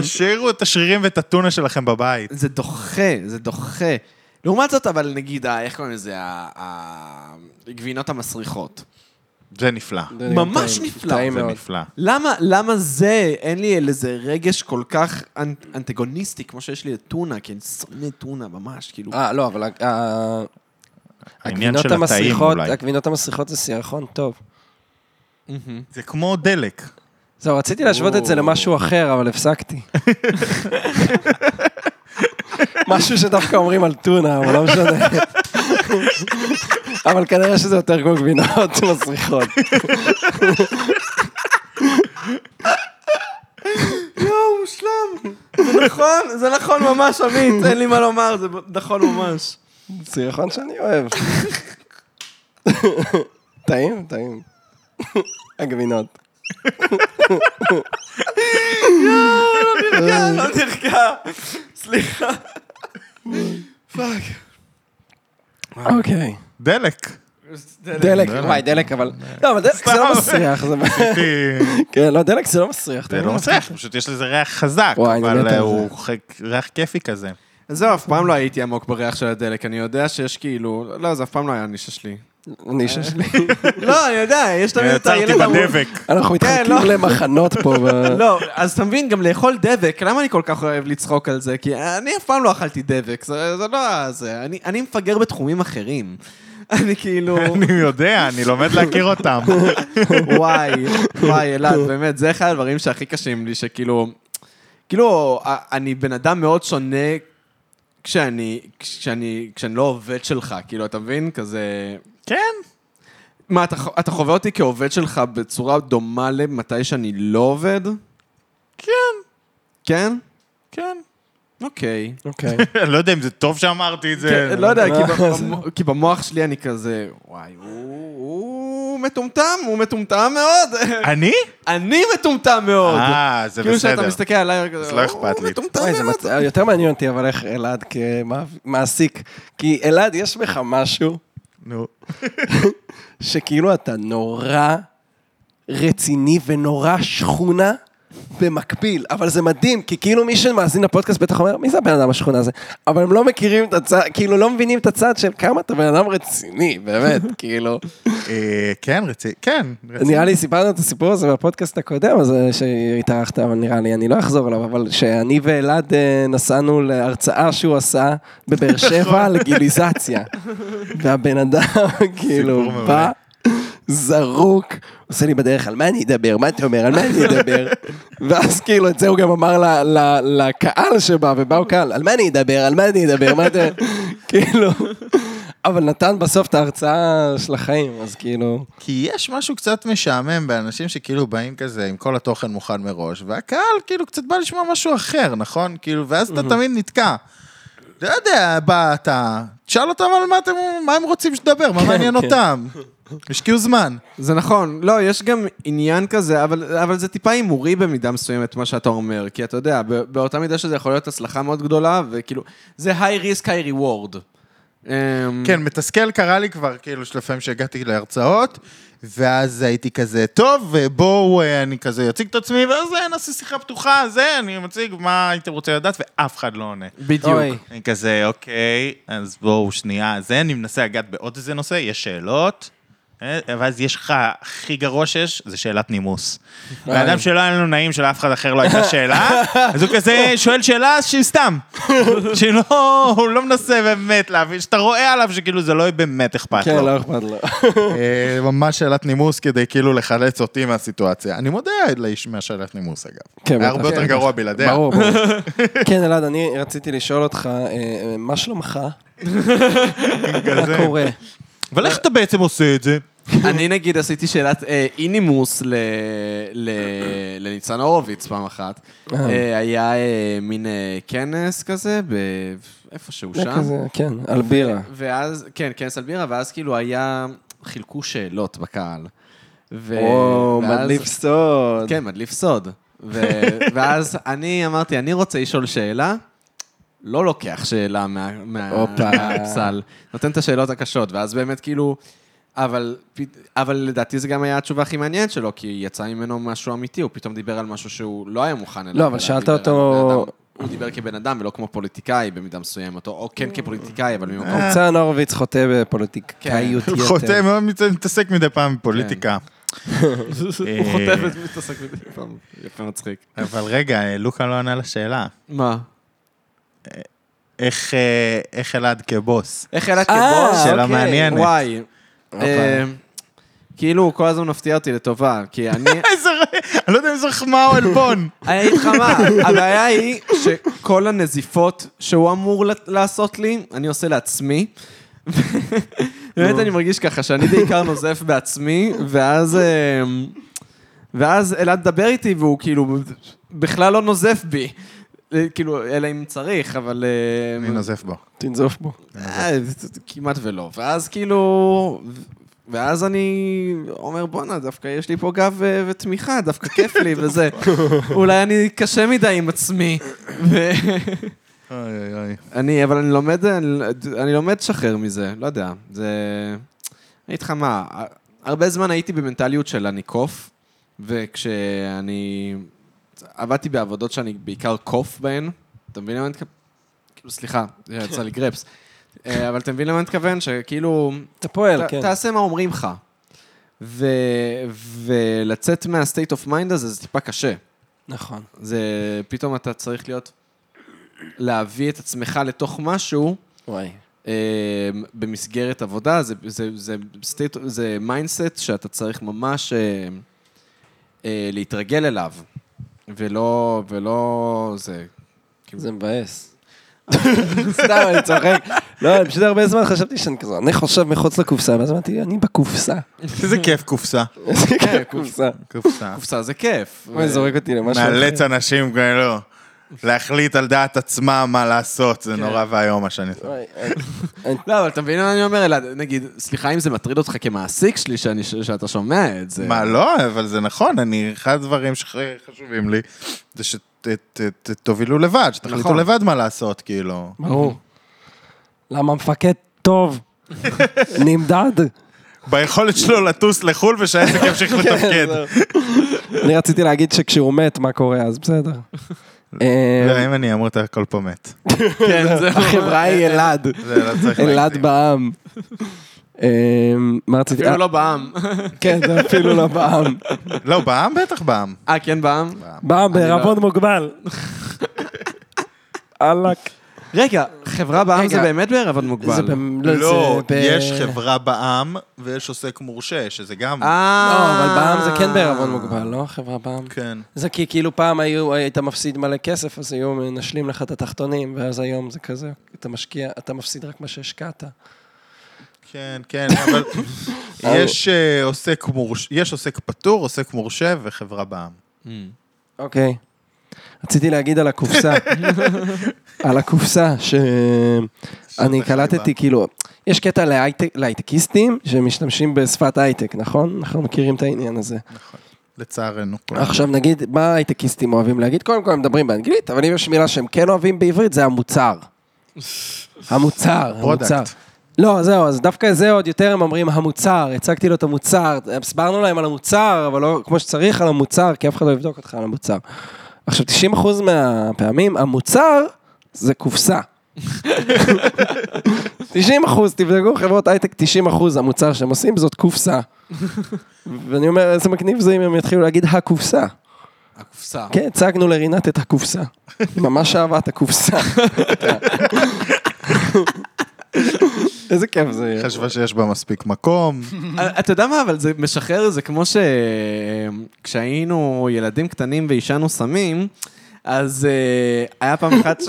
C: תשאירו את השרירים ואת הטונה שלכם בבית.
B: זה דוחה, זה דוחה. לעומת זאת, אבל נגיד, ה- איך קוראים לזה? ה- ה- הגבינות המסריחות.
C: זה נפלא.
B: ממש
A: טעים,
B: נפלא.
A: טעים
C: זה
A: מאוד.
C: נפלא.
B: למה, למה זה, אין לי אל איזה רגש כל כך אנ- אנטגוניסטי כמו שיש לי לטונה, כי אני שונא טונה ממש, כאילו.
A: אה, לא, אבל ה- ה-
C: העניין
A: הגבינות
C: של הטעים
A: המסריחות-
C: אולי.
A: הגבינות המסריחות זה סירחון טוב.
B: מהמם.
C: זה כמו דלק.
A: זהו, רציתי להשוות את זה
B: או.
A: למשהו אחר, אבל הפסקתי. משהו שדווקא אומרים על טונה, אבל לא משנה. אבל כנראה שזה יותר כמו גבינות [laughs] מסריחות.
B: יואו, מושלם. זה נכון, זה נכון ממש, עמית, אין לי מה לומר, זה נכון ממש.
A: סירחון שאני אוהב. טעים, טעים. הגבינות.
B: לא נרגע, סליחה.
A: אוקיי.
C: דלק.
A: דלק, וואי, דלק, אבל... לא, אבל דלק זה לא
C: סתם.
A: מסריח. זה-
C: כי-
A: כן, לא, דלק זה לא מסריח.
C: זה לא מסריח, פשוט יש לזה ריח חזק,
A: וואי, אני מת
C: אבל
A: על
C: אה,
A: זה.
C: הוא חק- ריח כיפי כזה.
B: אז זהו, אף פעם לא הייתי עמוק בריח של הדלק, אני יודע שיש כאילו... לא, זה אף פעם לא היה הנישה שלי.
A: נישה שלי.
B: לא, אני יודע, יש תמיד את
C: יצרתי
B: הילד המ-
C: בדבק.
A: אנחנו מתחלקים
B: לא.
A: למחנות פה. ב-
B: [laughs] לא, אז אתה מבין, גם לאכול דבק, למה אני כל כך אוהב לצחוק על זה? כי אני אף פעם לא אכלתי דבק, זה זה לא ה- זה. אני- אני מפגר בתחומים אחרים. [laughs] אני כאילו,
C: [laughs] אני יודע, אני לומד להכיר אותם.
B: וואי, וואי, אלעד, באמת, זה אחד הדברים שהכי קשים לי, שכאילו, כאילו, א- אני בן אדם מאוד שונה כשאני, כשאני, כשאני לא עובד שלך, כאילו, אתה מבין? כזה...
C: כן.
B: מה, אתה, ח- אתה חווה אותי כעובד שלך בצורה דומה למתי שאני לא עובד?
C: כן.
B: כן?
C: כן.
B: אוקיי.
A: אוקיי.
C: אני לא יודע אם זה טוב שאמרתי את זה. [laughs]
B: כן, לא יודע, כי
A: מה
B: במ- כי במוח שלי אני כזה, וואי, הוא- הוא הוא מטומטם, הוא מטומטם מאוד. [laughs]
C: אני?
B: אני מטומטם מאוד.
C: אה, זה
B: כאילו שאתה
C: בסדר.
B: מסתכל עליי, רק
C: אז
B: כזה,
C: לא אכפת
B: הוא
C: לי."
B: מטומטם
A: וואי, זה
B: מאוד.
A: מצ... אה, יותר מעניין אותי, אבל איך אלעד כמעסיק. כי אלעד, יש בך משהו
C: נו.
A: שכאילו אתה נורא רציני ונורא שכונה במקביל, אבל זה מדהים, כי כאילו מי שמאזין לפודקאסט בטח אומר, מי זה הבן אדם השכונה הזה? אבל הם לא מכירים את הצד, כאילו לא מבינים את הצד של כמה אתה בן אדם רציני, באמת, כאילו.
C: אה, כן, רציני, כן. רציני.
A: נראה לי סיפרנו את הסיפור הזה בפודקאסט הקודם, אז אה, שהתארחת, אבל נראה לי, אני לא אחזור אליו, אבל שאני ואלעד אה, נסענו להרצאה שהוא עשה בבאר שבע על גיליזציה. והבן אדם, כאילו,
C: מעולה.
A: בא, זרוק, עושה לי בדרך, על מה אני אדבר? מה אתה אומר? על מה אני אדבר? ואז כאילו, את זה הוא גם אמר ל- ל- לקהל שבא, ובאו קהל, על מה אני אדבר? על מה אני אדבר? מה אתה... כאילו... אבל נתן בסוף את ההרצאה של החיים, אז כאילו...
C: כי יש משהו קצת משעמם באנשים שכאילו באים כזה עם כל התוכן מוכן מראש, והקהל כאילו קצת בא לשמוע משהו אחר, נכון? כאילו, ואז אתה תמיד נתקע. לא יודע, בא אתה, תשאל אותם על מה, אתם, מה הם רוצים שתדבר, מה מעניין
A: כן.
C: אותם. השקיעו זמן.
B: זה נכון, לא, יש גם עניין כזה, אבל, אבל זה טיפה הימורי במידה מסוימת, מה שאתה אומר, כי אתה יודע, ב- באותה מידה שזה יכול להיות הצלחה מאוד גדולה, וכאילו, זה high risk, high reward. אמ,
C: כן, מתסכל קרה לי כבר, כאילו, שלפעמים שהגעתי להרצאות, ואז הייתי כזה, טוב, בואו, אה, אני כזה אציג את עצמי, ואז אה, נעשה שיחה פתוחה, זה, אני מציג מה הייתם רוצים לדעת, ואף אחד לא עונה.
B: בדיוק.
A: אוי.
C: אני כזה, אוקיי, אז בואו, שנייה, זה, אני מנסה לגעת בעוד איזה נושא, יש שאלות, אה, ואז יש לך, הכי גרוע שיש, זה שאלת נימוס.
A: אה,
C: ואדם שלא היה לנו נעים, שלאף אחד אחר לא הייתה שאלה,
A: [laughs]
C: אז הוא כזה שואל שאלה שהיא סתם. שלא, הוא לא מנסה באמת להבין, שאתה רואה עליו שכאילו זה לא באמת אכפת
A: כן,
C: לו.
A: לא אכפת לו.
C: אה, ממש שאלת נימוס כדי כאילו לחלץ אותי מהסיטואציה. אני מודה לאיש מהשאלת נימוס, אגב.
A: כן,
C: היה
A: בטח.
C: הרבה יותר
A: כן.
C: גרוע בלעדיה.
A: ברור, ברור. כן, אלעד, אני רציתי לשאול אותך, אה, אה, מה שלומך? מה
C: כזה.
A: קורה?
C: אבל איך אתה בעצם עושה את זה?
B: [laughs] אני נגיד עשיתי שאלת אה, אי-נימוס ל- ל- לניצן הורוביץ פעם אחת. אה, היה אה, מין אה, כנס כזה, ב- איפשהו
A: זה
B: שם.
A: כזה, כן, על בירה.
B: ואז, כן, כנס על בירה, ואז כאילו היה, חילקו שאלות בקהל. ו-
A: או,
B: ואז-
A: מדליף סוד.
B: כן, מדליף סוד.
A: [laughs]
B: ו- ואז אני אמרתי, אני רוצה לשאול שאלה, לא לוקח שאלה מה- מה-
A: הופה.
B: מהפסל, נותן את השאלות הקשות, ואז באמת כאילו... אבל, פת- אבל לדעתי זה גם היה התשובה הכי מעניינת שלו, כי יצא ממנו משהו אמיתי, הוא פתאום דיבר על משהו שהוא לא היה מוכן אליו.
A: לא, אבל
B: אלא
A: שאלת
B: דיבר על
A: אותו-
B: בן אדם- הוא דיבר כבן אדם ולא כמו פוליטיקאי במידה מסוימת, או- או כן כפוליטיקאי, אבל ממקום
A: ניצן הורוביץ חוטא בפוליטיקאיות יתר.
C: כן. חוטא, מאוד מת- מתעסק מדי פעם בפוליטיקה.
B: הוא
C: אה,
B: חוטף את מי מתעסק מדי פעם. יפה מצחיק.
C: אבל רגע, אה, לוקה לא ענה לשאלה.
B: מה?
C: איך, אה, איך אלעד כבוס?
B: איך ילד
A: אה,
B: כבוס?
C: שאלה
B: אוקיי,
C: מעניינת.
B: וואי. אה, כאילו, הוא כל הזמן מפתיע אותי לטובה, כי [laughs] אני...
C: איזה ר... אני לא יודע אם זה חמאה או עלבון.
B: אני אגיד לך מה, הבעיה היא שכל הנזיפות שהוא אמור ל- לעשות לי, אני עושה לעצמי. [laughs] באמת אני מרגיש ככה, שאני בעיקר נוזף בעצמי, ואז... אה, ואז אלעד דבר איתי, והוא כאילו בכלל לא נוזף בי. אה, כאילו, אלא אם צריך, אבל... אה,
C: [laughs] אני נוזף בו.
A: תנזוף בו.
B: אה, זה- זה- כמעט ולא. ואז כאילו... ואז אני אומר, בואנה, דווקא יש לי פה גב ו- ותמיכה, דווקא כיף לי וזה. אולי אני קשה מדי עם עצמי. ו-
C: אוי אוי אוי.
B: אני, אבל אני לומד, אני, אני לומד לשחרר מזה, לא יודע. זה... אני אגיד לך מה, הרבה זמן הייתי במנטליות של אני קוף, וכשאני... עבדתי בעבודות שאני בעיקר קוף בהן, אתה מבין למה אני מתכוון? כאילו, סליחה, יצא לי גרפס. אה, אבל אתה מבין למה אני מתכוון? שכאילו,
A: אתה פועל,
B: ת-
A: כן.
B: תעשה מה אומרים לך. ו... ולצאת מה-state of mind הזה זה טיפה קשה.
A: נכון.
B: זה פתאום אתה צריך להיות, להביא את עצמך לתוך משהו
A: וואי.
B: אה, במסגרת עבודה, זה, זה, זה, סטייט, זה מיינדסט שאתה צריך ממש אה, אה, להתרגל אליו, ולא, ולא זה.
A: זה מבאס. [laughs] סתם, אני צוחק. לא, אני פשוט הרבה זמן חשבתי שאני כזה, אני חושב מחוץ לקופסה, ואז אמרתי, אני בקופסה.
C: איזה כיף קופסה.
A: איזה
B: כן,
A: [laughs] קופסה.
C: קופסה.
B: קופסה זה כיף.
A: אוי, זורק אותי למשהו. אחר.
C: מאלץ אנשים כאלו. להחליט על דעת עצמם מה לעשות,
B: כן.
C: זה נורא ואיום מה שאני עושה.
B: לא, אבל אתה מבין מה אני אומר, אלעד? נגיד, סליחה אם זה מטריד אותך כמעסיק שלי שאני- שאתה שומע את זה.
C: מה, לא, אבל זה נכון, אני, אחד הדברים שחשובים לי, זה שתובילו לבד, שתחליטו
B: נכון.
C: לבד מה לעשות, כאילו.
A: ברור. למה מפקד טוב נמדד?
C: ביכולת שלו לטוס לחו"ל ושהעסק ימשיך לתפקד.
A: אני רציתי להגיד שכשהוא מת, מה קורה אז? בסדר.
C: לא,
A: אה,
C: אם אני אמור, אתה הכל פה מת.
B: [laughs] כן, זהו.
A: החברה היא אלעד,
C: זה לא צריך
A: אלעד
C: להגזים.
A: בעם. אה, מה רציתי?
B: אפילו לא בעם.
A: כן, זה אפילו לא בעם.
C: לא, בעם? בטח בעם.
B: אה, כן בעם?
A: בעם בערבון מוגבל. אלאק.
B: רגע, חברה בעם
A: רגע.
B: זה באמת בערבון מוגבל.
C: לא, יש חברה בעם ויש עוסק מורשה, שזה גם...
B: אה.
A: לא, אבל בעם זה כן בערבון מוגבל, לא? חברה בעם.
C: כן.
A: זה כי כאילו פעם היו, היית מפסיד מלא כסף, אז היו מנשלים לך את התחתונים, ואז היום זה כזה, אתה משקיע, אתה מפסיד רק מה שהשקעת.
C: כן, כן, אבל יש אה, עוסק מורשה, יש עוסק פטור, עוסק מורשה וחברה בעם.
B: Mm,
A: אוקיי. רציתי להגיד על הקופסה, על הקופסה, שאני קלטתי, כאילו, יש קטע להייטק- להייטקיסטים שמשתמשים בשפת הייטק, נכון? אנחנו מכירים את העניין הזה.
C: לצערנו.
A: עכשיו נגיד, מה הייטקיסטים אוהבים להגיד? קודם כל הם מדברים באנגלית, אבל אם יש מילה שהם כן אוהבים בעברית, זה המוצר. המוצר,
C: Product.
A: המוצר. לא, זהו, אז דווקא זה עוד יותר הם אומרים, המוצר, הצגתי לו את המוצר, הסברנו להם על המוצר, אבל לא כמו שצריך על המוצר, כי אף אחד לא יבדוק אותך על המוצר. עכשיו, 90% מהפעמים, המוצר זה קופסה. 90 אחוז, תבדקו, חברות הייטק, 90 אחוז המוצר שהם עושים זאת קופסה. ואני אומר, איזה מגניב זה אם הם יתחילו להגיד הקופסה.
B: הקופסה.
A: כן, הצגנו לרינת את הקופסה. ממש אהבה את הקופסה. איזה כיף זה יהיה.
C: חשבה שיש בה מספיק מקום.
B: אה, אתה יודע מה, אבל זה משחרר, זה כמו שכשהיינו ילדים קטנים ועישנו סמים, אז אה, היה פעם [laughs] אחת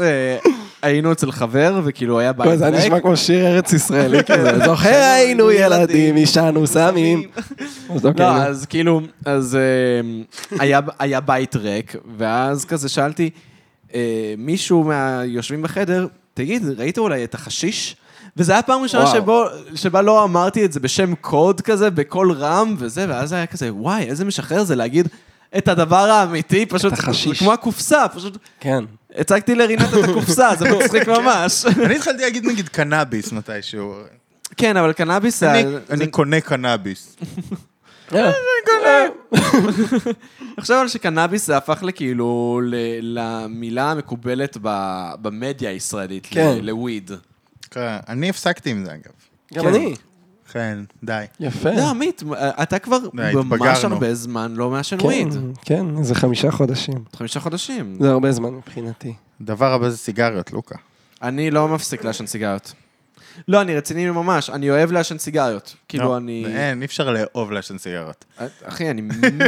B: שהיינו אצל חבר, וכאילו היה
A: וואי,
B: בית
A: זה היה נשמע
B: ריק.
A: כמו שיר ארץ ישראלי
C: כן,
A: כזה. זוכר היינו ילדים, אישנו סמים. אז אוקיי,
B: לא,
A: נו.
B: אז כאילו, אז אה, היה- היה בית ריק, ואז כזה שאלתי אה, מישהו מהיושבים בחדר, תגיד, ראית אולי את החשיש? וזו הייתה פעם ראשונה
A: וואו.
B: שבו, שבה לא אמרתי את זה בשם קוד כזה, בקול רם וזה, ואז היה כזה, וואי, איזה משחרר זה להגיד את הדבר האמיתי, פשוט,
A: החשיש.
B: זה כמו הקופסה, פשוט
A: כן.
B: הצגתי לרינת את הקופסה, זה מצחיק ממש.
C: [laughs] אני התחלתי להגיד נגיד קנאביס מתישהו.
B: [laughs] כן, אבל קנאביס...
C: אני-
B: זה- זה-
C: אני קונה קנאביס.
A: אה,
B: תחשוב על שקנאביס זה הפך לכאילו ל- למילה המקובלת ב- במדיה הישראלית,
A: כן.
B: ל- לוויד.
C: כן, אני הפסקתי עם זה אגב.
A: גם אני.
C: כן, די.
A: יפה.
B: לא, עמית, אתה כבר
C: די,
B: ממש
C: אה, התבגרנו.
B: הרבה זמן לא מעשן
A: כן,
B: וויד.
A: כן, איזה חמישה חודשים.
B: חמישה חודשים.
A: זה הרבה זמן מבחינתי.
C: הדבר הבא זה סיגריות, לוקה.
B: אני לא מפסיק לעשן סיגריות. לא, אני רציני ממש, אני אוהב לעשן סיגריות. כאילו,
C: לא,
B: אני...
C: אין, אי אפשר לאהוב לעשן סיגריות.
B: אחי, אני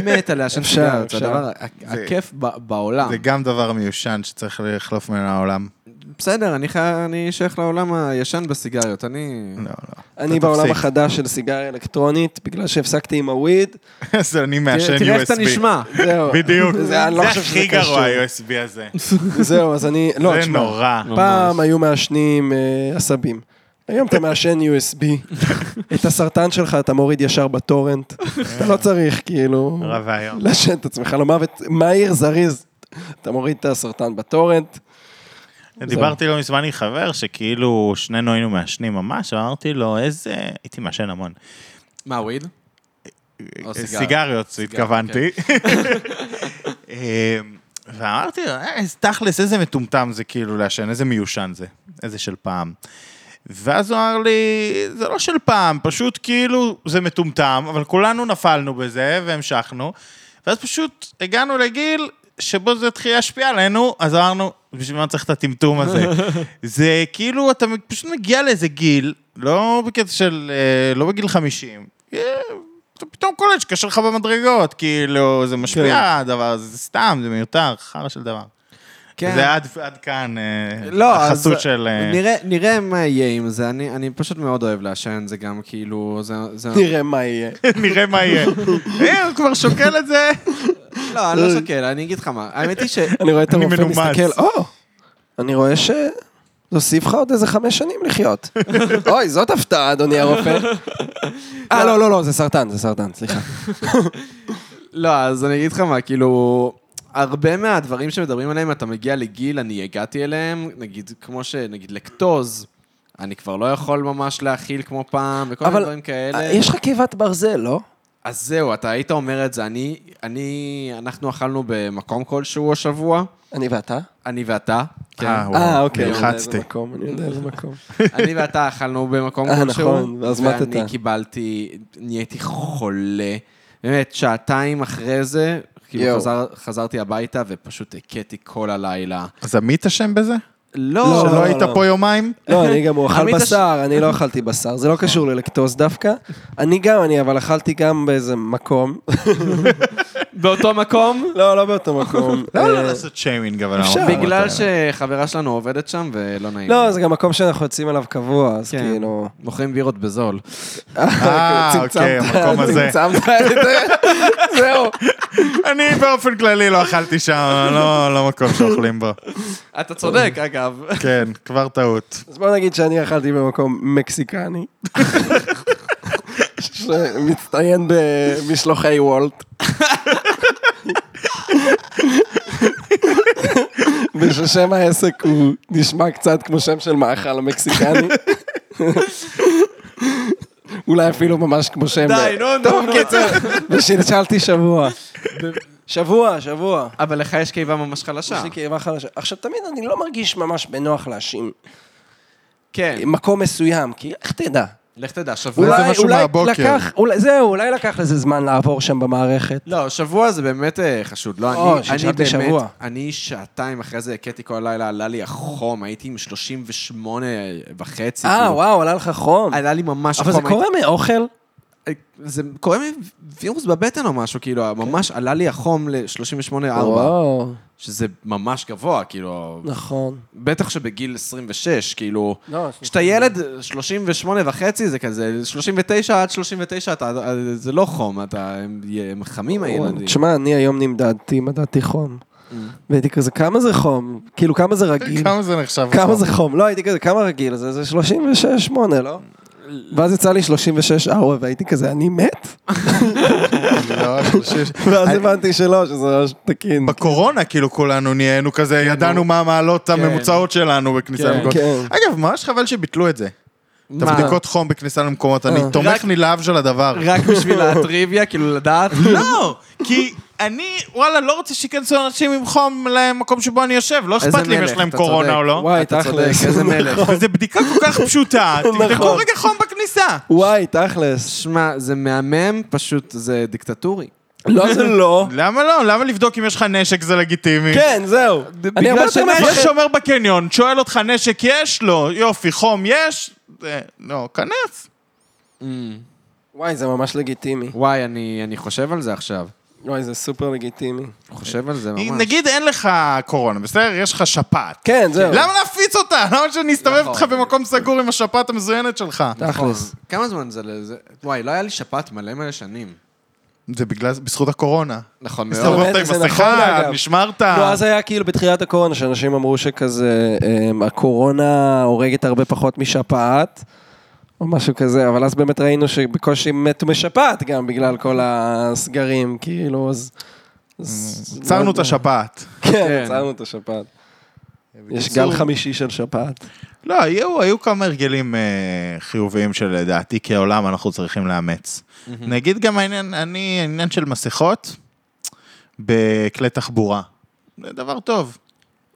B: מת על
A: [laughs]
B: לעשן
A: אפשר,
B: סיגריות, זה
A: אפשר.
B: הדבר ה-
C: זה-
B: הכיף ב- בעולם.
A: אה.
C: זה גם דבר מיושן שצריך לחלוף ממנו העולם.
B: בסדר, אני חי- אני שייך לעולם הישן בסיגריות, אני...
C: לא, לא.
A: אני
C: אתה
A: בעולם
C: תפסיק.
A: החדש של סיגריה אלקטרונית, בגלל שהפסקתי עם הוויד,
C: [laughs] אז לא. אני מעשן USB.
B: תראה איך אתה נשמע.
A: זהו.
C: בדיוק.
A: זה- אני לא
C: זה
A: חושב שזה
C: הכי
A: קשור.
C: גרוע, ה-USB הזה.
A: זהו, אז אני... [laughs] לא,
C: זה
A: תשמע,
C: נורא.
A: פעם היו מעשנים אה, עשבים. היום אתה מעשן USB.
B: [laughs]
A: את הסרטן שלך אתה מוריד ישר בטורנט. אתה לא צריך, כאילו,
C: נורא ואיום.
A: לעשן את עצמך למוות מהיר, זריז. אתה מוריד את הסרטן בטורנט.
B: אה.
C: דיברתי לא מזמן עם חבר שכאילו שנינו היינו מעשנים ממש, אמרתי לו איזה... הייתי מעשן המון.
B: מה, וויד?
C: אה,
B: או סיגריות.
C: סיגריות, התכוונתי. [laughs] אמ, ואמרתי לו, "אה, איזה- תכלס, איזה מטומטם זה כאילו לעשן, איזה מיושן זה, איזה של פעם. ואז הוא אמר לי, זה לא של פעם, פשוט כאילו זה מטומטם, אבל כולנו נפלנו בזה והמשכנו. ואז פשוט הגענו לגיל שבו זה התחיל להשפיע עלינו, אז אמרנו, בשביל מה צריך את הטמטום הזה? [laughs] זה כאילו, אתה פשוט מגיע לאיזה גיל, לא בקטע של, אה, לא בגיל 50, אה, אתה פתאום קולט שקשה לך במדרגות, כאילו, זה משפיע, הדבר הזה, זה סתם, זה מיותר, חרא של דבר.
B: כן.
C: זה עד, עד כאן אה,
B: לא, אז
C: החסות של... אה, [laughs]
B: נראה, נראה מה יהיה עם זה, אני, אני פשוט מאוד אוהב לעשן, זה גם כאילו, זה... זה... [laughs]
A: נראה מה יהיה.
C: נראה מה יהיה. אה, הוא כבר שוקל את זה.
B: לא, אני לא שוקל, אני אגיד לך מה. האמת
A: [laughs]
B: היא ש...
A: אני רואה את
C: אני
A: הרופא
C: מנומס.
A: מסתכל, או, אני רואה ש... נוסיף לך עוד איזה חמש שנים לחיות.
B: [laughs]
A: אוי, זאת הפתעה, אדוני הרופא. אה, לא, לא, לא, זה סרטן, זה סרטן, סליחה.
B: לא, אז אני אגיד לך מה, כאילו... הרבה מהדברים שמדברים עליהם, אתה מגיע לגיל, אני הגעתי אליהם, נגיד, כמו ש... נגיד לקטוז, אני כבר לא יכול ממש להכיל כמו פעם, וכל מיני
A: אבל
B: דברים כאלה.
A: יש לך קיבת ברזל, לא?
B: אז זהו, אתה היית אומר את זה. אני, אני, אנחנו אכלנו במקום כלשהו השבוע,
A: אני ואתה?
B: אני ואתה. כן.
C: אה, וואו,
A: אה, אוקיי.
C: נלחצתי.
A: אני יודע איזה מקום.
B: אני ואתה אכלנו במקום
A: אה,
B: כלשהו.
A: נכון, ואז מתת.
B: ואני קיבלתי, נהייתי חולה. באמת, שעתיים אחרי זה, כאילו
A: יואו.
B: חזר, חזרתי הביתה ופשוט הכיתי כל הלילה.
C: אז עמית אשם בזה?
B: לא,
A: לא,
C: שלא היית
A: לא.
C: פה יומיים?
A: [laughs] לא, אני גם, הוא אכל
B: עמית הש-
A: בשר, אני לא אכלתי בשר, זה לא קשור ללקטוז דווקא. אני גם, אני אבל אכלתי גם באיזה מקום. [laughs]
B: באותו מקום,
A: לא, לא באותו מקום.
C: לא, לא
A: אה,
C: לעשות שיימינג, אבל...
A: אפשר.
C: המקומות
B: בגלל
C: האלה.
B: שחברה שלנו עובדת שם ולא נעים.
A: לא,
B: לי.
A: זה גם מקום שאנחנו יוצאים אליו קבוע, אז
B: כן.
A: כאילו...
B: מוכרים בירות בזול.
A: [laughs]
C: אה, אוקיי,
A: צמצמת-
C: המקום הזה.
A: צמצמת את זה, [laughs] זהו.
C: אני באופן כללי לא אכלתי שם, לא לא מקום שאוכלים בו.
B: אתה
A: [laughs]
B: צודק, אגב.
C: כן, כבר טעות.
A: אז בוא נגיד שאני אכלתי במקום מקסיקני. שמצטיין במשלוחי וולט. וששם העסק הוא נשמע קצת כמו שם של מאכל מקסיקני. אולי אפילו ממש כמו שם.
B: די, נו, נו.
A: טוב,
B: נו.
A: קיצר, ושלשלתי שבוע. שבוע, שבוע.
B: אבל לך יש קיבה ממש חלשה.
A: יש לי כאבה חלשה. עכשיו, תמיד אני לא מרגיש ממש בנוח להאשים
B: כן,
A: מקום מסוים, כי איך תדע?
B: לך תדע, שבוע...
C: אולי-
A: אולי,
C: משהו
A: אולי
C: מהבוקר.
A: לקח, אולי, זהו, אולי לקח לזה זמן לעבור שם במערכת.
B: לא, שבוע זה באמת אה, חשוד. לא,
A: או,
B: אני, אני
A: שישנתי
B: באמת,
A: שבוע.
B: אני שעתיים אחרי זה הכיתי כל הלילה, עלה לי החום, הייתי עם 38 וחצי.
A: אה,
B: כאילו.
A: וואו, עלה לך חום.
B: עלה לי ממש
A: אבל
B: החום.
A: זה קורה מאוכל?
B: הייתי- אה, זה קורה מווירוס בבטן או משהו, כאילו, ממש עלה לי החום ל-38.4,
A: וואו,
B: שזה ממש גבוה, כאילו,
A: נכון.
B: בטח שבגיל 26, כאילו,
A: לא,
B: כשאתה ילד 38 וחצי, זה כזה, 39 עד 39, אתה, זה לא חום, אתה, הם, הם חמים הילדים.
A: אה, כאילו, תשמע, אני Mm. היום נמדדתי, מדדתי חום. והייתי כזה, כמה זה חום? כאילו, כמה זה רגיל?
C: כמה זה נחשב? נכון?
A: כמה
C: לחום?
A: זה חום? לא, הייתי כזה, כמה רגיל? זה זה 36-8, לא? ואז יצא לי 36 ארבע, והייתי כזה, אני מת?
C: [laughs]
A: [laughs]
C: לא, שלושים-
A: ואז הבנתי שלא, שזה ממש תקין.
C: בקורונה כאילו כולנו נהיינו כזה, ידענו מה המעלות הממוצעות שלנו בכניסה
B: כן,
C: למקומות.
A: כן.
C: אגב, ממש חבל שביטלו את זה. את
B: מה?
C: הבדיקות חום בכניסה למקומות, אני
B: רק-
C: תומך נלהב של הדבר.
B: רק בשביל הטריוויה, כאילו לדעת.
C: לא, כי אני, וואלה, לא רוצה שייכנסו אנשים עם חום למקום שבו אני יושב, לא
B: איזה
C: אכפת לי אם יש
B: מלך,
C: להם
B: אתה
C: קורונה
B: צודק.
C: או לא.
A: וואי,
B: אתה צודק,
A: תכלס.
B: [laughs] איזה מלך.
C: וזו בדיקה כל כך פשוטה, תבדקו
A: נכון.
C: רגע חום בכניסה.
A: וואי, תכלס.
B: שמע, זה מהמם, פשוט זה דיקטטורי.
A: לא, זה לא.
C: למה לא? למה לבדוק אם יש לך נשק זה לגיטימי?
A: כן, זהו. אני הרבה יותר
B: שנשק-
A: מפחד.
C: יש שומר בקניון, שואל אותך נשק יש? לא. יופי, חום יש? אה, לא, כנס.
A: וואי, זה ממש לגיטימי.
B: וואי, אני אני חושב על זה עכשיו.
A: וואי, זה סופר לגיטימי.
B: חושב על זה ממש.
C: נגיד אין לך קורונה, בסדר? יש לך שפעת.
A: כן, זהו.
C: למה להפיץ אותה? למה שאני אסתובב
B: נכון.
C: איתך במקום סגור עם השפעת המזוינת שלך?
B: נכון.
A: תכלס.
B: כמה זמן זה לזה? וואי, לא היה לי שפעת מלא מלא שנים.
C: זה בגלל, בזכות הקורונה.
B: נכון מאוד.
C: הסתובבת
A: זה
C: עם
A: נכון,
C: מסכה,
A: אגב.
C: נשמרת.
A: לא, אז היה כאילו בתחילת הקורונה, שאנשים אמרו שכזה, אמ, הקורונה הורגת הרבה פחות משפעת, או משהו כזה, אבל אז באמת ראינו שבקושי מתו משפעת גם, בגלל כל הסגרים, כאילו, אז... אז-
C: עצרנו את השפעת.
A: כן, עצרנו את השפעת. יש גל חמישי של שפעת.
C: לא, היו, היו כמה הרגלים אה, חיוביים שלדעתי כעולם אנחנו צריכים לאמץ. נגיד גם העניין, אני, העניין של מסכות בכלי תחבורה. זה דבר טוב.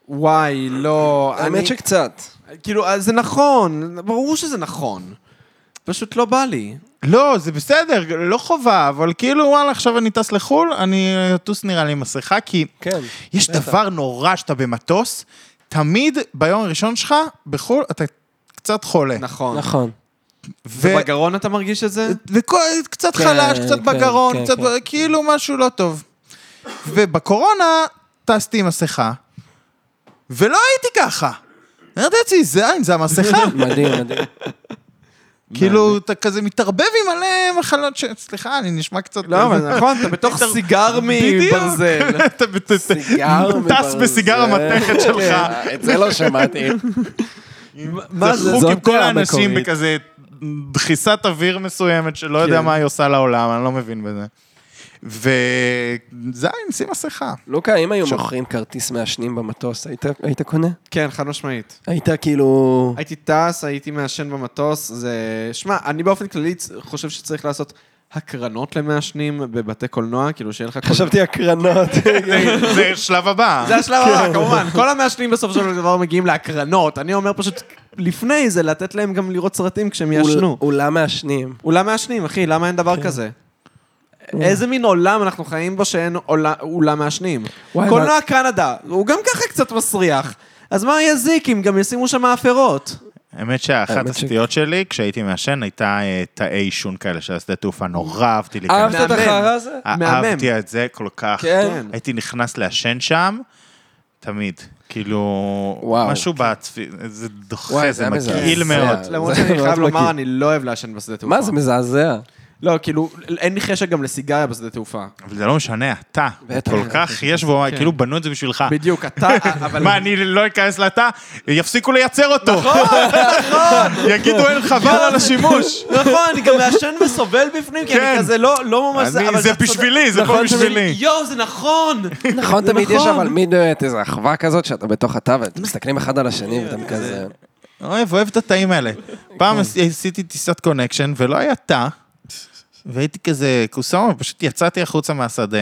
B: וואי, לא.
A: האמת
B: אני-
A: שקצת.
B: כאילו, אה, זה נכון, ברור שזה נכון. פשוט לא בא לי.
C: לא, זה בסדר, לא חובה, אבל כאילו, וואלה, עכשיו אני טס לחו"ל, אני אטוס נראה לי עם מסכה, כי
A: כן.
C: יש דבר נורא שאתה במטוס, תמיד ביום הראשון שלך, בחו"ל, אתה קצת חולה.
A: [laughs]
B: נכון.
A: נכון.
C: ו-
B: ובגרון אתה מרגיש את זה?
C: וכל- קצת
A: כן,
C: חלש, קצת
A: כן,
C: בגרון,
A: כן,
C: קצת
A: כן.
C: ב- כאילו משהו לא טוב. ובקורונה טסתי עם מסכה,
A: [laughs] לא,
C: ולא הייתי ככה. אמרתי לעצמי, זה עין, זה המסכה.
A: מדהים, מדהים.
C: כאילו, אתה כזה מתערבב עם מלא מחלות ש... סליחה, אני נשמע קצת...
B: לא, אבל נכון, אתה [laughs] בתוך סיגר מברזל.
C: [laughs] אתה בת- [laughs] טס בסיגר
A: [laughs] כן.
C: המתכת שלך.
A: את זה לא שמעתי.
B: מה
A: זה-
C: חוק
A: זאת
C: עם כל
A: דעה
C: האנשים
A: מקורית. כן.
C: בכזה דחיסת אוויר מסוימת שלא יודע מה היא עושה לעולם, אני לא מבין בזה. וזין, שים מסכה.
A: לוקה, אם היו מוכרים כרטיס מעשנים במטוס, היית- היית קונה?
B: כן, חד משמעית.
A: היית כאילו...
B: הייתי טס, הייתי מעשן במטוס, זה... שמע, אני באופן כללי צ- חושב שצריך לעשות הקרנות למעשנים בבתי קולנוע, כאילו שיהיה לך... קולנוע.
A: חשבתי הקרנות.
C: זה- זה שלב הבא.
B: זה השלב
A: כן.
B: הבא, כמובן. כל המעשנים בסופו של דבר מגיעים להקרנות. אני אומר פשוט, לפני זה, לתת להם גם לראות סרטים כשהם יעשנו.
A: אול- כן. אולם מעשנים.
B: אולם מעשנים, אחי, למה אין דבר כזה? איזה מין עולם אנחנו חיים בו שאין עולה- אולם מעשנים?
A: וואי,
B: קולנוע קנדה, הוא גם ככה קצת מסריח. אז מה יזיק אם גם ישימו שם מאפרות?
A: אה,
C: האמת שאחת
A: האמת
C: הסטיות שלי, כשהיתי מעשן, הייתה אה, תאי עישון כאלה של השדה תעופה, נורא אהבתי
A: אהבת
C: להיכנס.
A: את
B: מהמם.
A: החרא הזה?
C: אה,
B: מהמם.
C: אהבתי את זה כל כך.
A: כן.
C: הייתי נכנס לעשן שם, תמיד. כאילו,
A: וואו.
C: משהו בצפי... זה דוחה,
A: וואי,
C: זה
A: זה היה מזעזע.
C: מגעיל מאוד.
A: זה
B: למרות שאני
A: מאוד
B: חייב לומר,
A: מגעיל.
B: אני לא אוהב לעשן בשדה תעופה.
A: מה זה מזעזע?
B: לא, כאילו, אין לי חשק גם לסיגריה בשדה תעופה.
C: אבל זה לא משנה, אתה.
A: בטח.
C: כל כך יש בו, כאילו בנו את זה בשבילך.
B: בדיוק,
C: [laughs]
B: אתה, אבל...
C: מה, אני לא אכנס לתא? יפסיקו לייצר אותו. [laughs] יגידו אין חבל על השימוש.
B: נכון, אני גם מעשן וסובל בפנים, כי
C: כן.
B: אני כזה לא לא ממש...
C: אני-
B: אבל
C: זה
B: אתה צודק.
C: בשבילי, זה פה
B: נכון,
C: בשבילי.
B: תמיד, יואו, זה נכון!
A: נכון,
B: זה
A: תמיד יש
B: נכון.
A: אבל מין אה, את איזו אחווה כזאת שאתה בתוך התא ואתם מסתכלים אחד על השני ואתם כזה... אה,
C: אוהב, אוהב את התאים האלה. פעם עשיתי טיסת קונקשן ולא היה תא. והייתי כזה כוסאום, פשוט יצאתי החוצה מהשדה,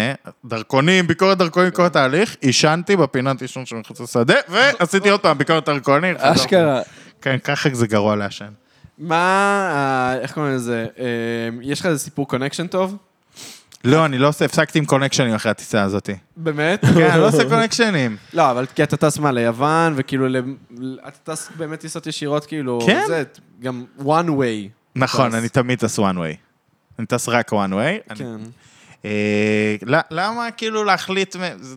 C: דרכונים, ביקורת דרכונים, כל התהליך, עישנתי בפינת עישון שמחוץ לשדה, ועשיתי עוד פעם ביקורת דרכונים. חזרתי.
A: אשכרה.
C: כן, ככה זה גרוע לעשן.
B: [laughs] מה, ה- איך קוראים לזה? אה, יש לך איזה סיפור קונקשן טוב?
C: לא, אני לא עושה, הפסקתי עם קונקשנים אחרי הטיסה הזאת.
B: באמת?
C: כן, אני לא עושה קונקשנים.
B: לא, אבל כי אתה טס מה, ליוון, וכאילו, ל- אתה טס באמת טיסות ישירות, כאילו,
C: כן.
B: זה, גם one way.
C: נכון,
B: טס.
C: אני תמיד טס one way. אני טס רק one way. אני-
B: כן.
C: אה, ל- למה כאילו להחליט... מ- זה-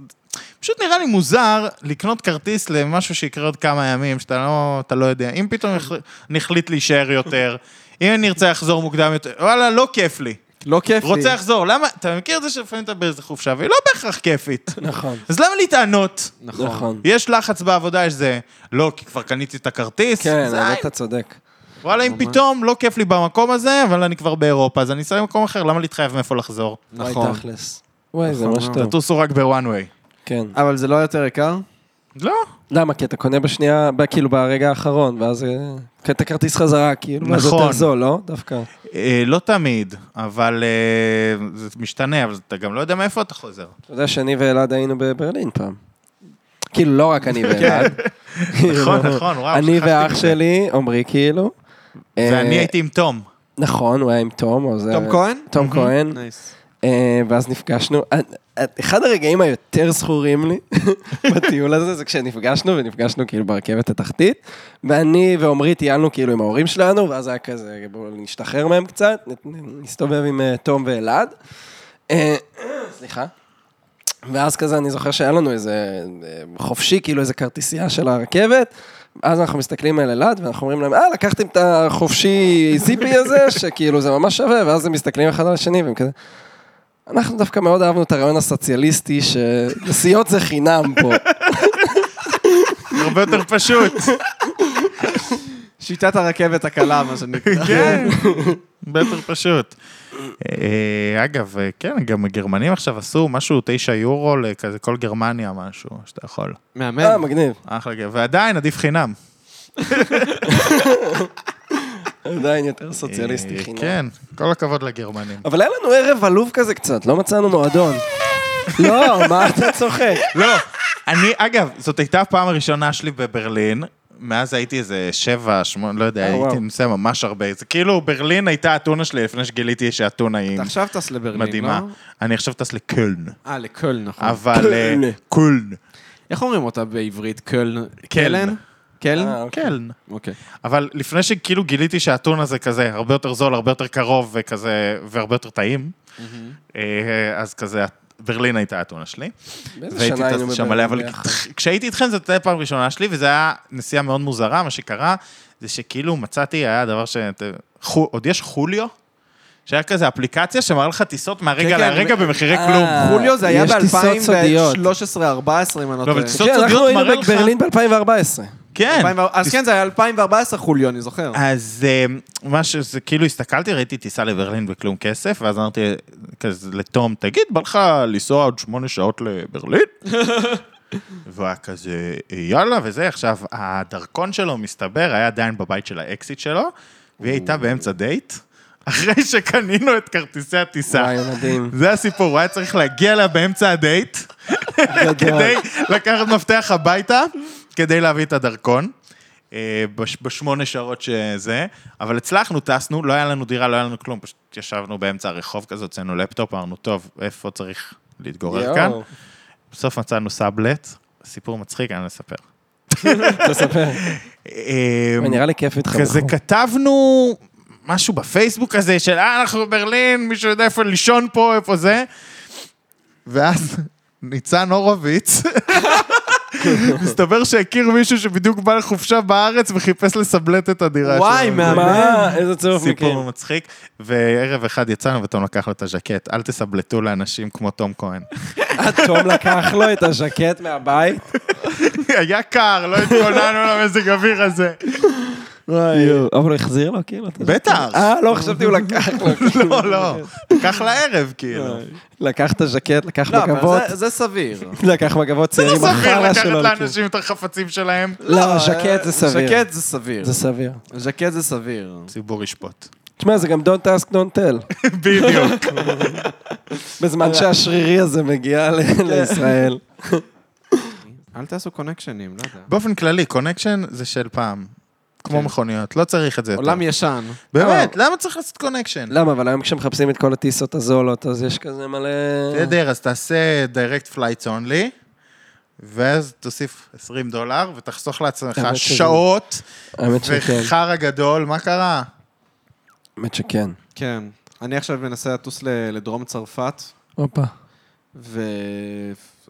C: פשוט נראה לי מוזר לקנות כרטיס למשהו שיקרה עוד כמה ימים, שאתה לא, אתה לא יודע. אם פתאום החל- אני אחליט להישאר יותר, אם אני ארצה לחזור מוקדם יותר, וואלה, לא כיף לי.
B: לא כיף לי.
C: רוצה לחזור, למה? אתה מכיר את זה שלפעמים אתה באיזה חופשה, והיא לא בהכרח כיפית.
A: נכון.
C: אז למה להתענות?
A: נכון.
C: יש לחץ בעבודה, יש זה. לא, כי כבר קניתי את הכרטיס.
A: כן,
C: זין.
A: האמת אתה צודק.
C: וואלה, אם פתאום לא כיף לי במקום הזה, אבל אני כבר באירופה, אז אני אסע למקום אחר, למה להתחייב מאיפה לחזור?
B: נכון.
A: וואי, תכלס. וואי, זה
B: נכון
A: ממש
B: מאוד.
A: טוב.
C: תטוסו רק בוואן ווי.
A: כן.
B: אבל זה לא יותר יקר?
C: לא.
A: למה? כי אתה קונה בשנייה, ב- כאילו ברגע האחרון, ואז אה, כי אתה כרטיס חזרה, כאילו, ואז זה
C: נכון.
A: יותר זול, לא? דווקא.
C: אה, לא תמיד, אבל אה, זה משתנה, אבל אתה גם לא יודע מאיפה אתה חוזר.
A: אתה יודע שאני ואלעד היינו בברלין פעם. כאילו, לא רק אני ואלעד.
C: כן. [laughs] נכון,
A: כאילו,
C: נכון, וואו,
A: אני
C: שכחתי
A: ואח
C: מזה.
A: שלי, עמרי, כאילו.
C: ואני
A: אה,
C: הייתי עם תום.
A: נכון, הוא היה עם תום, העוזר.
B: תום כהן?
A: תום כהן.
B: נייס.
A: אה, ואז נפגשנו. אה, אה, אחד הרגעים היותר זכורים לי [laughs] בטיול הזה, זה כשנפגשנו, ונפגשנו כאילו ברכבת התחתית, ואני ועמרי טיילנו כאילו עם ההורים שלנו, ואז היה כזה, בואו נשתחרר מהם קצת, נ- נ- נסתובב עם אה, תום ואלעד. אה, [clears throat] סליחה. ואז כזה, אני זוכר שהיה לנו איזה אה, חופשי, כאילו איזה כרטיסייה של הרכבת, אז אנחנו מסתכלים על אילת, ואנחנו אומרים להם, אה, לקחתם את החופשי זיפי הזה, שכאילו זה ממש שווה, ואז הם מסתכלים אחד על השני, והם כזה... אנחנו דווקא מאוד אהבנו את הרעיון הסוציאליסטי, שנסיעות זה חינם
C: [laughs]
A: פה.
C: הרבה יותר פשוט.
B: שיטת הרכבת הקלה, מה שנקרא.
C: [laughs] כן, הרבה יותר פשוט. אה, אגב, אה, כן, גם הגרמנים עכשיו עשו משהו, תשע יורו לכזה, כל גרמניה משהו, שאתה יכול.
A: אה,
B: מהמם.
A: מגניב.
C: אחלה גר- ועדיין עדיף חינם.
A: עדיין יותר סוציאליסטי
C: אה,
A: חינם.
C: כן, כל הכבוד לגרמנים.
A: אבל היה לנו ערב עלוב כזה קצת, לא מצאנו מועדון.
C: [laughs]
A: לא, מה אתה צוחק?
C: לא, אני, אגב, זאת הייתה הפעם הראשונה שלי בברלין. מאז הייתי איזה שבע, שמונה, לא יודע,
A: אה,
C: הייתי
A: וואו.
C: נוסע ממש הרבה. זה כאילו, ברלין הייתה האתונה שלי לפני שגיליתי שהאתונה היא
B: אתה עכשיו טס לברלין, לא?
C: מדהימה. אני עכשיו טס לקולן.
B: אה, לקולן, נכון.
C: אבל... אה,
A: קולן.
C: קולן.
B: איך אומרים אותה בעברית? קולן? קלן?
A: אה,
B: קלן?
A: אוקיי.
C: קלן.
B: אוקיי.
C: אבל לפני שכאילו גיליתי שהאתונה זה כזה הרבה יותר זול, הרבה יותר קרוב וכזה, והרבה יותר טעים, אה, אז כזה, ברלין הייתה האתונה שלי.
A: באיזה
C: והייתי
A: שנה היינו
C: טס שם מלא, אבל
A: בברלין כן, ביחד?
C: כ- כשהייתי איתכם זאת הייתה פעם ראשונה שלי, וזו הייתה נסיעה מאוד מוזרה, מה שקרה, זה שכאילו מצאתי, היה דבר ש... חו- עוד יש חוליו? שהיה כזה אפליקציה שמראה לך טיסות מהרגע
B: כן,
C: לרגע
B: כן,
C: במחירי
A: אה,
C: כלום.
B: חוליו זה היה
A: יש טיסות סודיות.
B: ב-2013-2014, אם אני לא
C: לא, אבל
B: טועה.
C: טיסות-
A: כן, אנחנו
C: סודיות
A: היינו
C: מראה לך-
A: בברלין ב-2014.
C: כן.
B: 2000 אז כן, זה היה 2014 חוליו, אני זוכר.
C: אז אמ, מה שזה, כאילו הסתכלתי, ראיתי טיסה לברלין בכלום כסף, ואז אמרתי כזה לתום, תגיד, בא לך לנסוע עוד שמונה שעות לברלין? והוא היה כזה, יאללה, וזה, עכשיו, הדרכון שלו, מסתבר, היה עדיין בבית של האקסיט שלו, והיא הייתה באמצע דייט, אחרי שקנינו את כרטיסי הטיסה.
A: וואי, מדהים.
C: זה הסיפור, הוא היה צריך להגיע אליה באמצע הדייט, כדי לקחת מפתח הביתה, כדי להביא את הדרכון. אה, בש- בשמונה שעות שזה, אבל הצלחנו, טסנו, לא היה לנו דירה, לא היה לנו כלום, פשוט ישבנו באמצע הרחוב כזה, הוצאנו לפטופ, אמרנו, טוב, איפה צריך להתגורר כאן?
A: יואו,
C: בסוף מצאנו סאבלט, סיפור מצחיק, אני לא אספר.
A: תספר.
C: אה,
A: וואי, נראה לי כיף איתך.
C: כזה
A: בחור.
C: כתבנו משהו בפייסבוק הזה של אה, אנחנו בברלין, מישהו יודע איפה לישון פה, איפה זה. ואז [laughs] ניצן הורוביץ, מסתבר שהכיר מישהו שבדיוק בא לחופשה בארץ וחיפש לסבלט את הדירה שלו.
B: וואי,
C: זה
B: מהמם.
A: מה? איזה צירוף מקרים.
C: אה, סיפור מצחיק, וערב אחד יצאנו ותום לקח לו את הז'קט, אל תסבלטו לאנשים כמו תום כהן. [laughs]
A: תום לקח לו את הז'קט מהבית.
C: היה קר, לא התכוננו למזג אוויר הזה.
A: אבל הוא החזיר לו, כאילו. את הז'קט.
C: בטח.
A: אה, לא, חשבתי הוא לקח לו.
C: [laughs] לא, לא, לקח לערב כאילו.
A: לקח את הז'קט, לקח
B: לא,
A: מגבות.
B: אבל זה- זה סביר.
A: לקח מגבות
C: זה לא
A: צעירים,
C: סביר
A: החרא שלו.
C: לקחת
A: לכיוון.
C: לאנשים את החפצים שלהם.
A: לא, ז'קט זה סביר.
B: אה, ז'קט זה סביר.
A: זה סביר.
B: ז'קט זה סביר.
C: הציבור ישפוט.
A: תשמע, זה גם Don't ask, don't tell.
C: בדיוק.
A: בזמן שהשרירי הזה מגיע ל- לישראל.
B: אל תעשו קונקשנים, לא יודע.
C: [laughs] באופן כללי, קונקשן זה של פעם. כמו
A: כן.
C: מכוניות, לא צריך את זה יותר.
B: עולם ישן.
C: באמת,
A: אה.
C: למה צריך לעשות קונקשן?
A: למה? אבל היום כשמחפשים את כל הטיסות הזולות, אז יש כזה מלא...
C: בסדר, אז תעשה direct flights only, ואז תוסיף 20 דולר, ותחסוך לעצמך
A: האמת שזה-
C: שעות,
A: האמת שכן.
C: וחרא גדול, מה קרה?
A: האמת שכן.
B: כן. אני עכשיו מנסה לטוס ל- לדרום צרפת,
A: הופה.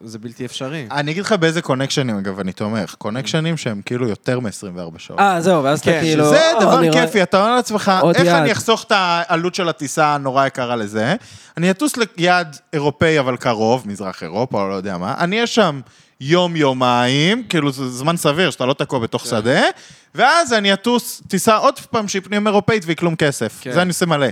B: וזה בלתי אפשרי.
C: אני אגיד לך באיזה קונקשנים, אגב, אני תומך. קונקשנים שהם כאילו יותר מ-24 שעות.
A: אה, זהו, ואז אתה
B: כן,
A: כאילו...
C: זה
A: אה, אני
C: דבר
A: רואה-
C: כיפי, אתה אומר לעצמך,
A: עוד
C: איך
A: יעד."
C: אני אחסוך את העלות של הטיסה הנורא יקרה לזה? אני אטוס ליעד אירופאי אבל קרוב, מזרח אירופה או לא יודע מה, אני אהיה שם יום-יומיים, כאילו זה זמן סביר שאתה לא תקוע בתוך
A: כן.
C: שדה, ואז אני אטוס טיסה עוד פעם שהיא פנים אירופאית והיא כלום כסף.
B: כן.
C: זה אני עושה מלא.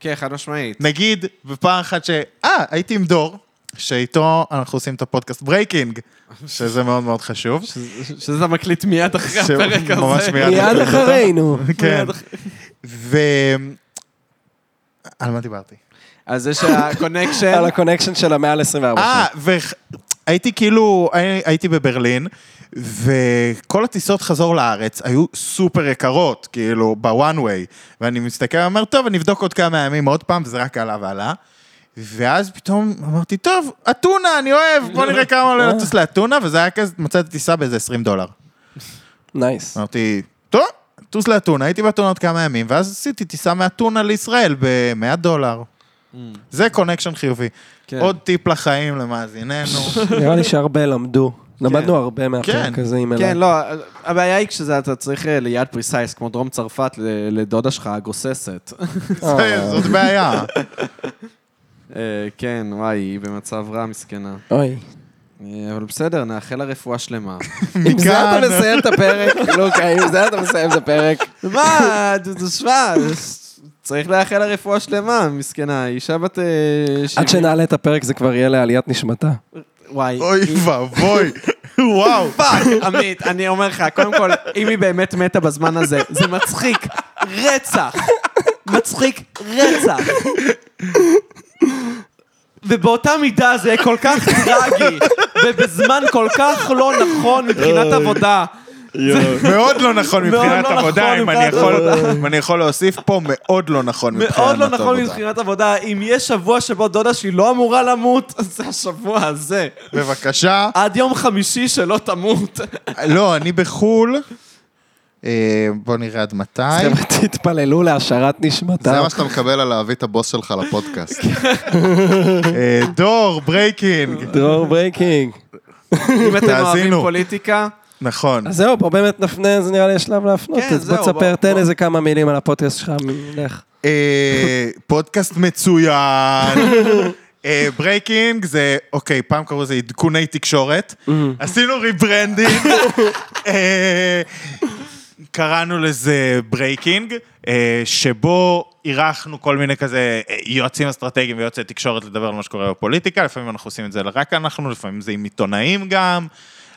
B: כן, חד משמעית.
C: נגיד, בפעם אחת ש... אה, הייתי עם דור, שאיתו אנחנו עושים את הפודקאסט ברייקינג, שזה מאוד מאוד
A: [laughs]
C: חשוב.
B: שזה אתה מקליט מיד אחרי
C: שהוא
B: הפרק הזה.
C: ממש מיד.
A: מיד
C: [laughs]
A: אחרינו.
C: כן. ו... על מה דיברתי?
B: אז זה שהקונקשן...
A: על הקונקשן של המעל 24
C: כן. אה,
A: שעות.
C: והייתי כאילו, הי- הייתי בברלין, וכל הטיסות חזור לארץ היו סופר יקרות, כאילו, ב-one way. ואני מסתכל ואומר, טוב, אני אבדוק עוד כמה ימים עוד פעם, וזה רק עלה ועלה. ואז פתאום אמרתי, טוב, אתונה, אני אוהב, בוא נראה כמה עולה לטוס לאתונה, וזה היה כזה, מצאתי טיסה באיזה 20 דולר.
A: נייס.
C: אמרתי, טוב, טוס לאתונה, הייתי באתונה עוד כמה ימים, ואז עשיתי טיסה מאתונה לישראל ב-100 דולר. זה קונקשן חיובי.
B: כן.
C: עוד טיפ לחיים למאזיננו.
A: [laughs] נראה לי שהרבה למדו. כן. למדנו הרבה מהפרק
C: כן.
A: הזה עם אלה.
B: כן, לא, הבעיה היא כשזה אתה צריך אה, ליד פריסייס, כמו דרום צרפת, ל- לדודה שלך הגוססת.
C: זה-
A: אה.
C: זאת
A: [laughs]
C: בעיה.
B: אה, כן, וואי, היא במצב רע, מסכנה.
A: אוי.
B: אה, אבל בסדר, נאחל לה רפואה [laughs] שלמה.
A: אם זה אתה
C: מכאן-
A: מסיים את הפרק,
B: [laughs] לא, אוקיי,
A: לוקה, אם זה אתה מסיים את הפרק.
B: מה, תשמע, צריך לאחל לה רפואה שלמה, מסכנה, היא אישה בת... אה,
A: עד
B: 70.
A: שנעלה את הפרק זה כבר יהיה לעליית נשמתה.
B: וואי.
C: אוי ואבוי, וואו.
B: פאק, עמית, אני אומר לך, קודם כל, אם היא באמת מתה בזמן הזה, זה מצחיק רצח. מצחיק רצח. ובאותה מידה זה יהיה כל כך טרגי, ובזמן כל כך לא נכון מבחינת עבודה.
C: מאוד לא נכון
B: מאוד
C: מבחינת
B: לא
C: עבודה,
B: נכון
C: אם אני
B: מבחינת
C: יכול-
B: עבודה.
C: אם אני יכול להוסיף פה, מאוד לא נכון מבחינת עבודה.
B: מאוד לא נכון מבחינת עבודה. אם יש שבוע שבו דודה שלי לא אמורה למות, אז זה השבוע הזה.
C: בבקשה.
B: עד יום חמישי שלא תמות.
C: לא, אני בחו"ל, אה, בוא נראה עד מתי.
A: אז חבר'ה, תתפללו להשארת נשמתם.
E: זה מה שאתה מקבל על להביא את הבוס שלך לפודקאסט.
C: אה, דור, ברייקינג.
A: דרור ברייקינג.
B: אם אתם אוהבים
C: תאזינו.
B: פוליטיקה,
C: נכון.
A: אז זהו, פה באמת נפנה, אז נראה לי יש שלב להפנות.
B: כן,
A: אז בוא
B: זהו, בוא-
A: תספר, תן
B: בוא.
A: איזה כמה מילים על הפודקאסט שלך, מ- לך.
C: אה, פודקאסט מצוין. אה, ברייקינג זה, אוקיי, פעם קראו לזה עדכוני תקשורת. עשינו ריברנדינג. אה, קראנו לזה ברייקינג, אה, שבו אירחנו כל מיני כזה אה, יועצים אסטרטגיים ויועצי תקשורת לדבר על מה שקורה בפוליטיקה, לפעמים אנחנו עושים את זה רק אנחנו, לפעמים זה עם עיתונאים גם,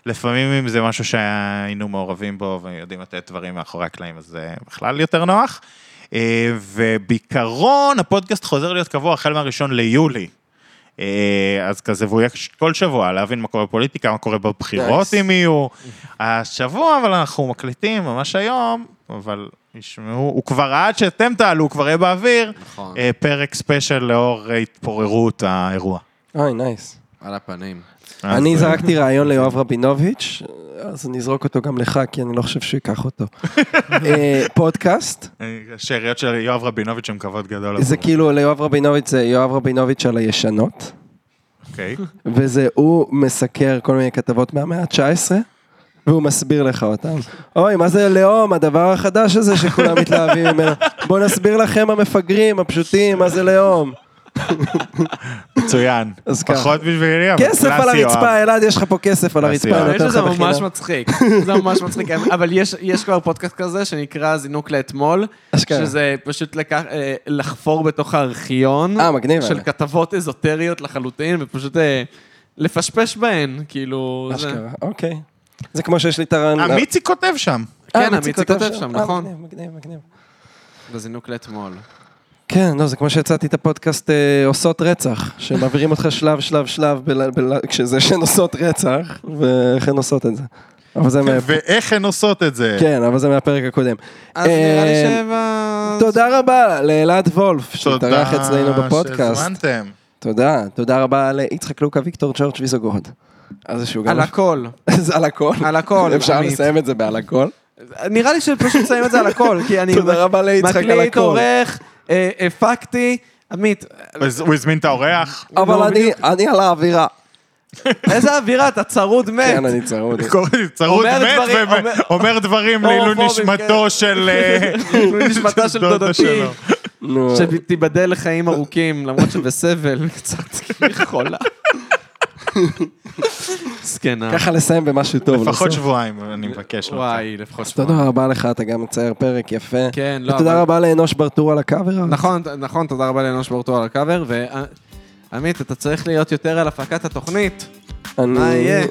C: לפעמים אם זה משהו שהיינו מעורבים בו ויודעים לתת דברים מאחורי הקלעים, אז זה בכלל יותר נוח. אה, ובעיקרון הפודקאסט חוזר להיות קבוע החל מהראשון ליולי. אה, אז כזה, והוא יהיה כל שבוע, להבין מה קורה בפוליטיקה, מה קורה בבחירות,
B: Nice.
C: אם יהיו. השבוע, אבל אנחנו מקליטים ממש היום, אבל ישמעו, הוא כבר עד שאתם תעלו, הוא כבר יהיה באוויר,
B: נכון,
C: אה, פרק ספיישל לאור אה, התפוררות האירוע.
A: אוי, נייס.
B: על הפנים.
C: אז,
A: אני
C: אה,
A: זרקתי רעיון ליואב רבינוביץ', אז נזרוק אותו גם לך, כי אני לא חושב שהוא ייקח אותו. אה, פודקאסט,
C: אה, השאריות של יואב רבינוביץ' הם כבוד גדול.
A: זה
C: עבורי.
A: כאילו ליואב רבינוביץ' זה יואב רבינוביץ' על הישנות,
C: אוקיי.
A: וזה הוא מסקר כל מיני כתבות מהמאה ה-19. והוא מסביר לך אותם. אוי, מה זה לאום, הדבר החדש הזה שכולם מתלהבים ממנו. בואו נסביר לכם המפגרים, הפשוטים, מה זה לאום.
C: מצוין.
A: אז ככה.
C: פחות בשבילי, אבל
A: כסף על
C: קלאסי יואב.
A: הרצפה, אלעד, יש לך פה כסף על הרצפה,
C: יואב.
A: אני
B: יש
A: נותן לך
B: שזה ממש
A: בחינם.
B: מצחיק, זה ממש
A: [laughs]
B: מצחיק, אבל יש- יש כבר פודקאסט כזה שנקרא זינוק לאתמול,
A: אשכרה.
B: שזה פשוט לקח- אה, לחפור בתוך הארכיון,
A: אה, מגניב,
B: של
A: האמת.
B: כתבות אזוטריות לחלוטין, ופשוט אה, לפשפש בהן, כאילו, זה-
A: אשכרה, אוקיי. זה כמו שיש לי את הרעיון...
C: עמיצי כותב שם.
A: אה,
B: כן, עמיצי כותב שם,
A: אה,
B: נכון,
A: מגניב, מגניב, מגניב.
B: בזינוק לאתמול.
A: כן, לא, זה כמו שהצעתי את הפודקאסט אה, עושות רצח, שמעבירים אותך שלב, שלב, שלב, בל- בל- כשזה שהן עושות רצח, ואיך הן עושות את זה. אבל זה מה-
C: ואיך הן עושות את זה?
A: כן, אבל זה מהפרק הקודם.
B: אז נראה לי
A: אה,
B: שבע...
A: תודה רבה לאלעד וולף,
C: תודה
A: שהתארח אצלנו בפודקאסט.
C: שהזמנתם.
A: תודה, תודה רבה ליצחק לוקה ויקטור ג'ורג' ויזוגוד. אז זה שהוא גם...
B: על הכל.
A: [laughs] זה על הכל.
B: על הכל,
A: אפשר
B: עמית.
A: לסיים את זה בעל הכל.
B: נראה לי שפשוט נסיים את זה על הכל, כי אני
A: תודה רבה ליצחק על
B: מקליט,
A: הכל.
B: עורך, אה, הפקתי, עמית,
C: אז הוא הזמין את האורח.
A: אבל
B: לא,
A: אני, אני על האווירה.
B: איזה אווירה, אתה צרוד מת.
A: כן, אני צרוד.
C: צרוד
B: אומר
C: מת
B: דברים- אומר- כן.
C: ואומר דברים לעילוי
B: הומופובים, [laughs]
C: נשמתו של... אה,
B: לעילוי נשמתה של
C: דודה
B: דודתי.
C: שלו.
A: נו,
B: שתיבדל לחיים ארוכים, למרות שבסבל [laughs] קצת חולה. זקנה.
A: ככה לסיים במשהו טוב.
C: לפחות
A: לסוף.
C: שבועיים, אני מבקש. לא צריך.
B: וואי, לפחות שבועיים.
A: תודה רבה לך, אתה גם מצייר פרק יפה.
B: כן, לא, אבל-
A: ותודה רבה לאנוש ברטור על הקאבר.
B: נכון, נכון, תודה רבה לאנוש ברטו על הקאבר, ועמית, אתה צריך להיות יותר על הפקת התוכנית.
A: [laughs]
B: מה יהיה?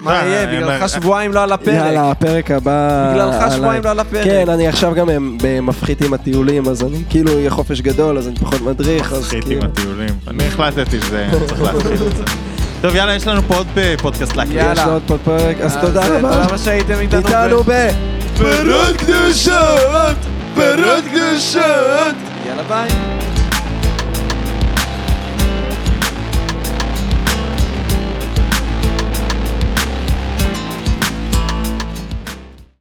B: מה יהיה?
C: אה,
B: בגללך
C: אה,
B: שבועיים לא על הפרק.
A: יאללה, הפרק הבא...
B: בגללך
A: עליי.
B: שבועיים לא על הפרק.
A: כן, אני עכשיו גם אה, מפחית עם הטיולים, אז אני כאילו, יהיה חופש גדול, אז אני פחות מדריך. אז
C: מפחית עם
A: כאילו-
C: הטיולים. אני החלטתי שזה,
B: [laughs]
C: אני צריך להתחיל את זה. טוב, יאללה, יש לנו פה עוד אה, פודקאסט להקליט.
A: יש
B: יאללה.
A: לו עוד פה פרק, אז תודה
B: אה,
A: רבה.
B: תודה רבה שהייתם איתנו.
A: איתנו ב...
B: ו- יאללה ביי.